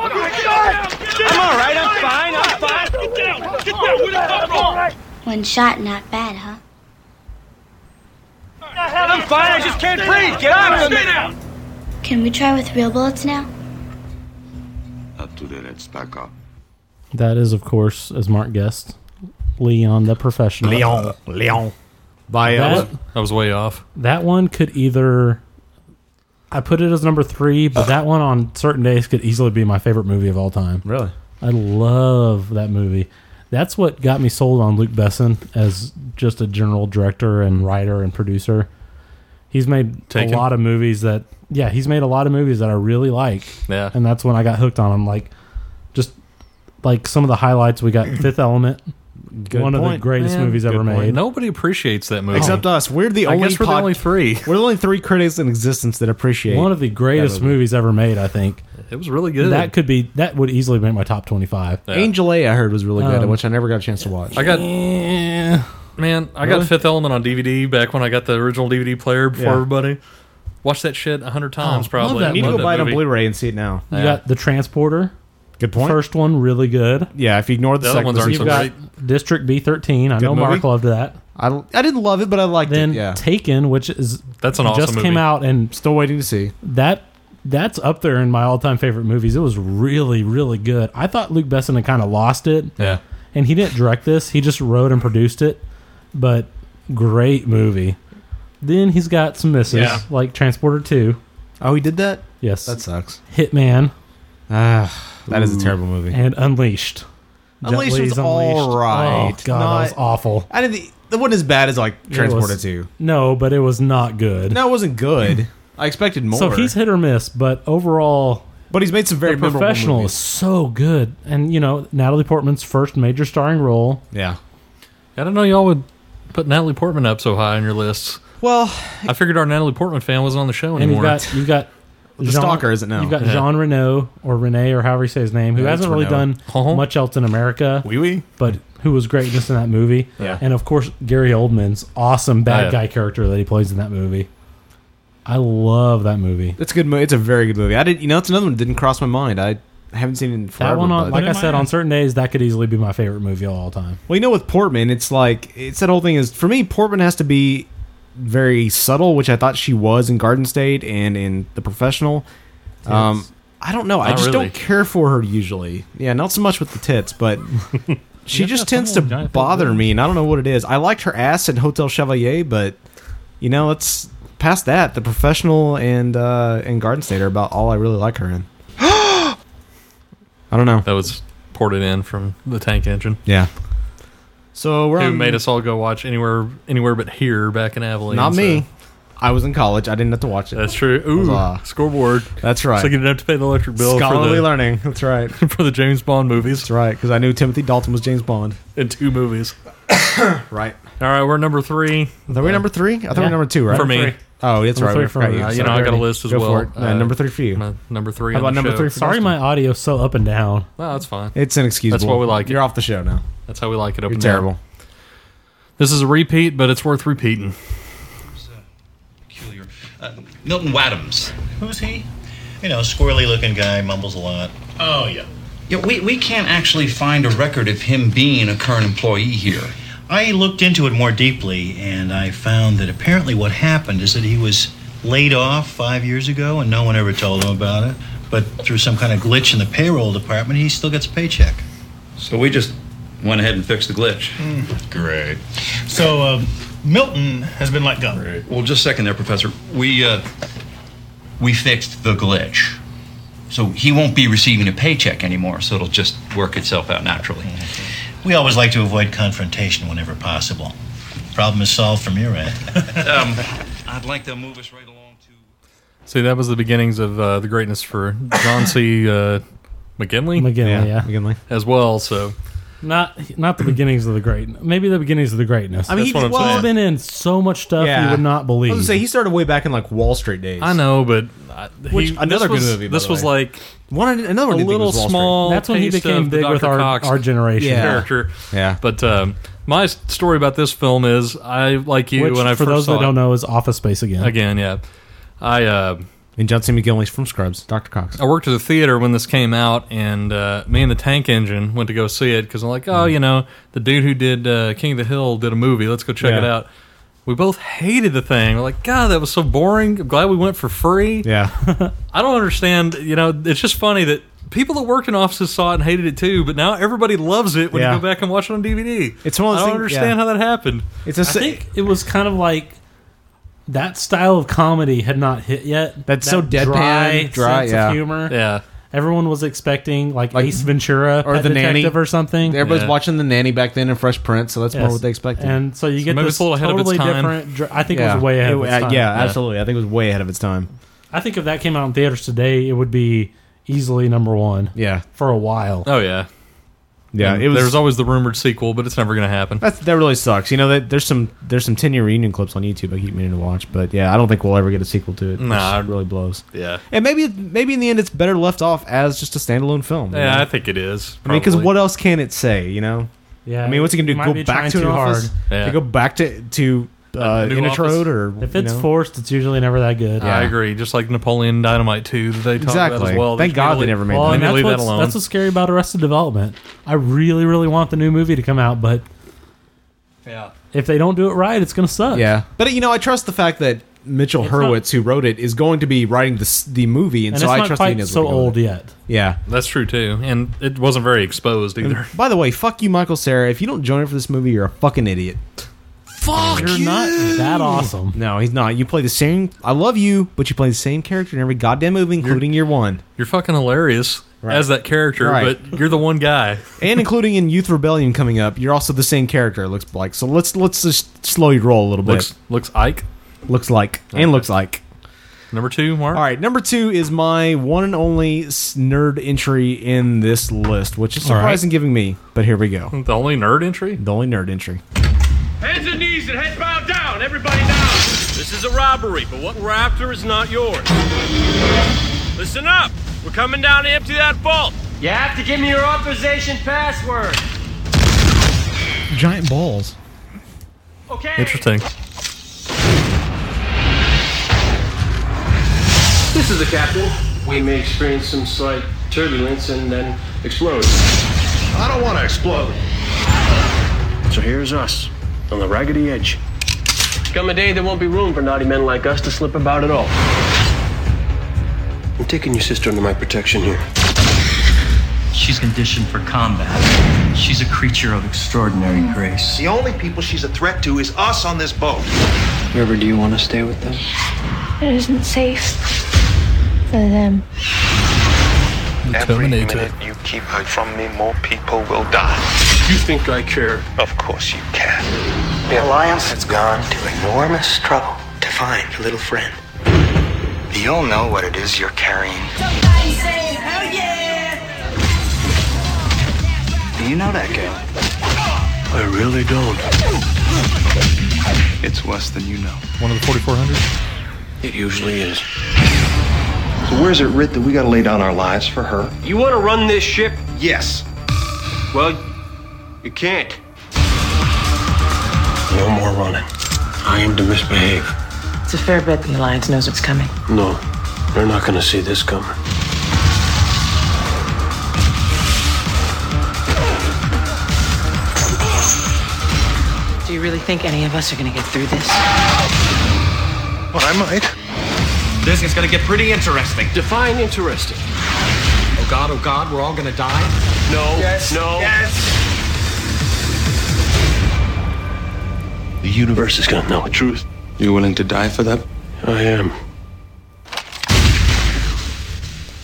S11: I'm all right. I'm fine. I'm fine. Get down. Get down. Where the fuck are you?
S22: One shot, not bad, huh?
S11: I'm fine. I just can't breathe. Get out of me. now.
S22: Can we try with real bullets now?
S23: Up to the let's back up.
S5: That is, of course, as Mark guessed, Leon the Professional.
S8: Leon, Leon. By
S1: I,
S5: that,
S1: was, I was way off.
S5: that one could either. I put it as number three, but that one on certain days could easily be my favorite movie of all time.
S8: Really,
S5: I love that movie. That's what got me
S1: Mm-hmm.
S5: sold on Luke Besson as just a general director and writer and producer. He's made
S1: Taken?
S5: a lot of movies that yeah, he's made a lot of movies that I really like.
S1: Yeah.
S5: And that's when I got hooked on him. Like just like some of the highlights
S1: [CLEARS THROAT]
S5: we got Fifth Element.
S1: Good
S5: one of the
S1: point,
S5: greatest
S1: man.
S5: movies ever
S1: Good point.
S5: made.
S1: Nobody appreciates that movie
S8: Except us. We're the
S1: I
S8: only
S1: guess we're the
S8: pod-
S1: only three.
S8: [LAUGHS] We're the only three critics in existence that appreciate
S5: One of the
S8: that
S5: greatest
S8: movie.
S5: movies ever made, I think.
S1: It was really good.
S5: That could be that would easily make my top twenty five.
S8: Angel A, I heard was really good,
S5: Um,
S8: which I never got a chance to watch.
S1: I got man, I
S8: Really?
S1: got Fifth Element on DVD back when I got the original DVD player before
S8: Yeah.
S1: everybody. Watched that shit a hundred times probably.
S8: Love that. Need to
S1: Love
S8: go
S1: that
S8: buy it on
S1: movie.
S8: Blu-ray and see it now.
S5: You got the transporter.
S8: Good point.
S5: First one really good.
S8: Yeah, if you ignore the The other second ones one, aren't
S5: you've
S8: so
S5: got District B thirteen. I
S8: Good
S5: know Mark
S8: movie.
S5: loved that.
S8: I, I didn't love it, but I liked
S5: then
S8: it. Yeah.
S5: Taken, which is
S8: That's an awesome
S5: just came
S8: movie.
S5: out and
S8: still waiting to see
S5: that. That's up there in my all-time favorite movies. It was really, really good. I thought Luke Besson had kind of lost it.
S1: Yeah.
S5: and he didn't direct this; he just wrote and produced it. But great movie. Then he's got some misses
S8: Yeah.
S5: like Transporter Two.
S8: Oh, he did that.
S5: Yes,
S8: That sucks.
S5: Hitman.
S8: Ah, that is a terrible movie.
S5: And Unleashed. Jet
S8: Unleashed
S5: Li's
S8: was all right.
S5: Oh, God, that was
S8: Not-
S5: awful.
S8: I didn't. think- It wasn't as bad as like
S5: It
S8: Transporter
S5: was-
S8: Two.
S5: No, but it was not good.
S8: No, it wasn't good. I expected
S5: [LAUGHS]
S8: more.
S5: So he's hit or miss, but overall,
S8: but he's made some very
S5: the
S8: memorable
S5: professional
S8: movies.
S5: is so good, and you know Natalie Portman's first major starring role.
S8: Yeah.
S1: I don't know y'all would put Natalie Portman up so high on your lists.
S8: Well,
S1: I figured our Natalie Portman fan wasn't on the show
S5: And you've
S1: anymore.
S5: got you've got
S1: The stalker isn't now.
S5: You've got
S1: [LAUGHS] Yeah.
S5: Jean Reno or Rene or however you say his name, who
S1: Yeah,
S5: hasn't
S1: it's
S5: really
S1: Renaud.
S5: done much else in America.
S8: Wee wee.
S5: But who was great just in that movie.
S8: Yeah.
S5: And of course Gary Oldman's awesome bad
S8: Oh, yeah.
S5: guy character that he plays in that movie. I love that movie.
S8: It's a good. mo- It's a very good movie. I did. You know, it's another one that didn't cross my mind. I haven't seen it in forever.
S5: that one on,
S8: but-
S5: like I said, on certain days that could easily be my favorite movie of all time.
S8: Well, you know, with Portman, it's like it's that whole thing is for me. Portman has to be very subtle, which I thought she was in Garden State and in The Professional. Um,
S5: Yes.
S8: I don't know. I
S5: Not
S8: just
S5: really.
S8: don't care for her usually. Yeah, not so much with the
S1: [LAUGHS]
S8: tits, but she
S5: Yeah,
S8: just
S5: that's
S8: tends
S5: all
S8: to
S5: giant
S8: bother me, and I don't know what it is. I liked her ass in Hotel Chevalier, but you know, it's past that. The Professional and uh, and Garden State are about all I really like her in. I don't know.
S1: That was ported in from the tank engine.
S8: Yeah. So we're
S1: Who
S8: on-
S1: made us all go watch anywhere anywhere but here back in Abilene?
S8: Not
S1: so-
S8: me. I was in college. I didn't have to watch it. That's
S1: true. Ooh, scoreboard.
S8: That's right.
S1: So you didn't have to pay the electric bill.
S8: Scholarly
S1: for the,
S8: learning. That's
S1: [LAUGHS]
S8: right.
S1: for the James Bond movies. That's
S8: right. Because I knew Timothy Dalton was James Bond
S1: in two movies.
S8: [COUGHS] right.
S1: All right, we're number three.
S8: Are we number three? I thought we were number two, right?
S1: For me.
S8: Three. Oh, that's Number right. three I for forgot me. you.
S1: Uh, you know,
S8: Sorry.
S1: I got a list as
S8: Go
S1: well. Uh,
S8: for it. Yeah, number three for you.
S1: my- Number three.
S8: How
S1: on
S8: about
S1: the
S8: number
S1: show.
S8: three for
S5: Sorry, my audio's so up and down.
S1: Well, that's fine.
S8: It's inexcusable.
S1: That's why we like it.
S8: You're off the show now.
S1: That's how we like it. Up
S8: You're
S1: and down.
S8: terrible.
S1: This is a repeat, but it's worth repeating.
S3: uh, Milton Wadhams.
S7: Who's he? You know, squirrely looking guy, mumbles a lot.
S3: Oh, yeah. Yeah, we, we can't actually find a record of him being a current employee here.
S7: I looked into it more deeply and I found that apparently what happened is that he was laid off five years ago and no one ever told him about it. But through some kind of glitch in the payroll department, he still gets a paycheck.
S3: So we just went ahead and fixed the glitch. Great.
S7: So, uh, Milton has been let go.
S3: Well, just a second there, Professor. We, uh, we fixed the glitch. So he won't be receiving a paycheck anymore, so it'll just work itself out naturally.
S7: We always like to avoid confrontation whenever possible. Problem is solved from your end.
S3: um, I'd like to move us right along.
S1: See, that was the beginnings of uh, the greatness for John C. Uh, McGinley.
S5: McGinley, Yeah, yeah.
S8: McGinley
S1: as well. So
S5: Not not the beginnings of the great. Maybe the beginnings of the greatness.
S1: I mean, That's he- what I'm well-
S5: he's
S1: saying.
S5: been in so much stuff you would not believe.
S8: I was gonna say he started way back in like Wall Street days.
S1: I know, but I,
S8: Which,
S1: he-
S8: another
S1: this was-
S8: good movie. by
S1: This
S8: the
S1: was
S8: way.
S1: like
S8: one. I didn't- Another one
S1: a
S8: I didn't think
S1: little
S8: was Wall Street.
S1: small.
S5: That's when he
S1: taste
S5: became
S1: of the
S5: big with
S1: Dr.
S5: our-
S1: Cox
S5: our generation. Yeah.
S1: character.
S5: Yeah.
S1: But um, my s- story about this film is I like you
S5: Which,
S1: when I
S5: for
S1: first
S5: those
S1: saw
S5: that
S1: it.
S5: don't know, is Office Space again.
S1: Again, yeah. I uh,
S8: and John C. McGinley's from Scrubs. Dr. Cox.
S1: I worked at the theater when this came out, and uh, me and the Tank Engine went to go see it because I'm like,
S8: Mm.
S1: oh, you know, the dude who did uh, King of the Hill did a movie. Let's go check
S8: Yeah.
S1: it out. We both hated the thing. We're like, God, that was so boring. I'm glad we went for free.
S5: [LAUGHS]
S8: Yeah.
S1: I don't understand. You know, it's just funny that people that worked in offices saw it and hated it too, but now everybody loves it when
S8: Yeah.
S1: you go back and watch it on DVD.
S8: It's one of
S1: I
S8: those
S1: don't
S8: things-
S1: understand
S8: yeah.
S1: how that happened.
S8: It's
S5: I think it was kind of like that style of comedy had not hit yet.
S8: That's
S5: That
S8: so deadpan,
S5: dry,
S8: dry,
S5: sense
S8: yeah.
S5: of humor.
S1: Yeah.
S5: Everyone was expecting like,
S8: Like-
S5: Ace Ventura
S8: or
S5: Pet
S8: the nanny
S5: Detective or something.
S8: Everybody's
S5: Yeah.
S8: watching the nanny back then in Fresh Prince, so that's more
S5: Yes.
S8: what they expected.
S5: And so you So get maybe this it's a little ahead of its totally time. different dr- I think it was way ahead of its
S8: uh,
S5: time.
S8: Yeah,
S5: Yeah.
S8: absolutely. I think it was way ahead of its time.
S5: I think if that came out in theaters today, it would be easily number one.
S8: Yeah,
S5: for a while.
S1: Oh yeah,
S8: Yeah,
S1: And
S8: it was-
S1: There was always the rumored sequel, but it's never going to happen.
S8: That's, that really sucks. You know that there's some there's some ten year reunion clips on YouTube I keep meaning to watch, but yeah, I don't think we'll ever get a sequel to it.
S1: Nah,
S8: which really blows.
S1: Yeah.
S8: And maybe maybe in the end it's better left off as just a standalone film. you
S1: Yeah,
S8: know?
S1: I think it is.
S8: I mean, because
S1: probably.
S8: what else can it say? You know.
S5: Yeah,
S8: I mean, what's it gonna
S5: it might
S8: do? Go
S5: be
S8: back
S5: trying
S8: to an
S5: too
S8: office?
S5: hard.
S8: To go back to to uh,
S1: new office?
S8: Intertrode or
S5: If
S8: you
S5: it's
S8: know?
S5: forced, it's usually never that good.
S1: I agree. Just like Napoleon Dynamite 2 that they talked about
S8: Exactly.
S1: as well.
S8: Thank God they never made
S5: Well,
S1: They
S5: and
S1: need to
S5: that's,
S1: leave that
S5: what's,
S1: alone.
S5: that's what's scary about Arrested Development. I really, really want the new movie to come out, but
S1: yeah,
S5: if they don't do it right, it's going to suck.
S8: Yeah, but you know, I trust the fact that Mitchell
S5: It's
S8: Hurwitz, who wrote it, is going to be writing the the movie, and,
S1: And
S8: so
S1: it's
S8: I
S1: not
S8: trust
S1: quite
S8: he knows
S1: so
S8: where to go with
S1: old
S8: it.
S1: yet.
S8: Yeah, Mm.
S1: That's true too, and it wasn't very exposed either.
S8: By the way, fuck you, Michael Sarah. If you don't join it for this movie, you're a fucking idiot.
S1: Fuck
S5: You're not that awesome.
S8: No, he's not. You play the same. I love you, but you play the same character in every goddamn movie, including your one,
S1: You're fucking hilarious as that character,
S8: Right.
S1: but you're the one guy.
S8: [LAUGHS] and including in Youth Rebellion coming up. You're also the same character. It looks like. So let's let's just slow your roll a little
S1: Looks
S8: bit.
S1: looks Ike.
S8: Looks like and looks like.
S1: Number two, Mark.
S8: All right, number two is my one and only s- nerd entry in this list, which is
S1: All right.
S8: surprising giving me. But here we go.
S1: The only nerd entry.
S8: The only nerd entry.
S20: Hands and knees and head bowed down. Everybody down. This is a robbery, but what we're after is not yours. Listen up. We're coming down to empty that vault. You have to give me your authorization password.
S8: Giant balls.
S20: Okay.
S1: Interesting.
S20: This is the captain. We may experience some slight turbulence and then explode. I don't want to explode. So here's us on the raggedy edge. Come a day, there won't be room for naughty men like us to slip about at all. I'm taking your sister under my protection here.
S7: [LAUGHS] She's conditioned for combat. She's a creature of extraordinary grace.
S24: The only people she's a threat to is us on this boat.
S7: River, do you want to stay with them?
S10: It isn't safe for them.
S20: Every minute you keep her from me, more people will die. You think I care? Of course you care.
S24: The Alliance has gone to enormous trouble to find your little friend. You'll know what it is you're carrying.
S25: Somebody say, hell yeah!
S20: Do you know that girl? I really don't. It's worse than you know.
S1: One of the 4,400.
S20: It usually is.
S24: So where's it writ that we gotta lay down our lives for her?
S20: You want to run this ship? Yes. Well, you can't.
S17: No more running. I am to misbehave.
S14: It's a fair bet the Alliance knows what's coming.
S20: No, they're not going to see this coming.
S14: Do you really think any of us are going to get through this?
S20: Well, I might. This is going to get pretty interesting. Define interesting. Oh God, oh God, we're all going to die? No, no. Yes.
S17: The universe is gonna know the truth. You willing to die for that? I am.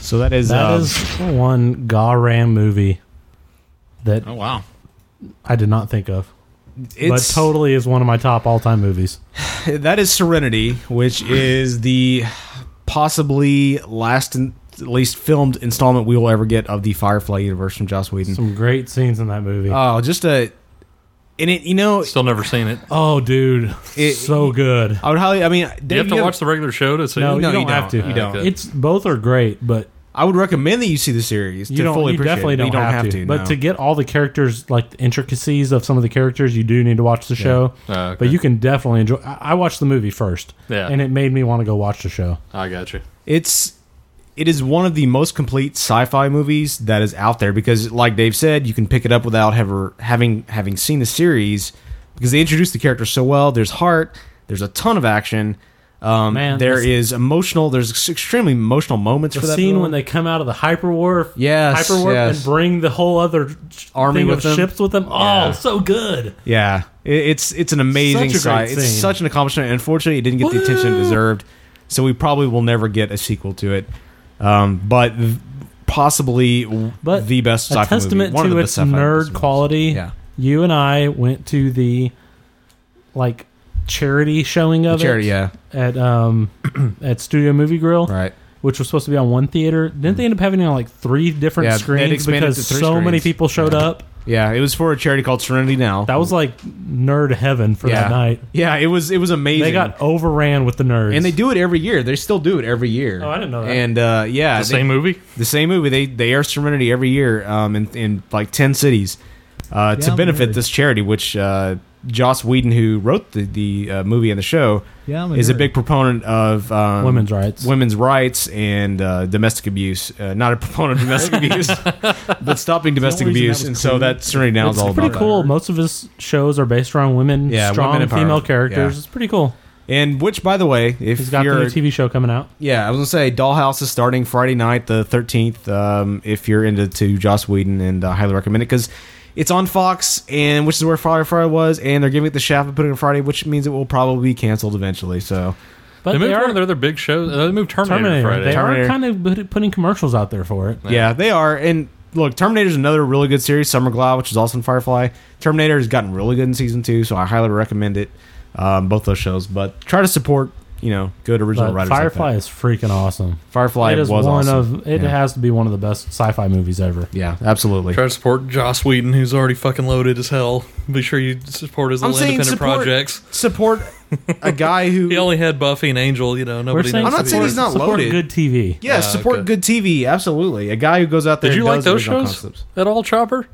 S8: So that is
S5: That
S8: uh,
S5: is one Garam movie that oh
S8: wow
S5: I did not think of, but
S8: It's-
S5: totally is one of my top all time movies.
S8: [LAUGHS] that is Serenity, which is the possibly last and at least filmed installment we will ever get of the Firefly universe from Joss Whedon.
S5: Some great scenes in that movie.
S8: Oh, just a and it you know
S1: still never seen it.
S5: Oh, dude, so good.
S8: I would highly. I mean,
S1: you have to watch the regular show to see.
S5: No,
S1: it?
S5: you don't, have to.
S1: Okay.
S8: Uh,
S5: It's both are great, but
S8: I would recommend that you see the series
S5: you
S8: to
S5: don't.
S8: fully
S5: you
S8: appreciate it,
S5: definitely
S8: but
S5: don't,
S8: you don't
S5: have,
S8: have
S5: to.
S8: to,
S5: But
S8: no.
S5: to get all the characters, like the intricacies of some of the characters, you do need to watch the
S8: Yeah.
S5: show.
S1: Oh, okay.
S5: But you can definitely enjoy. I, I watched the movie first,
S1: Yeah.
S5: and it made me want to go watch the show.
S1: I got you.
S8: It's it is one of the most complete sci-fi movies that is out there because, like Dave said, you can pick it up without ever having having seen the series because they introduce the characters so well. There's heart. There's a ton of action. Um,
S5: Man,
S8: there
S5: this-
S8: is emotional. There's ex- extremely emotional moments
S5: The
S8: for that
S5: scene
S8: film.
S5: when they come out of the hyperwarp,
S8: Yes,
S5: hyperwarp,
S8: yes.
S5: and bring the whole other sh-
S8: Army
S5: thing
S8: with
S5: of
S8: them.
S5: ships with them.
S8: Yeah.
S5: Oh, so good.
S8: Yeah, I- it's it's an amazing
S5: Such a
S8: sight.
S5: great
S8: It's
S5: scene.
S8: such an accomplishment. Unfortunately, it didn't get the attention it deserved, so we probably will never get a sequel to it. Um, but th- possibly but the best
S5: a
S8: sci-fi
S5: testament
S8: movie. One of
S5: to
S8: the
S5: its
S8: best sci-fi movies.
S5: nerd quality. Yeah. You and I went to the like charity showing of
S8: The charity,
S5: it
S8: yeah.
S5: at um [CLEARS THROAT] at Studio Movie Grill.
S8: Right.
S5: Which was supposed to be on one theater. Didn't they end up having it on like three different
S8: Yeah, it
S5: screens
S8: expanded
S5: because
S8: to three
S5: so many
S8: screens.
S5: people showed
S8: Yeah.
S5: up?
S8: Yeah, it was for a charity called Serenity Now.
S5: That was like nerd heaven for
S8: Yeah.
S5: that night.
S8: Yeah, it was it was amazing.
S5: They got overran with the nerds.
S8: And they do it every year. They still do it every year.
S5: Oh, I didn't know that.
S8: And uh, yeah,
S5: The same
S1: movie.
S8: The same movie. They they air Serenity every year um, in in like ten cities uh,
S6: Yeah,
S8: to
S6: I'm
S8: benefit
S6: nerdy.
S8: this charity, which uh, Joss Whedon, who wrote the the uh, movie and the show,
S6: Yeah, I'm a
S8: is a
S6: nerd.
S8: big proponent of um,
S5: Women's rights,
S8: women's rights, and uh, domestic abuse. Uh, not a proponent of
S5: [LAUGHS]
S8: domestic abuse, but stopping domestic
S5: reason that
S8: abuse.
S5: was
S8: And
S5: cool.
S8: so that Serenity Now
S5: it's
S8: is all
S5: pretty
S8: about that.
S5: cool. Most of his shows are based around women, strong
S8: women empowerment.
S5: female characters.
S8: Yeah.
S5: It's pretty cool.
S8: And which, by the way, if
S5: He's got the
S8: you're
S5: new TV show coming out.
S8: yeah, I was gonna say Dollhouse is starting Friday night, the thirteenth. Um, if you're into to Joss Whedon, and I highly recommend it because it's on Fox, and which is where Firefly was, and they're giving it the shaft and putting it on Friday, which means it will probably be canceled eventually. So,
S1: they moved one of their other big shows. uh, They moved Terminator,
S8: Terminator,
S1: Friday.
S8: they are Terminator.
S5: Kind of put- putting commercials out there for it.
S8: yeah. they are. And look, Terminator's another really good series. Summer Glau, which is also in Firefly. Terminator has gotten really good in season two, so I highly recommend it. Um, both those shows, but try to support you know good original
S5: But
S8: writers. like
S5: Firefly
S8: that.
S5: is freaking awesome.
S8: Firefly
S5: it is
S8: was
S5: one
S8: awesome.
S5: of it
S8: Yeah.
S5: has to be one of the best sci-fi movies ever.
S8: Yeah, absolutely.
S1: Try to support Joss Whedon, who's already fucking loaded as hell. Be sure you support his
S8: I'm
S1: little
S8: saying
S1: independent
S8: support-
S1: projects.
S8: Support a guy who
S1: [LAUGHS] he only had Buffy and Angel. You know, nobody.
S8: saying
S1: knows
S8: I'm not
S1: who
S8: saying
S1: he
S8: he's
S1: is.
S8: not loaded.
S5: TV.
S8: Yeah,
S1: Ah,
S8: support good TV. Absolutely, a guy who goes out there.
S1: Did you
S8: and
S1: like
S8: does
S1: those
S8: original
S1: shows
S8: concepts.
S1: at all,
S5: [LAUGHS]
S1: Chopper?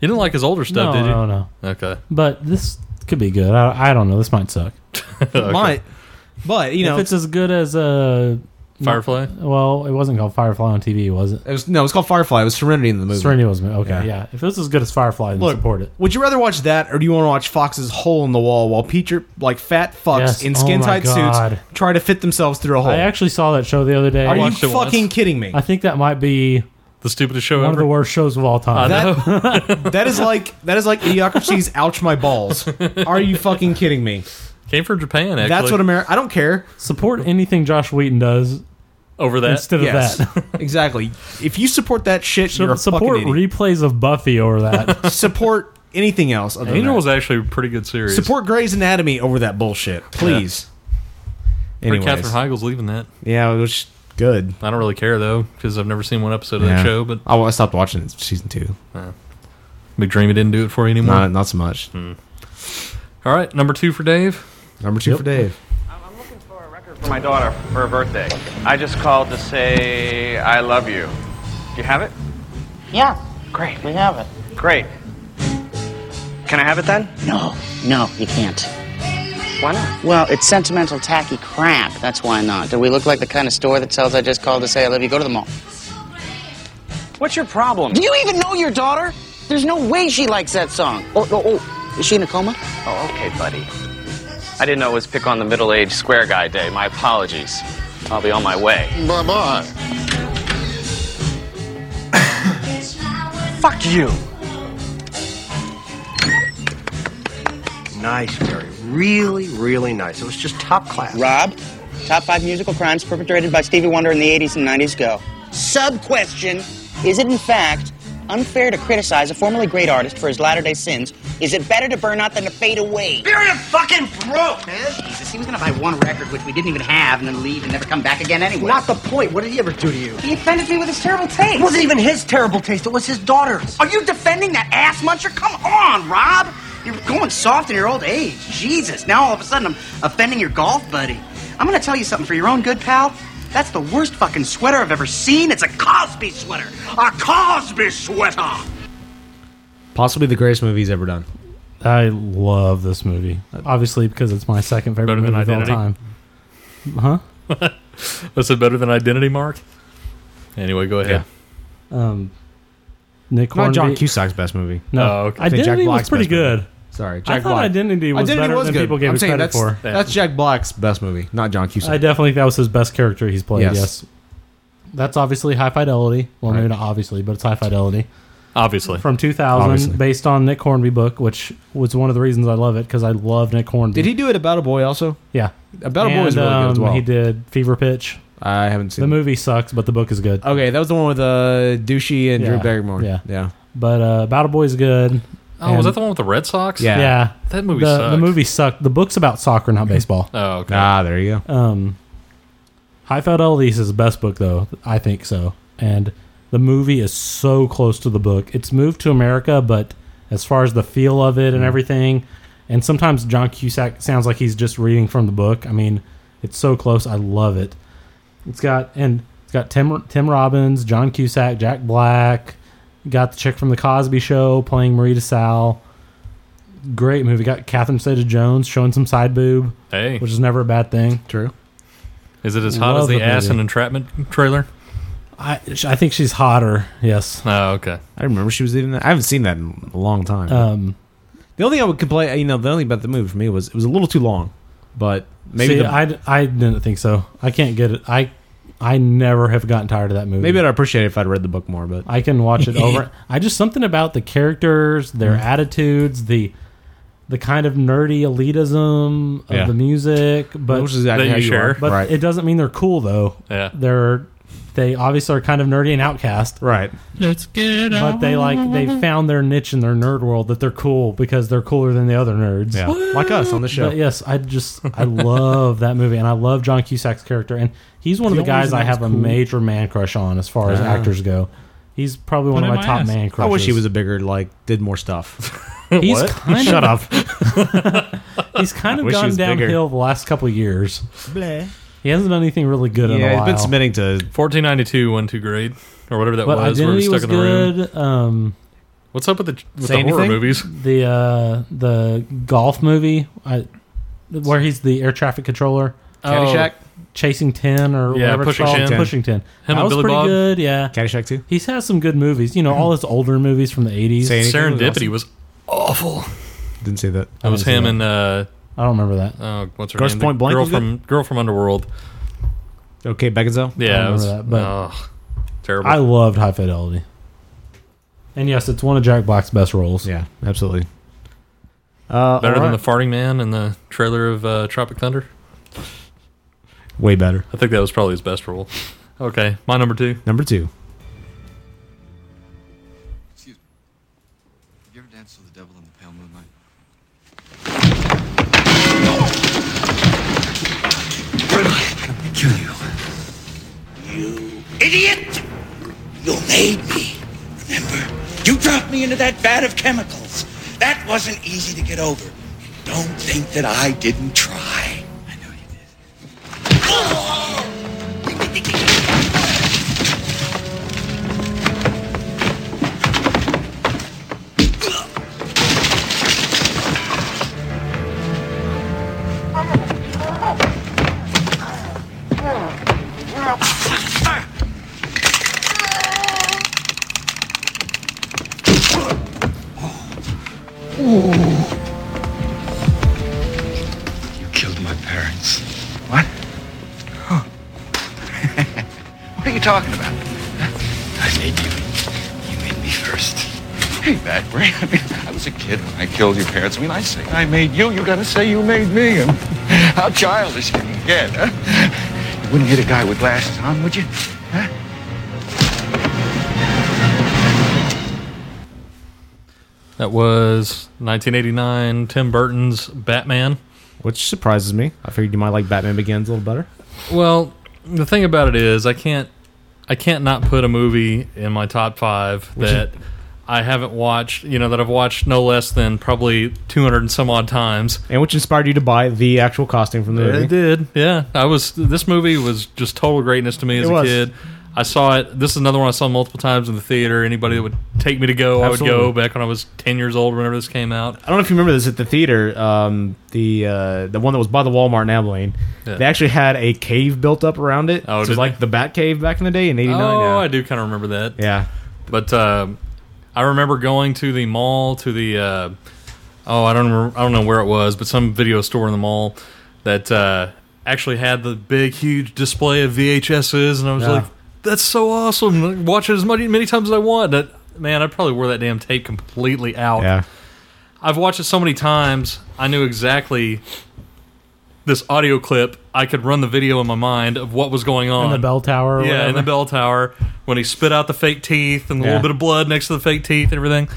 S1: You didn't like his older
S5: No,
S1: stuff, did you?
S5: no, no.
S1: Okay.
S5: But this could be good. I, I don't know. This might suck.
S1: [LAUGHS] Okay.
S8: Might, but you know,
S5: if it's as good as uh,
S8: Firefly?
S5: Well, it wasn't called Firefly on TV, was it?
S8: It was no, it was called Firefly. It was Serenity in the movie.
S5: Serenity was okay. Yeah. If it was as good as Firefly, then
S8: Look,
S5: support it.
S8: Would you rather watch that, or do you want to watch Fox's hole in the wall while Peter, like fat fucks
S5: Yes.
S8: in
S5: Oh
S8: skin
S5: my
S8: tight
S5: God.
S8: suits, try to fit themselves through a hole?
S5: I actually saw that show the other day.
S8: Are you fucking kidding me?
S5: I think that might be
S1: the stupidest show
S5: one
S1: ever.
S5: of the worst shows of all time. [LAUGHS]
S8: That, that is like that is like Idiocracy's ouch my balls. Are you fucking kidding me?
S1: Came from Japan. Actually,
S8: [LAUGHS] That's what America. I don't care.
S5: Support anything Josh Whedon does
S1: over that
S5: instead of that.
S8: exactly. If you support that shit,
S5: So
S8: [LAUGHS] you're a
S5: support
S8: fucking idiot.
S5: replays of Buffy over
S8: [LAUGHS]
S5: that.
S8: support anything else. Other than
S1: Angel
S8: that.
S1: was actually a pretty good series.
S8: Support Grey's Anatomy over that bullshit, please.
S1: Heard
S8: Anyways.
S1: Catherine Heigl's leaving that.
S8: Yeah, it was good.
S1: I don't really care though because I've never seen one episode of
S8: Yeah.
S1: that show. But
S8: I, I stopped watching it season two.
S1: uh, Big Dreamy didn't do it for you anymore.
S8: Not not so much.
S12: Hmm.
S1: All right, number two for Dave.
S8: Number two
S1: [LAUGHS]
S8: for Dave.
S12: for my daughter for her birthday. I just called to say I love you. Do you have it?
S18: Yeah. Great. We have it.
S12: Great. Can I have it then?
S18: No, no, you can't.
S12: Why not?
S18: Well, it's sentimental, tacky crap. That's why not. Do we look like the kind of store that sells I just called to say I love you? Go to the mall.
S12: What's your problem?
S18: Do you even know your daughter? There's no way she likes that song. Oh, oh, oh. Is she in a coma?
S12: Oh, okay, buddy. I didn't know it was pick on the middle-aged square guy day. My apologies. I'll be on my way.
S18: Bye bye.
S12: Fuck you.
S20: Nice, Barry. Really, really nice. It was just top class.
S18: Rob, top five musical crimes perpetrated by Stevie Wonder in the 80s and 90s go. Sub question Is it in fact unfair to criticize a formerly great artist for his latter day sins? Is it better to burn out than to fade away? Barry, I'm fucking broke, man. Jesus, he was gonna buy one record which we didn't even have and then leave and never come back again anyway.
S20: Not the point. What did he ever do to you?
S18: He offended me with his terrible taste.
S20: It wasn't even his terrible taste. It was his daughter's.
S18: Are you defending that ass muncher? Come on, Rob. You're going soft in your old age. Jesus, now all of a sudden I'm offending your golf buddy. I'm going to tell you something for your own good, pal. That's the worst fucking sweater I've ever seen. It's a Cosby sweater. A Cosby sweater.
S8: Possibly the greatest movie he's ever done.
S5: I love this movie. Obviously, because it's my second favorite
S1: Better
S5: movie
S1: than
S5: of all
S1: Identity?
S5: time. Huh?
S1: Was it better than Identity Mark? Anyway, go ahead.
S5: Um, Nick Hornby.
S8: Not John Cusack's best movie.
S5: No,
S8: Oh, okay. I think Jack
S5: Identity was
S8: Black's
S5: pretty
S8: best movie.
S5: good.
S8: Sorry, Jack
S5: I thought
S8: Black.
S5: Identity was
S8: Identity
S5: better
S8: was
S5: than
S8: good.
S5: people gave
S8: I'm
S5: it
S8: saying
S5: credit
S8: that's,
S5: for.
S8: That's Jack Black's best movie, not John Cusack.
S5: I definitely think that was his best character he's played.
S8: Yes.
S5: Yes. That's obviously High Fidelity. Well, maybe not obviously, but it's High Fidelity.
S1: Obviously.
S5: From 2000,
S1: Obviously.
S5: based on Nick Hornby book, which was one of the reasons I love it because I love Nick Hornby.
S8: Did he do it about a boy also?
S5: Yeah. um,
S8: About a Boy is really good as well.
S5: He did Fever Pitch.
S8: I haven't seen
S5: the movie sucks, but the book is good.
S8: Okay, that was the one with uh, Douchey and Drew
S5: Yeah,
S8: Barrymore.
S5: yeah.
S8: yeah.
S5: But uh, Battle Boy's good.
S1: Oh, was that the one with the Red Sox?
S5: Yeah,
S1: That movie
S5: The,
S1: sucked.
S5: the movie sucked. The book's about soccer, not baseball.
S1: Oh, okay.
S8: Ah, there you go.
S5: Um, High Fidelity is his best book, though. I think so. And the movie is so close to the book. It's moved to America, but as far as the feel of it
S8: Mm-hmm.
S5: and everything, and sometimes John Cusack sounds like he's just reading from the book. I mean, it's so close. I love it. It's got and it's got Tim Tim Robbins, John Cusack, Jack Black. Got the chick from the Cosby Show playing Marie DeSalle. Great movie. Got Catherine Zeta-Jones showing some side boob,
S1: Hey.
S5: which is never a bad thing.
S8: True.
S1: Is it as hot as
S5: Love
S1: the,
S5: the
S1: ass
S5: movie.
S1: and entrapment trailer?
S5: I I think she's hotter. Yes.
S1: Oh, okay.
S8: I remember she was even. I haven't seen that in a long time.
S5: Um,
S8: the only thing I would complain, you know, the only thing about the movie for me was it was a little too long. But maybe
S5: Maybe
S8: the,
S5: I, I didn't think so. I can't get it. I I never have gotten tired of that movie.
S8: maybe I'd appreciate it if I'd read the book more. But
S5: I can watch
S8: [LAUGHS]
S5: it over. I just something about the characters, their
S8: Mm.
S5: attitudes, the the kind of nerdy elitism of
S8: Yeah.
S5: the music, but
S8: Which is exactly That how you you share. are.
S5: But
S8: Right.
S5: it doesn't mean they're cool though.
S1: Yeah.
S5: They're they obviously are kind of nerdy and outcast.
S8: Right.
S5: Let's get But they like they found their niche in their nerd world that they're cool because they're cooler than the other nerds.
S8: Yeah. Like us on the show.
S5: But yes, I just I love that movie and I love John Cusack's character and he's one of
S8: The
S5: the,
S8: only
S5: guys
S8: reason
S5: I
S8: that was
S5: have a
S8: cool-
S5: major man crush on as far as
S8: Ah.
S5: actors go. He's probably one of my top man crushes.
S8: I wish he was a bigger, like, did more stuff.
S5: [LAUGHS] He's
S8: [LAUGHS]
S5: kind [LAUGHS]
S8: Shut
S5: of-
S8: up.
S5: He's kind of
S8: Wish he
S5: gone
S8: was bigger.
S5: downhill the last couple of years.
S8: Bleh.
S5: He hasn't done anything really good in a while.
S8: submitting to
S1: 1492 one two grade or whatever that
S5: But
S1: was. where
S5: Identity
S1: we're
S5: was
S1: stuck in the room.
S5: good. Um,
S1: What's up with the with the horror movies?
S5: The uh, the golf movie, I, where he's the air traffic controller. Oh,
S1: Caddyshack?
S5: Chasing Ten or
S1: Yeah,
S5: whatever it's
S1: Pushing
S5: called.
S1: Ten.
S5: Pushing Ten.
S1: Him
S5: that
S1: and
S5: was
S1: Billy
S5: pretty
S1: Bob.
S5: good. Yeah,
S8: Caddyshack too.
S5: He's had some good movies. You know, all his older movies from the eighties.
S1: Say Anything was Serendipity awesome. was awful.
S8: Didn't say that.
S1: It was
S5: I didn't
S1: him
S5: see
S1: and uh,
S5: I don't remember that.
S1: oh, what's her
S8: Grosse
S1: name? The
S8: Pointe Blank
S1: girl
S8: was good?
S1: from girl from Underworld.
S8: Okay, Beckinsale.
S1: Yeah, it was,
S5: remember that, but-
S1: oh, terrible.
S5: I loved High Fidelity. And yes, it's one of Jack Black's best roles.
S8: Yeah, absolutely. Uh,
S1: Better than
S8: alright.
S1: the farting man in the trailer of uh, Tropic Thunder.
S8: Way better.
S1: I think that was probably his best role. Okay, my number two.
S8: Number two.
S2: You ever dance with the devil in the pale moonlight?
S20: Kill you. You idiot! You made me. Remember? You dropped me into that vat of chemicals. That wasn't easy to get over. And Don't think that I didn't try.
S2: You killed my parents.
S20: What? Huh. what are you talking about?
S2: I made you. You made me first. Hey, bad brain. I mean, I was a kid when I killed your parents. I mean, I say I made you. You gotta say you made me. I mean, How childish can you get, huh? You wouldn't hit a guy with glasses on, would you?
S1: That was 1989 Tim Burton's Batman.
S8: Which surprises me. I figured you might like Batman Begins a little better.
S1: Well, the thing about it is, I can't, I can't not put a movie in my top five
S8: Which is-
S1: that I haven't watched. You know, that I've watched no less than probably two hundred and some odd times.
S8: And which inspired you to buy the actual costume from the movie.
S1: It did. Yeah, I was. This movie was just total greatness to me as
S8: It
S1: a
S8: was.
S1: kid. I saw it. This is another one I saw multiple times in the theater. Anybody that would take me to go, I
S8: Absolutely.
S1: would go. Back when I was ten years old, whenever this came out.
S8: I don't know if you remember this at the theater. Um, the uh, the one that was by the Walmart in Abilene,
S1: Yeah.
S8: they actually had a cave built up around it.
S1: Oh,
S8: so it
S1: did
S8: was like the Bat Cave back in the day in '89.
S1: Oh,
S8: yeah.
S1: I do kind of remember that.
S8: Yeah.
S1: but um I remember going to the mall to the uh, oh I don't remember, I don't know where it was, but some video store in the mall that uh, actually had the big huge display of VHSs, and I was
S8: Yeah.
S1: like, that's so awesome! Watch it as many many times as I want. That man, I probably wore that damn tape completely out.
S8: Yeah.
S1: I've watched it so many times, I knew exactly this audio clip, I could run the video in my mind of what was going on
S5: In the bell tower. Or
S1: yeah,
S5: whatever.
S1: in the bell tower when he spit out the fake teeth and a
S5: Yeah.
S1: little bit of blood next to the fake teeth and everything.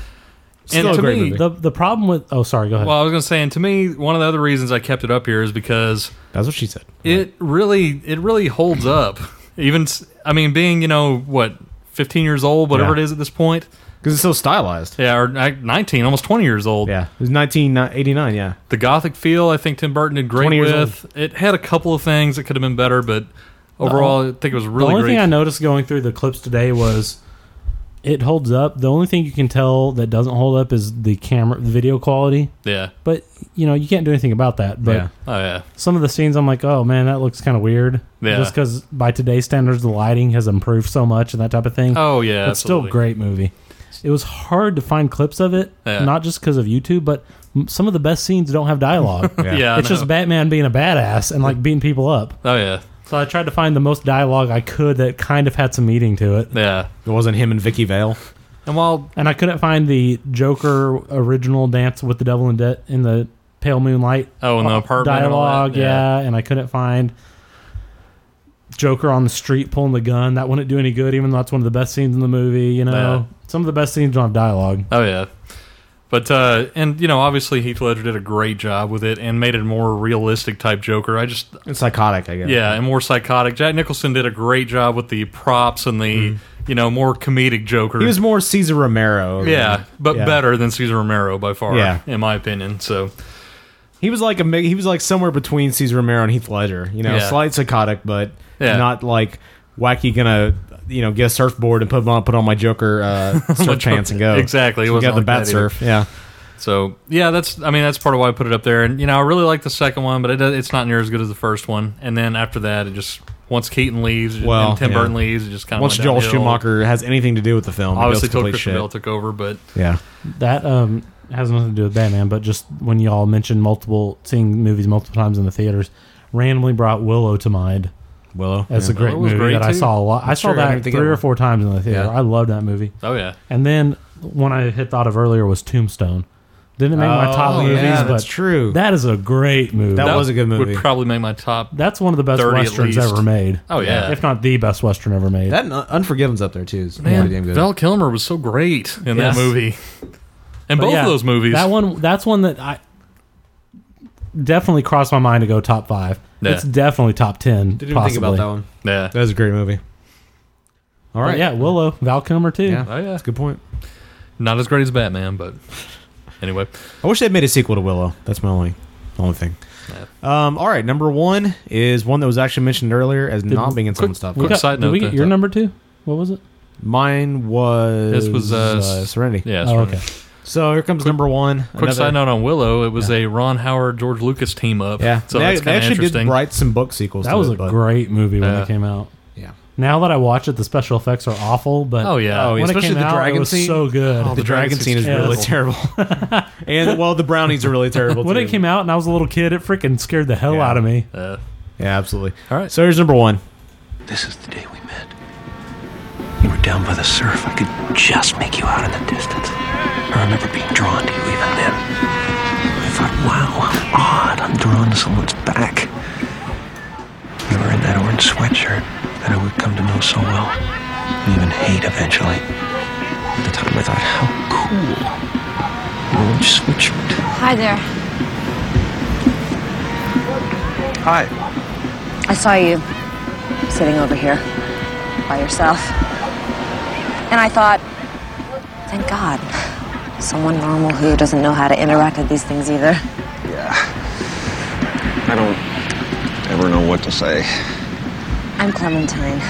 S1: and to me,
S5: the the problem with oh sorry, go ahead.
S1: well, I was going to say, and to me, one of the other reasons I kept it up here is because
S8: that's what she said.
S1: It really, it really holds up. Even, s- I mean, being you know what, fifteen years old, whatever
S8: Yeah.
S1: it is at this point,
S8: because it's so stylized.
S1: Yeah, or like, nineteen, almost twenty years old.
S8: Yeah, it was 1989. Yeah,
S1: the gothic feel. I think Tim Burton did
S8: 20
S1: great
S8: years
S1: with. It had a couple of things that could have been better, but overall, I think it was
S5: The
S1: really
S5: only
S1: great.
S5: thing I noticed going through the clips today was it holds up. The only thing you can tell that doesn't hold up is the camera, the video quality.
S1: Yeah.
S5: But you know you can't do anything about that. But
S1: Yeah. Oh, yeah.
S5: Some of the scenes I'm like, oh man, that looks kind of weird.
S1: Yeah.
S5: Just because by today's standards, the lighting has improved so much and that type of thing.
S1: Oh, yeah,
S5: But still
S1: absolutely.
S5: a great movie. It was hard to find clips of it,
S1: Yeah.
S5: not just because of YouTube, but m- some of the best scenes don't have dialogue.
S1: Yeah. [LAUGHS] Yeah, I
S5: it's
S1: know.
S5: just Batman being a badass and like beating people up.
S1: oh yeah,
S5: So I tried to find the most dialogue I could that kind of had some meaning to it.
S1: Yeah,
S8: it wasn't him and Vicky Vale.
S1: And while
S5: and I couldn't find the Joker original dance with the devil in debt in the pale moonlight. uh,
S1: Oh, in the apartment and all that,
S5: dialogue, yeah. And I couldn't find Joker on the street pulling the gun. That wouldn't do any good, even though that's one of the best scenes in the movie. You know, some of the best scenes don't have dialogue.
S1: Oh yeah, but uh, and you know, obviously Heath Ledger did a great job with it and made it a more realistic type Joker. I just
S8: It's psychotic, I guess.
S1: yeah, and more psychotic. Jack Nicholson did a great job with the props and the you know more comedic Joker.
S8: Mm-hmm. he was more Caesar Romero.
S1: yeah, but
S8: Yeah.
S1: better than Cesar Romero by far.
S8: Yeah.
S1: in my opinion. So
S8: He was like a mi- he was like somewhere between Caesar Romero and Heath Ledger. You know,
S1: Yeah.
S8: slight psychotic, but
S1: Yeah.
S8: not like wacky. Gonna you know get a surfboard and put on put on my Joker
S1: [LAUGHS]
S8: [LAUGHS] uh,
S1: My
S8: surf pants and go.
S1: Exactly, it
S8: So we
S1: wasn't
S8: got the
S1: like
S8: bat
S1: that
S8: surf.
S1: either.
S8: Yeah,
S1: So yeah, that's I mean that's part of why I put it up there. And you know I really like the second one, but it, does- it's not near as good as the first one. And then after that, it just once Keaton leaves,
S8: well,
S1: and Tim
S8: yeah.
S1: Burton leaves, it just kind of
S8: once Joel Schumacher has anything to do with the film, it goes
S1: obviously till
S8: complete
S1: Christian
S8: shit.
S1: Bale took over, but
S8: Yeah.
S5: That um has nothing to do with Batman, but just when y'all mentioned multiple seeing movies multiple times in the theaters, randomly brought Willow to mind.
S8: Willow,
S5: that's
S1: yeah.
S5: a great
S1: Willow was
S5: movie
S1: great,
S5: that I
S1: too.
S5: saw a lot. I
S1: That's
S5: saw
S1: true, I didn't
S5: that
S1: think of
S5: three or
S1: that.
S5: four times in the theater.
S1: Yeah.
S5: I loved that movie.
S1: Oh, yeah.
S5: And then one I had thought of earlier was Tombstone. Didn't make my top
S1: Oh, yeah,
S5: movies, but
S1: that's
S8: true.
S5: That is a great movie.
S1: Would probably make my top.
S5: That's one of the best
S1: 30 at
S5: westerns
S1: least.
S5: ever made.
S1: Oh yeah,
S5: if not the best western ever made.
S8: That and Un- Unforgiven's up there too. It's pretty damn
S1: man,
S8: good.
S1: Val Kilmer was so great in
S5: Yes.
S1: that movie, and
S5: But
S1: both
S5: yeah,
S1: of those movies.
S5: That one, that's one that I definitely crossed my mind to go top five.
S1: Yeah.
S5: It's definitely top ten.
S8: Didn't even
S5: possibly.
S8: think about that one.
S1: Yeah,
S8: that was a great movie.
S5: But
S8: All right,
S5: yeah, Willow, Val Kilmer too.
S8: Yeah.
S1: Oh yeah, that's a
S8: good point.
S1: Not as great as Batman,
S5: [LAUGHS]
S1: but anyway.
S8: I wish they'd made a sequel to Willow. That's my only only thing. Um, all right, number one is one that was actually mentioned earlier as
S5: Did-
S8: not being in
S5: quick-
S8: someone's top.
S5: we
S8: five.
S5: got- Did we get your number two? What was it?
S8: Mine was
S1: This was, uh,
S8: Serenity.
S1: yeah, Oh, Serenity. okay.
S8: So here comes number one.
S1: Quick side note on Willow: it was a Ron Howard George Lucas team up.
S8: Yeah,
S1: so
S8: they,
S1: that's
S8: they
S1: kind of
S8: actually
S1: interesting.
S8: did write some book sequels.
S5: That
S8: to
S5: was
S8: it,
S5: a
S8: but-
S5: great movie when
S1: Yeah.
S5: it came out.
S8: Yeah.
S5: Now that I watch it, the special effects are awful. But
S1: Oh, yeah. Oh,
S5: when
S8: especially
S5: it came
S8: the
S5: out,
S8: dragon
S5: it was
S8: scene.
S5: so good.
S8: Oh, the The dragon dragon scene is
S5: Yeah.
S8: really terrible. and well, the brownies are really terrible.
S5: when
S8: too.
S5: it came out, and I was a little kid, it freaking scared the hell
S8: Yeah.
S5: out of me.
S8: yeah, absolutely.
S1: All right,
S8: so here's number one.
S4: This is the day we met. You were down by the surf. I could just make you out in the distance. I remember being drawn to you even then. I thought, wow, odd. I'm drawn to someone's back. You were in that orange sweatshirt that I would come to know so well, and even hate eventually. At the time, I thought, how cool. An orange sweatshirt.
S22: Hi there.
S4: Hi.
S22: I saw you sitting over here by yourself. And I thought, thank God, someone normal who doesn't know how to interact with these things either.
S2: I don't ever know what to say.
S22: I'm Clementine.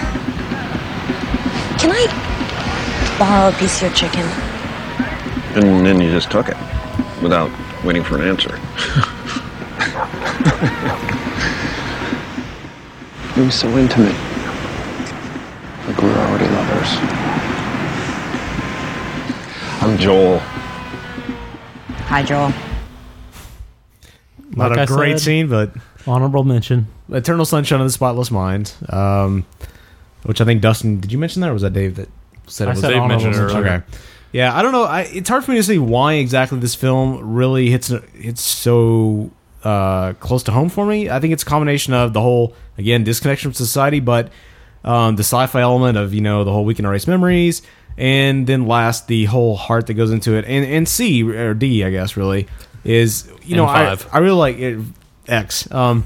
S22: Can I borrow a piece of your chicken?
S2: And then you just took it without waiting for an answer.
S4: [LAUGHS] It was so intimate. Like we were already lovers.
S2: I'm Joel.
S22: Hi, Joel.
S5: [LAUGHS]
S8: Not
S5: Like
S8: a
S5: I
S8: great
S5: said,
S8: scene, but
S5: honorable mention.
S8: Eternal Sunshine of the Spotless Mind, um, which I think Dustin did you mention that, or was that Dave that said
S5: I
S8: it was
S5: said Dave honorable mentioned it mention. earlier.
S8: Okay, yeah, I don't know. I, it's hard for me to see why exactly this film really hits hits so uh, close to home for me. I think it's a combination of the whole again disconnection from society, but um, the sci-fi element of you know the whole we can erase memories, and then last the whole heart that goes into it, and and C or D I guess really is you know
S1: And
S8: I,
S1: five.
S8: I really like it, X. Um,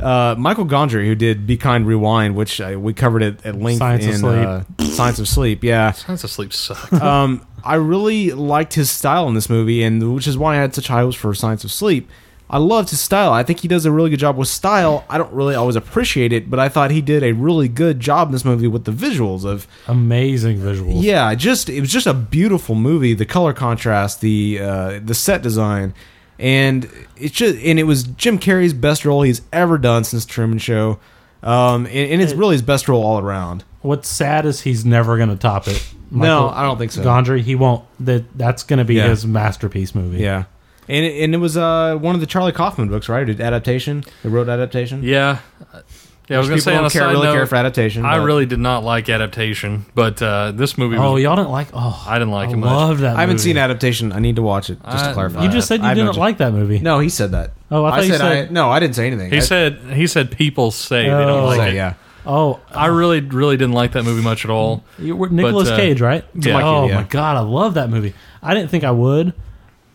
S8: uh, Michael Gondry, who did Be Kind Rewind, which uh, we covered at, at length
S5: Science of
S8: in
S5: Sleep.
S8: Uh, Science of Sleep, yeah.
S1: Science of Sleep [LAUGHS]
S5: [LAUGHS]
S1: sucks.
S5: Uh,
S8: um, I really liked his style in this movie, and which is why I had such high hopes for Science of Sleep. I loved his style. I think he does a really good job with style. I don't really always appreciate it, but I thought he did a really good job in this movie with the visuals of
S5: amazing visuals.
S8: Yeah, just it was just a beautiful movie. The color contrast, the uh, the set design, and it's just and it was Jim Carrey's best role he's ever done since Truman Show, um, and, and it's really his best role all around.
S5: What's sad is he's never going to top it.
S8: No, I don't think so.
S5: Gondry, he won't. That that's going to be
S8: Yeah.
S5: his masterpiece movie.
S8: Yeah. And it, and it was uh, one of the Charlie Kaufman books, right? An Adaptation, the road adaptation.
S1: Yeah. Yeah, I was gonna
S8: Most people
S1: say on
S8: don't
S1: a
S8: care-
S1: side
S8: really
S1: note,
S8: care for adaptation,
S1: I
S8: but-
S1: really did not like adaptation, but uh, this movie.
S5: Oh,
S1: was,
S5: y'all didn't like? Oh,
S1: I didn't like
S5: I
S1: it much.
S5: loved that
S8: I haven't
S5: movie.
S8: seen adaptation. I need to watch it just
S1: I-
S8: to clarify.
S1: You just
S8: that.
S1: said you
S8: I have
S1: didn't
S8: ju-
S1: like
S5: that movie.
S8: No, he said that.
S5: Oh, I thought you
S8: said,
S5: said-
S8: I, no. I didn't say anything.
S1: He
S8: I-
S1: said he said people say they don't
S5: Oh.
S1: like
S5: Say,
S1: it.
S5: yeah. Oh,
S1: I really really didn't like that movie much at all.
S5: You were Nicolas
S1: But, uh,
S5: Cage, right?
S1: Yeah.
S5: oh my god, I love that movie. I didn't think I would,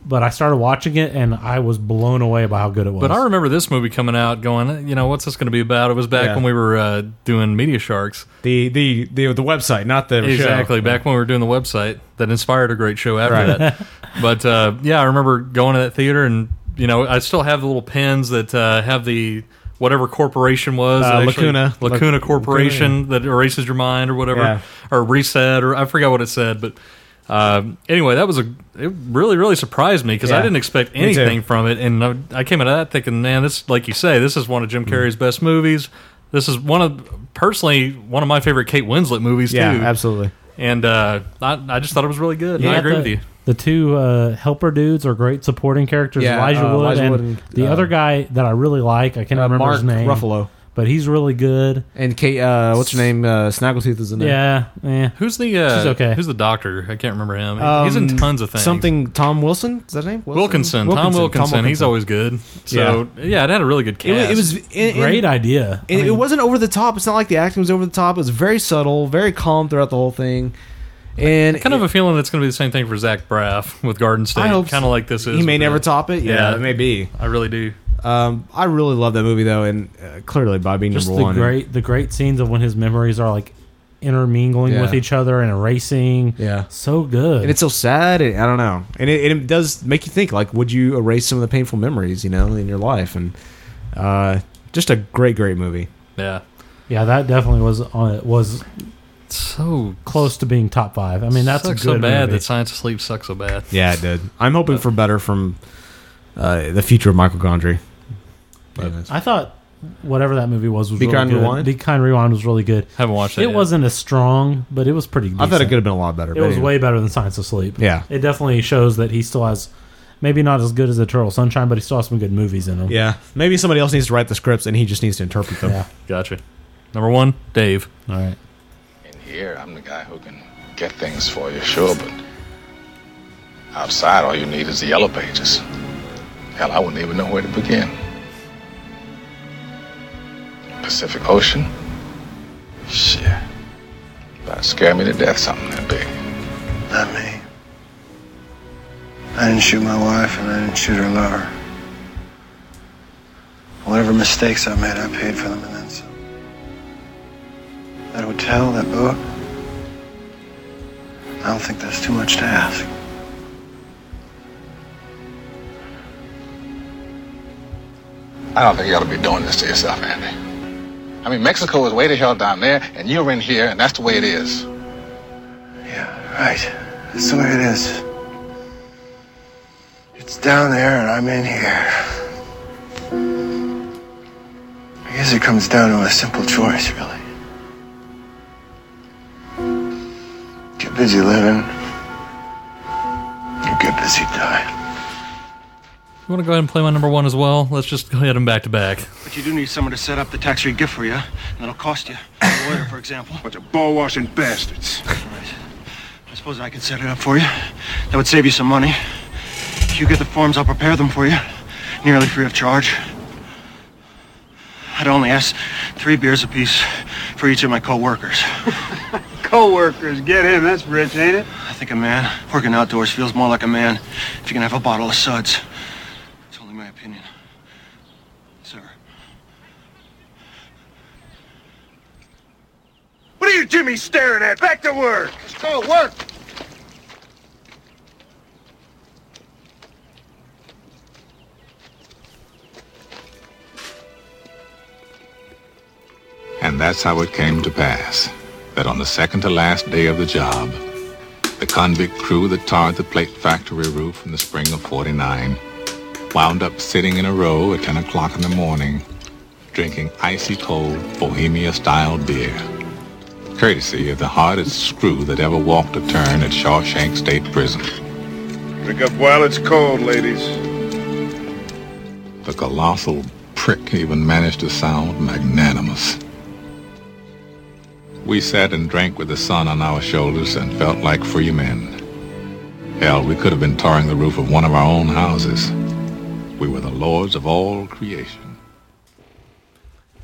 S5: but I started watching it and I was blown away by how good it was.
S1: But I remember this movie coming out, going, you know, what's this going to be about? It was back
S5: Yeah.
S1: when we were uh, doing Media Sharks,
S8: the the the, the website, not the show.
S1: exactly back when we were doing the website that inspired a great show after
S8: Right. [LAUGHS]
S1: that. but uh, yeah, I remember going to that theater, and you know, I still have the little pins that uh, have the whatever corporation was
S8: Uh,
S1: that actually-
S8: Lacuna.
S1: Lacuna
S8: Lac-
S1: Corporation that erases your mind or whatever,
S8: Yeah.
S1: or reset, or I forgot what it said, but. Um, anyway, that was a it really really surprised me because I
S8: Yeah.
S1: didn't expect
S8: Me too.
S1: anything from it, and I, I came out of that thinking, man, this like you say, this is one of Jim
S8: Mm-hmm.
S1: Carrey's best movies. This is one of personally one of my favorite Kate Winslet movies
S8: Yeah,
S1: too.
S8: absolutely.
S1: And uh, I, I just thought it was really good. and I agree
S5: the,
S1: with you.
S5: The two uh, helper dudes are great supporting characters.
S1: Yeah,
S5: Elijah,
S1: uh,
S5: Wood,
S1: Elijah
S5: and
S1: Wood and,
S5: the
S1: uh,
S5: other guy that I really like. I can't
S8: uh,
S5: remember his
S8: Mark
S5: name.
S8: Ruffalo.
S5: but he's really good.
S8: And Kate, uh, what's her name? Uh, Snaggletooth is in there.
S5: Yeah, yeah.
S1: Who's the uh,
S5: She's okay.
S1: Who's the doctor? I can't remember him. He's in
S8: Um,
S1: tons of things.
S8: Something Tom Wilson is that his name?
S1: Wilkinson, Tom Wilkinson, he's always good. So yeah, it had a really good
S8: It was-
S1: cast.
S8: it was- it- it- Great
S5: idea.
S8: And it wasn't over the top. It's not like the acting was over the top. It was very subtle, very calm throughout the whole thing. And
S1: kind of a feeling that's going to be the same thing for Zach Braff with Garden State.
S8: I hope
S1: kind of like this is.
S8: he may
S1: with
S8: never top it. Yeah, it may be.
S1: I really do.
S8: Um, I really love that movie though, and uh, clearly by being
S5: Just
S8: number
S5: the
S8: one.
S5: great the great scenes of when his memories are like intermingling
S8: Yeah.
S5: with each other and erasing.
S8: Yeah.
S5: so good.
S8: and it's so sad. And, I don't know, and it, and it does make you think. Like, would you erase some of the painful memories you know in your life? And uh, just a great, great movie.
S1: Yeah.
S5: Yeah, that definitely was on it was
S1: so
S5: close to being top five. I mean, that's a good
S1: Sucks so bad
S5: movie.
S1: that Science of Sleep sucks so bad.
S8: Yeah, it did. I'm hoping for better from uh, the future of Michael Gondry.
S5: I thought whatever that movie was was
S8: Be
S5: really
S8: Kind
S5: good.
S8: Rewind?
S5: Be Kind Rewind was really good.
S1: Haven't watched that
S5: It
S1: yet.
S5: wasn't as strong, but it was pretty. Decent.
S8: I thought it could have been a lot better.
S5: It
S8: but
S5: was
S8: anyway.
S5: way better than Science of Sleep.
S8: Yeah.
S5: it definitely shows that he still has, maybe not as good as Eternal Sunshine, but he still has some good movies in him.
S8: Yeah, maybe somebody else needs to write the scripts and he just needs to interpret them.
S5: Yeah.
S1: Gotcha. Number one, Dave.
S5: All right.
S6: In here, I'm the guy who can get things for you, sure, but outside, all you need is the yellow pages. Hell, I wouldn't even know where to begin. Pacific Ocean? Shit. That scared me to death, something that big.
S17: Not me. I didn't shoot my wife and I didn't shoot her lover. Whatever mistakes I made, I paid for them and then some. That hotel, that boat. I don't think that's too much to ask.
S6: I don't think you ought to be doing this to yourself, Andy. I mean, Mexico is way to hell down there, and you're in here, and that's the way it is.
S17: Right. That's the way it is. It's down there and I'm in here. I guess it comes down to a simple choice, really. Get busy living, or get busy dying.
S1: You want to go ahead and play my number one as well? Let's just go ahead and back to back.
S17: But you do need someone to set up the tax free gift for you, and that'll cost you. A lawyer, for example. Bunch of ball washing bastards. Right. I suppose I could set it up for you. That would save you some money. You get the forms, I'll prepare them for you. nearly free of charge. I'd only ask three beers apiece for each of my co-workers.
S14: [LAUGHS] Co-workers, get him. That's rich, ain't it?
S17: I think a man working outdoors feels more like a man if you can have a bottle of suds. It's only my opinion. Sir.
S16: What are you, Jimmy, staring at? Back to work. Let's go work.
S9: And that's how it came to pass that on the second to last day of the job, the convict crew that tarred the plate factory roof in the spring of 49 wound up sitting in a row at 10 o'clock in the morning, drinking icy cold Bohemia-style beer, courtesy of the hardest screw that ever walked a turn at Shawshank State Prison.
S13: Drink up while it's cold, ladies.
S9: The colossal prick even managed to sound magnanimous. We sat and drank with the sun on our shoulders and felt like free men. Hell, we could have been tarring the roof of one of our own houses. We were the lords of all creation.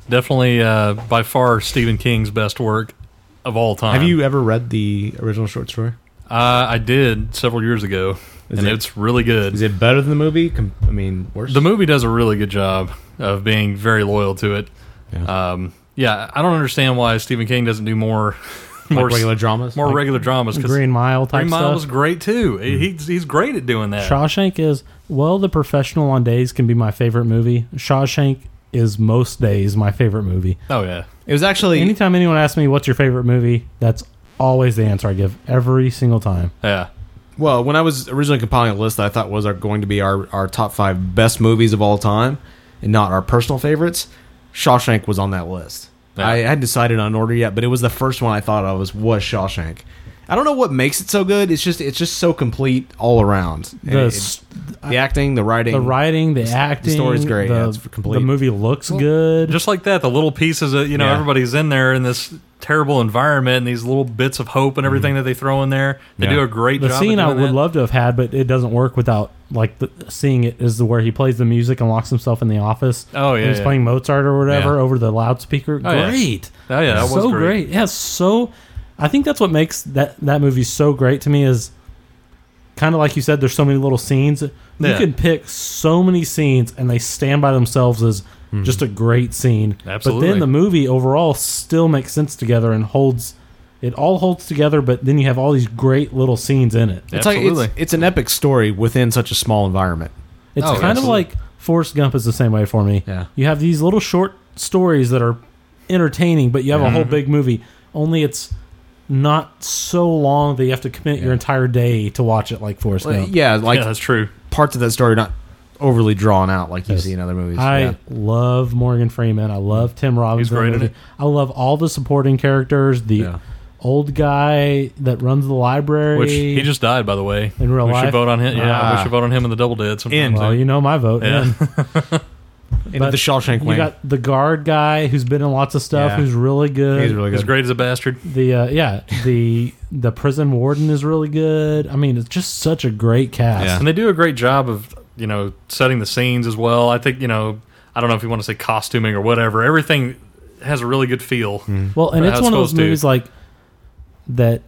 S1: Definitely, uh, by far, Stephen King's best work of all time.
S8: Have you ever read the original short story?
S1: Uh, I did several years ago,
S8: Is
S1: and
S8: it-
S1: it's really good.
S8: Is it better than the movie? Com- I mean, worse.
S1: The movie does a really good job of being very loyal to it. Yeah, um, yeah I don't understand why Stephen King doesn't do more
S8: Like
S1: more
S8: regular dramas?
S1: more
S8: Like Hmm.
S1: regular dramas. 'cause
S5: Green Mile type
S1: Green Mile
S5: stuff?
S1: was great too. He- He's he's great at doing that.
S5: Shawshank is well, The Professional on days can be my favorite movie. Shawshank is most days my favorite movie.
S1: Oh yeah,
S8: it was actually
S5: anytime anyone asks me what's your favorite movie, that's always the answer I give every single time.
S1: Yeah.
S8: Well, when I was originally compiling a list that I thought was our, going to be our, our top five best movies of all time and not our personal favorites, Shawshank was on that list. I hadn't decided on order yet, but it was the first one I thought of was, was Shawshank. I don't know what makes it so good. It's just it's just so complete all around. And
S5: The
S8: it-
S5: s-
S8: the acting, the writing,
S5: The writing, the acting,
S8: the story's great.
S5: The,
S8: yeah, it's complete.
S5: the movie looks good.
S1: Just like that, the little pieces that you know
S5: Yeah.
S1: everybody's in there in this terrible environment, and these little bits of hope and everything that they throw in there. They
S5: Yeah.
S1: do a great
S5: the
S1: job. of
S5: scene I
S1: doing
S5: would
S1: that.
S5: love to have had, but it doesn't work without like the, seeing it is the where he plays the music and locks himself in the office.
S1: Oh,
S5: And
S1: yeah,
S5: he's
S1: yeah.
S5: playing Mozart or whatever
S1: Yeah.
S5: over the loudspeaker.
S1: Oh, yeah.
S5: great.
S1: Oh, yeah, that was
S5: so
S1: great.
S5: great. Yeah, so I think that's what makes that that movie so great to me is kind of like you said. There's so many little scenes. You
S1: Yeah.
S5: can pick so many scenes, and they stand by themselves as
S1: Hmm.
S5: just a great scene. But
S1: Absolutely.
S5: then the movie overall still makes sense together and holds. It all holds together, but then you have all these great little scenes in it.
S8: It's like it's, it's an epic story within such a small environment.
S5: It's kind of like Forrest Gump is the same way for me. Yeah. You have these little short stories that are entertaining, but you have a
S8: Yeah.
S5: whole
S8: Mhm.
S5: big movie. Only it's not so long that you have to commit your entire day to watch it like Forrest
S8: Well,
S5: Gump.
S8: yeah, like
S1: that's true.
S8: Parts of that story are not overly drawn out like you
S5: Yes.
S8: see in other movies.
S5: I
S8: Yeah.
S5: love Morgan Freeman. I love Tim Robbins.
S8: Mm. great in
S5: movie.
S8: it.
S5: I love all the supporting characters. The old guy that runs the library,
S1: Which he just died, by the way.
S5: in real
S1: we
S5: life.
S1: should vote on him. Yeah, we
S5: Ah.
S1: should vote on him in the double dead. sometime
S5: Well,
S1: soon.
S5: you know my vote.
S1: Yeah.
S5: in.
S8: Into
S5: But
S8: the Shawshank
S5: You
S8: Lane.
S5: got the guard guy who's been in lots of stuff,
S1: Yeah.
S5: who's really good.
S1: He's really good. He's great as a bastard.
S5: The uh, yeah, the the prison warden is really good. I mean, it's just such a great cast.
S1: And they do a great job of, you know, setting the scenes as well. I think, you know, I don't know if you want to say costuming or whatever. Everything has a really good feel.
S5: Well, and
S1: Mm-hmm. for
S5: it's
S1: how
S5: one of those
S1: supposed to.
S5: movies like that.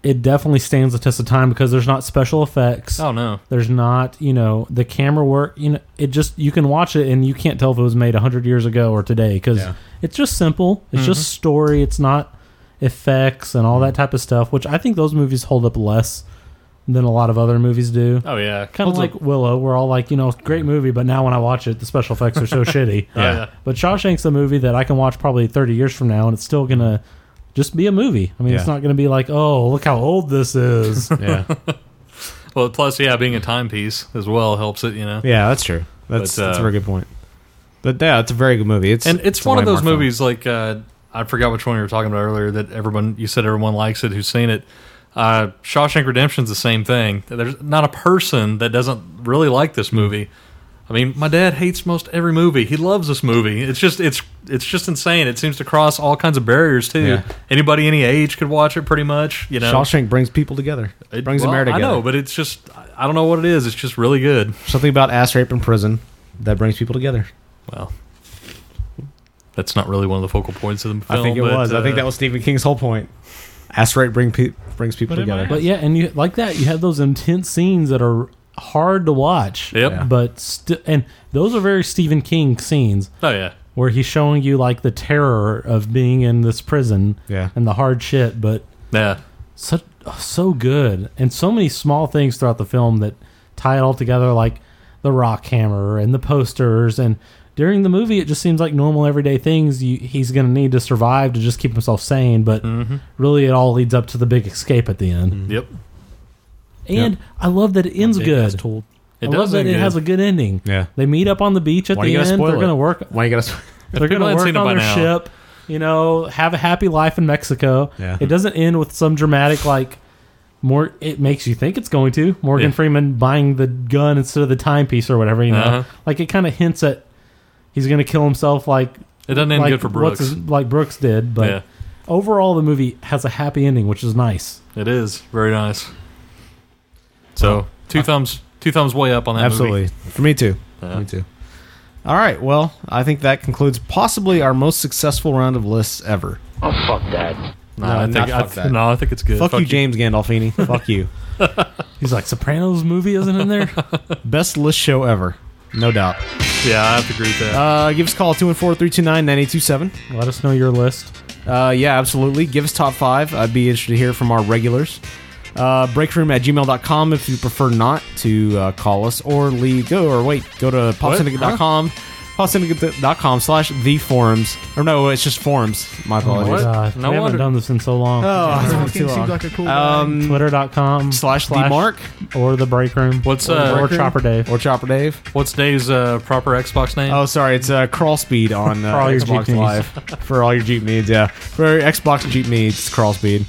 S5: It definitely stands the test of time because there's not special effects.
S1: Oh, no.
S5: there's not you know the camera work. You know, it just you can watch it and you can't tell if it was made hundred years ago or today because
S1: Yeah.
S5: it's just simple. It's
S1: Mhm.
S5: just story. It's not effects and
S1: Mm-hmm.
S5: all that type of stuff, which I think those movies hold up less than a lot of other movies do.
S1: Oh, yeah.
S5: kind of
S1: Holds
S5: like
S1: up-
S5: Willow. We're all like, you know, great movie, but now when I watch it, the special effects
S1: [LAUGHS]
S5: are so shitty.
S1: Oh, Yeah. Yeah.
S5: But Shawshank's a movie that I can watch probably 30 years from now, and it's still gonna just be a movie. I mean, it's
S1: Yeah.
S5: not gonna be like, oh, look how old this is.
S1: [LAUGHS] Yeah. Well, plus, yeah, being a timepiece as well helps it, you know.
S8: Yeah, that's true. That's
S1: But, uh,
S8: that's a very good point. But yeah, it's a very good movie. It's
S1: and it's,
S8: a
S1: one of those
S8: landmark film.
S1: movies like uh, I forgot which one you were talking about earlier that everyone you said everyone likes it who's seen it. Uh, Shawshank Redemption's the same thing. There's not a person that doesn't really like this movie. I mean, my dad hates most every movie. He loves this movie. It's just it's it's just insane. It seems to cross all kinds of barriers too.
S8: Yeah.
S1: Anybody any age could watch it pretty much. You know,
S8: Shawshank brings people together. It brings
S1: well,
S8: America
S1: I
S8: together.
S1: know, but it's just I- I don't know what it is. It's just really good.
S8: Something about ass rape in prison that brings people together.
S1: Well, that's not really one of the focal points of the
S8: I
S1: film.
S8: think it
S1: but,
S8: was. I think
S1: uh,
S8: that was Stephen King's whole point. Ass rape bring pe- brings people together.
S5: But yeah, and you like that. You have those intense scenes that are hard to watch.
S1: Yep. Yeah.
S5: But st- and those are very Stephen King scenes.
S1: Oh, yeah.
S5: Where he's showing you like the terror of being in this prison. Yeah. And the hard shit, but
S1: yeah,
S5: so so good, and so many small things throughout the film that tie it all together, like the rock hammer and the posters and. During the movie, it just seems like normal everyday things you, he's going to need to survive to just keep himself sane. But really, it all leads up to the big escape at the end.
S1: Mm-hmm. Yep.
S5: And I love that it ends
S1: big ass
S5: good.
S1: tool.
S5: I
S1: It
S5: love
S1: does
S5: that
S1: end
S5: it
S1: good.
S5: has a good ending.
S1: Yeah.
S5: They meet up on the beach at
S1: Why
S5: the
S1: you gotta
S5: end. They're
S1: spoil it?
S5: going to work. Why
S8: you got to?
S5: They're going
S1: people
S5: to
S1: hadn't
S5: work
S1: seen it
S5: on
S1: by
S5: their
S1: now.
S5: ship. You know, have a happy life in Mexico.
S1: Yeah.
S5: It doesn't end with some dramatic like. More, it makes you think it's going to Morgan
S1: Yeah.
S5: Freeman buying the gun instead of the timepiece or whatever. You know,
S1: Uh-huh.
S5: like it kind of hints at he's going to kill himself. Like
S1: It doesn't end
S5: like
S1: good for Brooks.
S5: what's his- like Brooks did. But
S1: Yeah.
S5: overall, the movie has a happy ending, which is nice.
S1: It is very nice. So two thumbs, two thumbs way up on that.
S8: Absolutely.
S1: movie.
S8: For me too. Me too. All right. Well, I think that concludes possibly our most successful round of lists ever.
S1: Oh fuck that. No, I think
S8: not
S1: I
S8: fuck
S1: th-
S8: that.
S1: no, I think it's good.
S8: Fuck,
S1: Fuck
S8: you,
S1: you. [LAUGHS]
S8: James Gandolfini. fuck you.
S5: He's like Sopranos movie isn't in there.
S8: [LAUGHS] Best list show ever, no doubt.
S1: Yeah, I have to agree with that.
S8: Uh, give us a call 214-329-9827.
S5: Let us know your list.
S8: Uh, yeah, absolutely. Give us top five. I'd be interested to hear from our regulars. Uh, breakroom at gmail.com if you prefer not to uh, call us or leave. Go or wait, go to popsyndicate.com. Popsyndicate.com slash the forums. Or no, it's just forums. My apologies.
S5: God, Uh, we haven't done this in so long.
S8: Oh,
S5: It's been
S8: Stephen King
S5: too
S8: seems
S5: long.
S8: like a cool guy.
S5: um, Twitter.com slash,
S8: The Mark.
S5: or the break room.
S1: What's
S5: or,
S1: uh,
S5: or Chopper Dave
S8: or Chopper Dave?
S1: What's Dave's uh, proper Xbox name?
S8: Oh, sorry, it's uh, Crawl Speed on
S1: [LAUGHS]
S8: uh,
S1: For all your
S8: Xbox
S1: Jeep needs.
S8: Live for all your Jeep needs. Yeah, for your Xbox Jeep needs, it's Crawl Speed.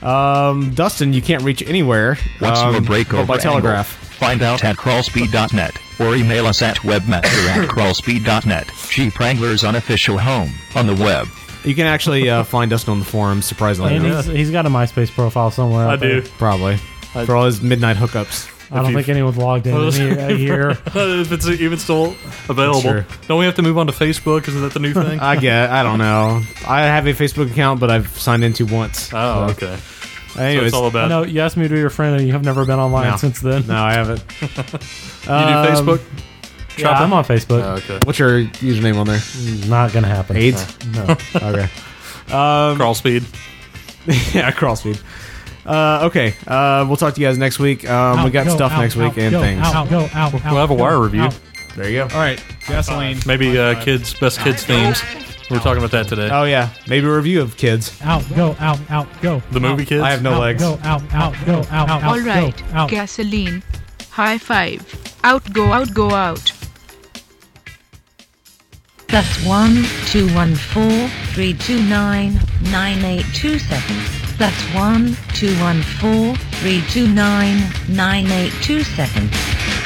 S8: Um, Dustin, you can't reach anywhere.
S10: What's
S8: um,
S10: your breakover
S8: but by telegraph.
S10: angle? Find out at crawlspeed.net or email us at webmaster at crawlspeed.net. Jeep Wrangler's unofficial home on the web.
S8: You can actually uh, find Dustin on the forums. Surprisingly,
S5: And he's, he's got a MySpace profile somewhere. out there.
S8: probably
S5: I-
S8: for all his midnight hookups.
S5: I don't think anyone's logged
S1: [LAUGHS]
S5: in in here- a year.
S1: if it's even still available,
S8: uh, That's
S1: don't we have to move on to Facebook? Isn't that the
S8: [LAUGHS]
S1: new thing?
S8: I get. I don't know. I have a Facebook account, but I've signed into once.
S1: Oh,
S8: so.
S1: okay.
S8: Anyways,
S1: so it's all about.
S5: No, you asked me to be your friend, and you have never been online
S8: No.
S5: since then.
S8: No, I haven't.
S5: [LAUGHS] you do
S1: Facebook?
S5: Yeah, I'm on Facebook.
S1: Um, Oh, okay.
S8: What's your username on there?
S5: Not gonna happen.
S8: AIDS.
S5: No.
S8: [LAUGHS] okay. Um,
S1: crawl speed.
S8: [LAUGHS] yeah, crawl speed. Uh, okay, uh, we'll talk to you guys next week. Um, we got
S1: go,
S8: stuff
S1: out,
S8: next week
S1: out,
S8: and
S1: go,
S8: things.
S1: out,
S5: go, out,
S1: We'll have a wire review.
S8: There you go. All right, gasoline.
S1: Maybe uh, kids best kids themes. We were talking about that today.
S8: Oh yeah, maybe a review of kids.
S5: Out, go, out, out, go.
S1: The movie kids.
S8: I have no
S1: Out,
S8: legs.
S1: go,
S5: out, out, go, out, out,
S11: All right, gasoline. High five. Out, go, out, go, out.
S25: That's one two one four three two nine nine eight two seven. That's one two one four three two nine nine eight two seven.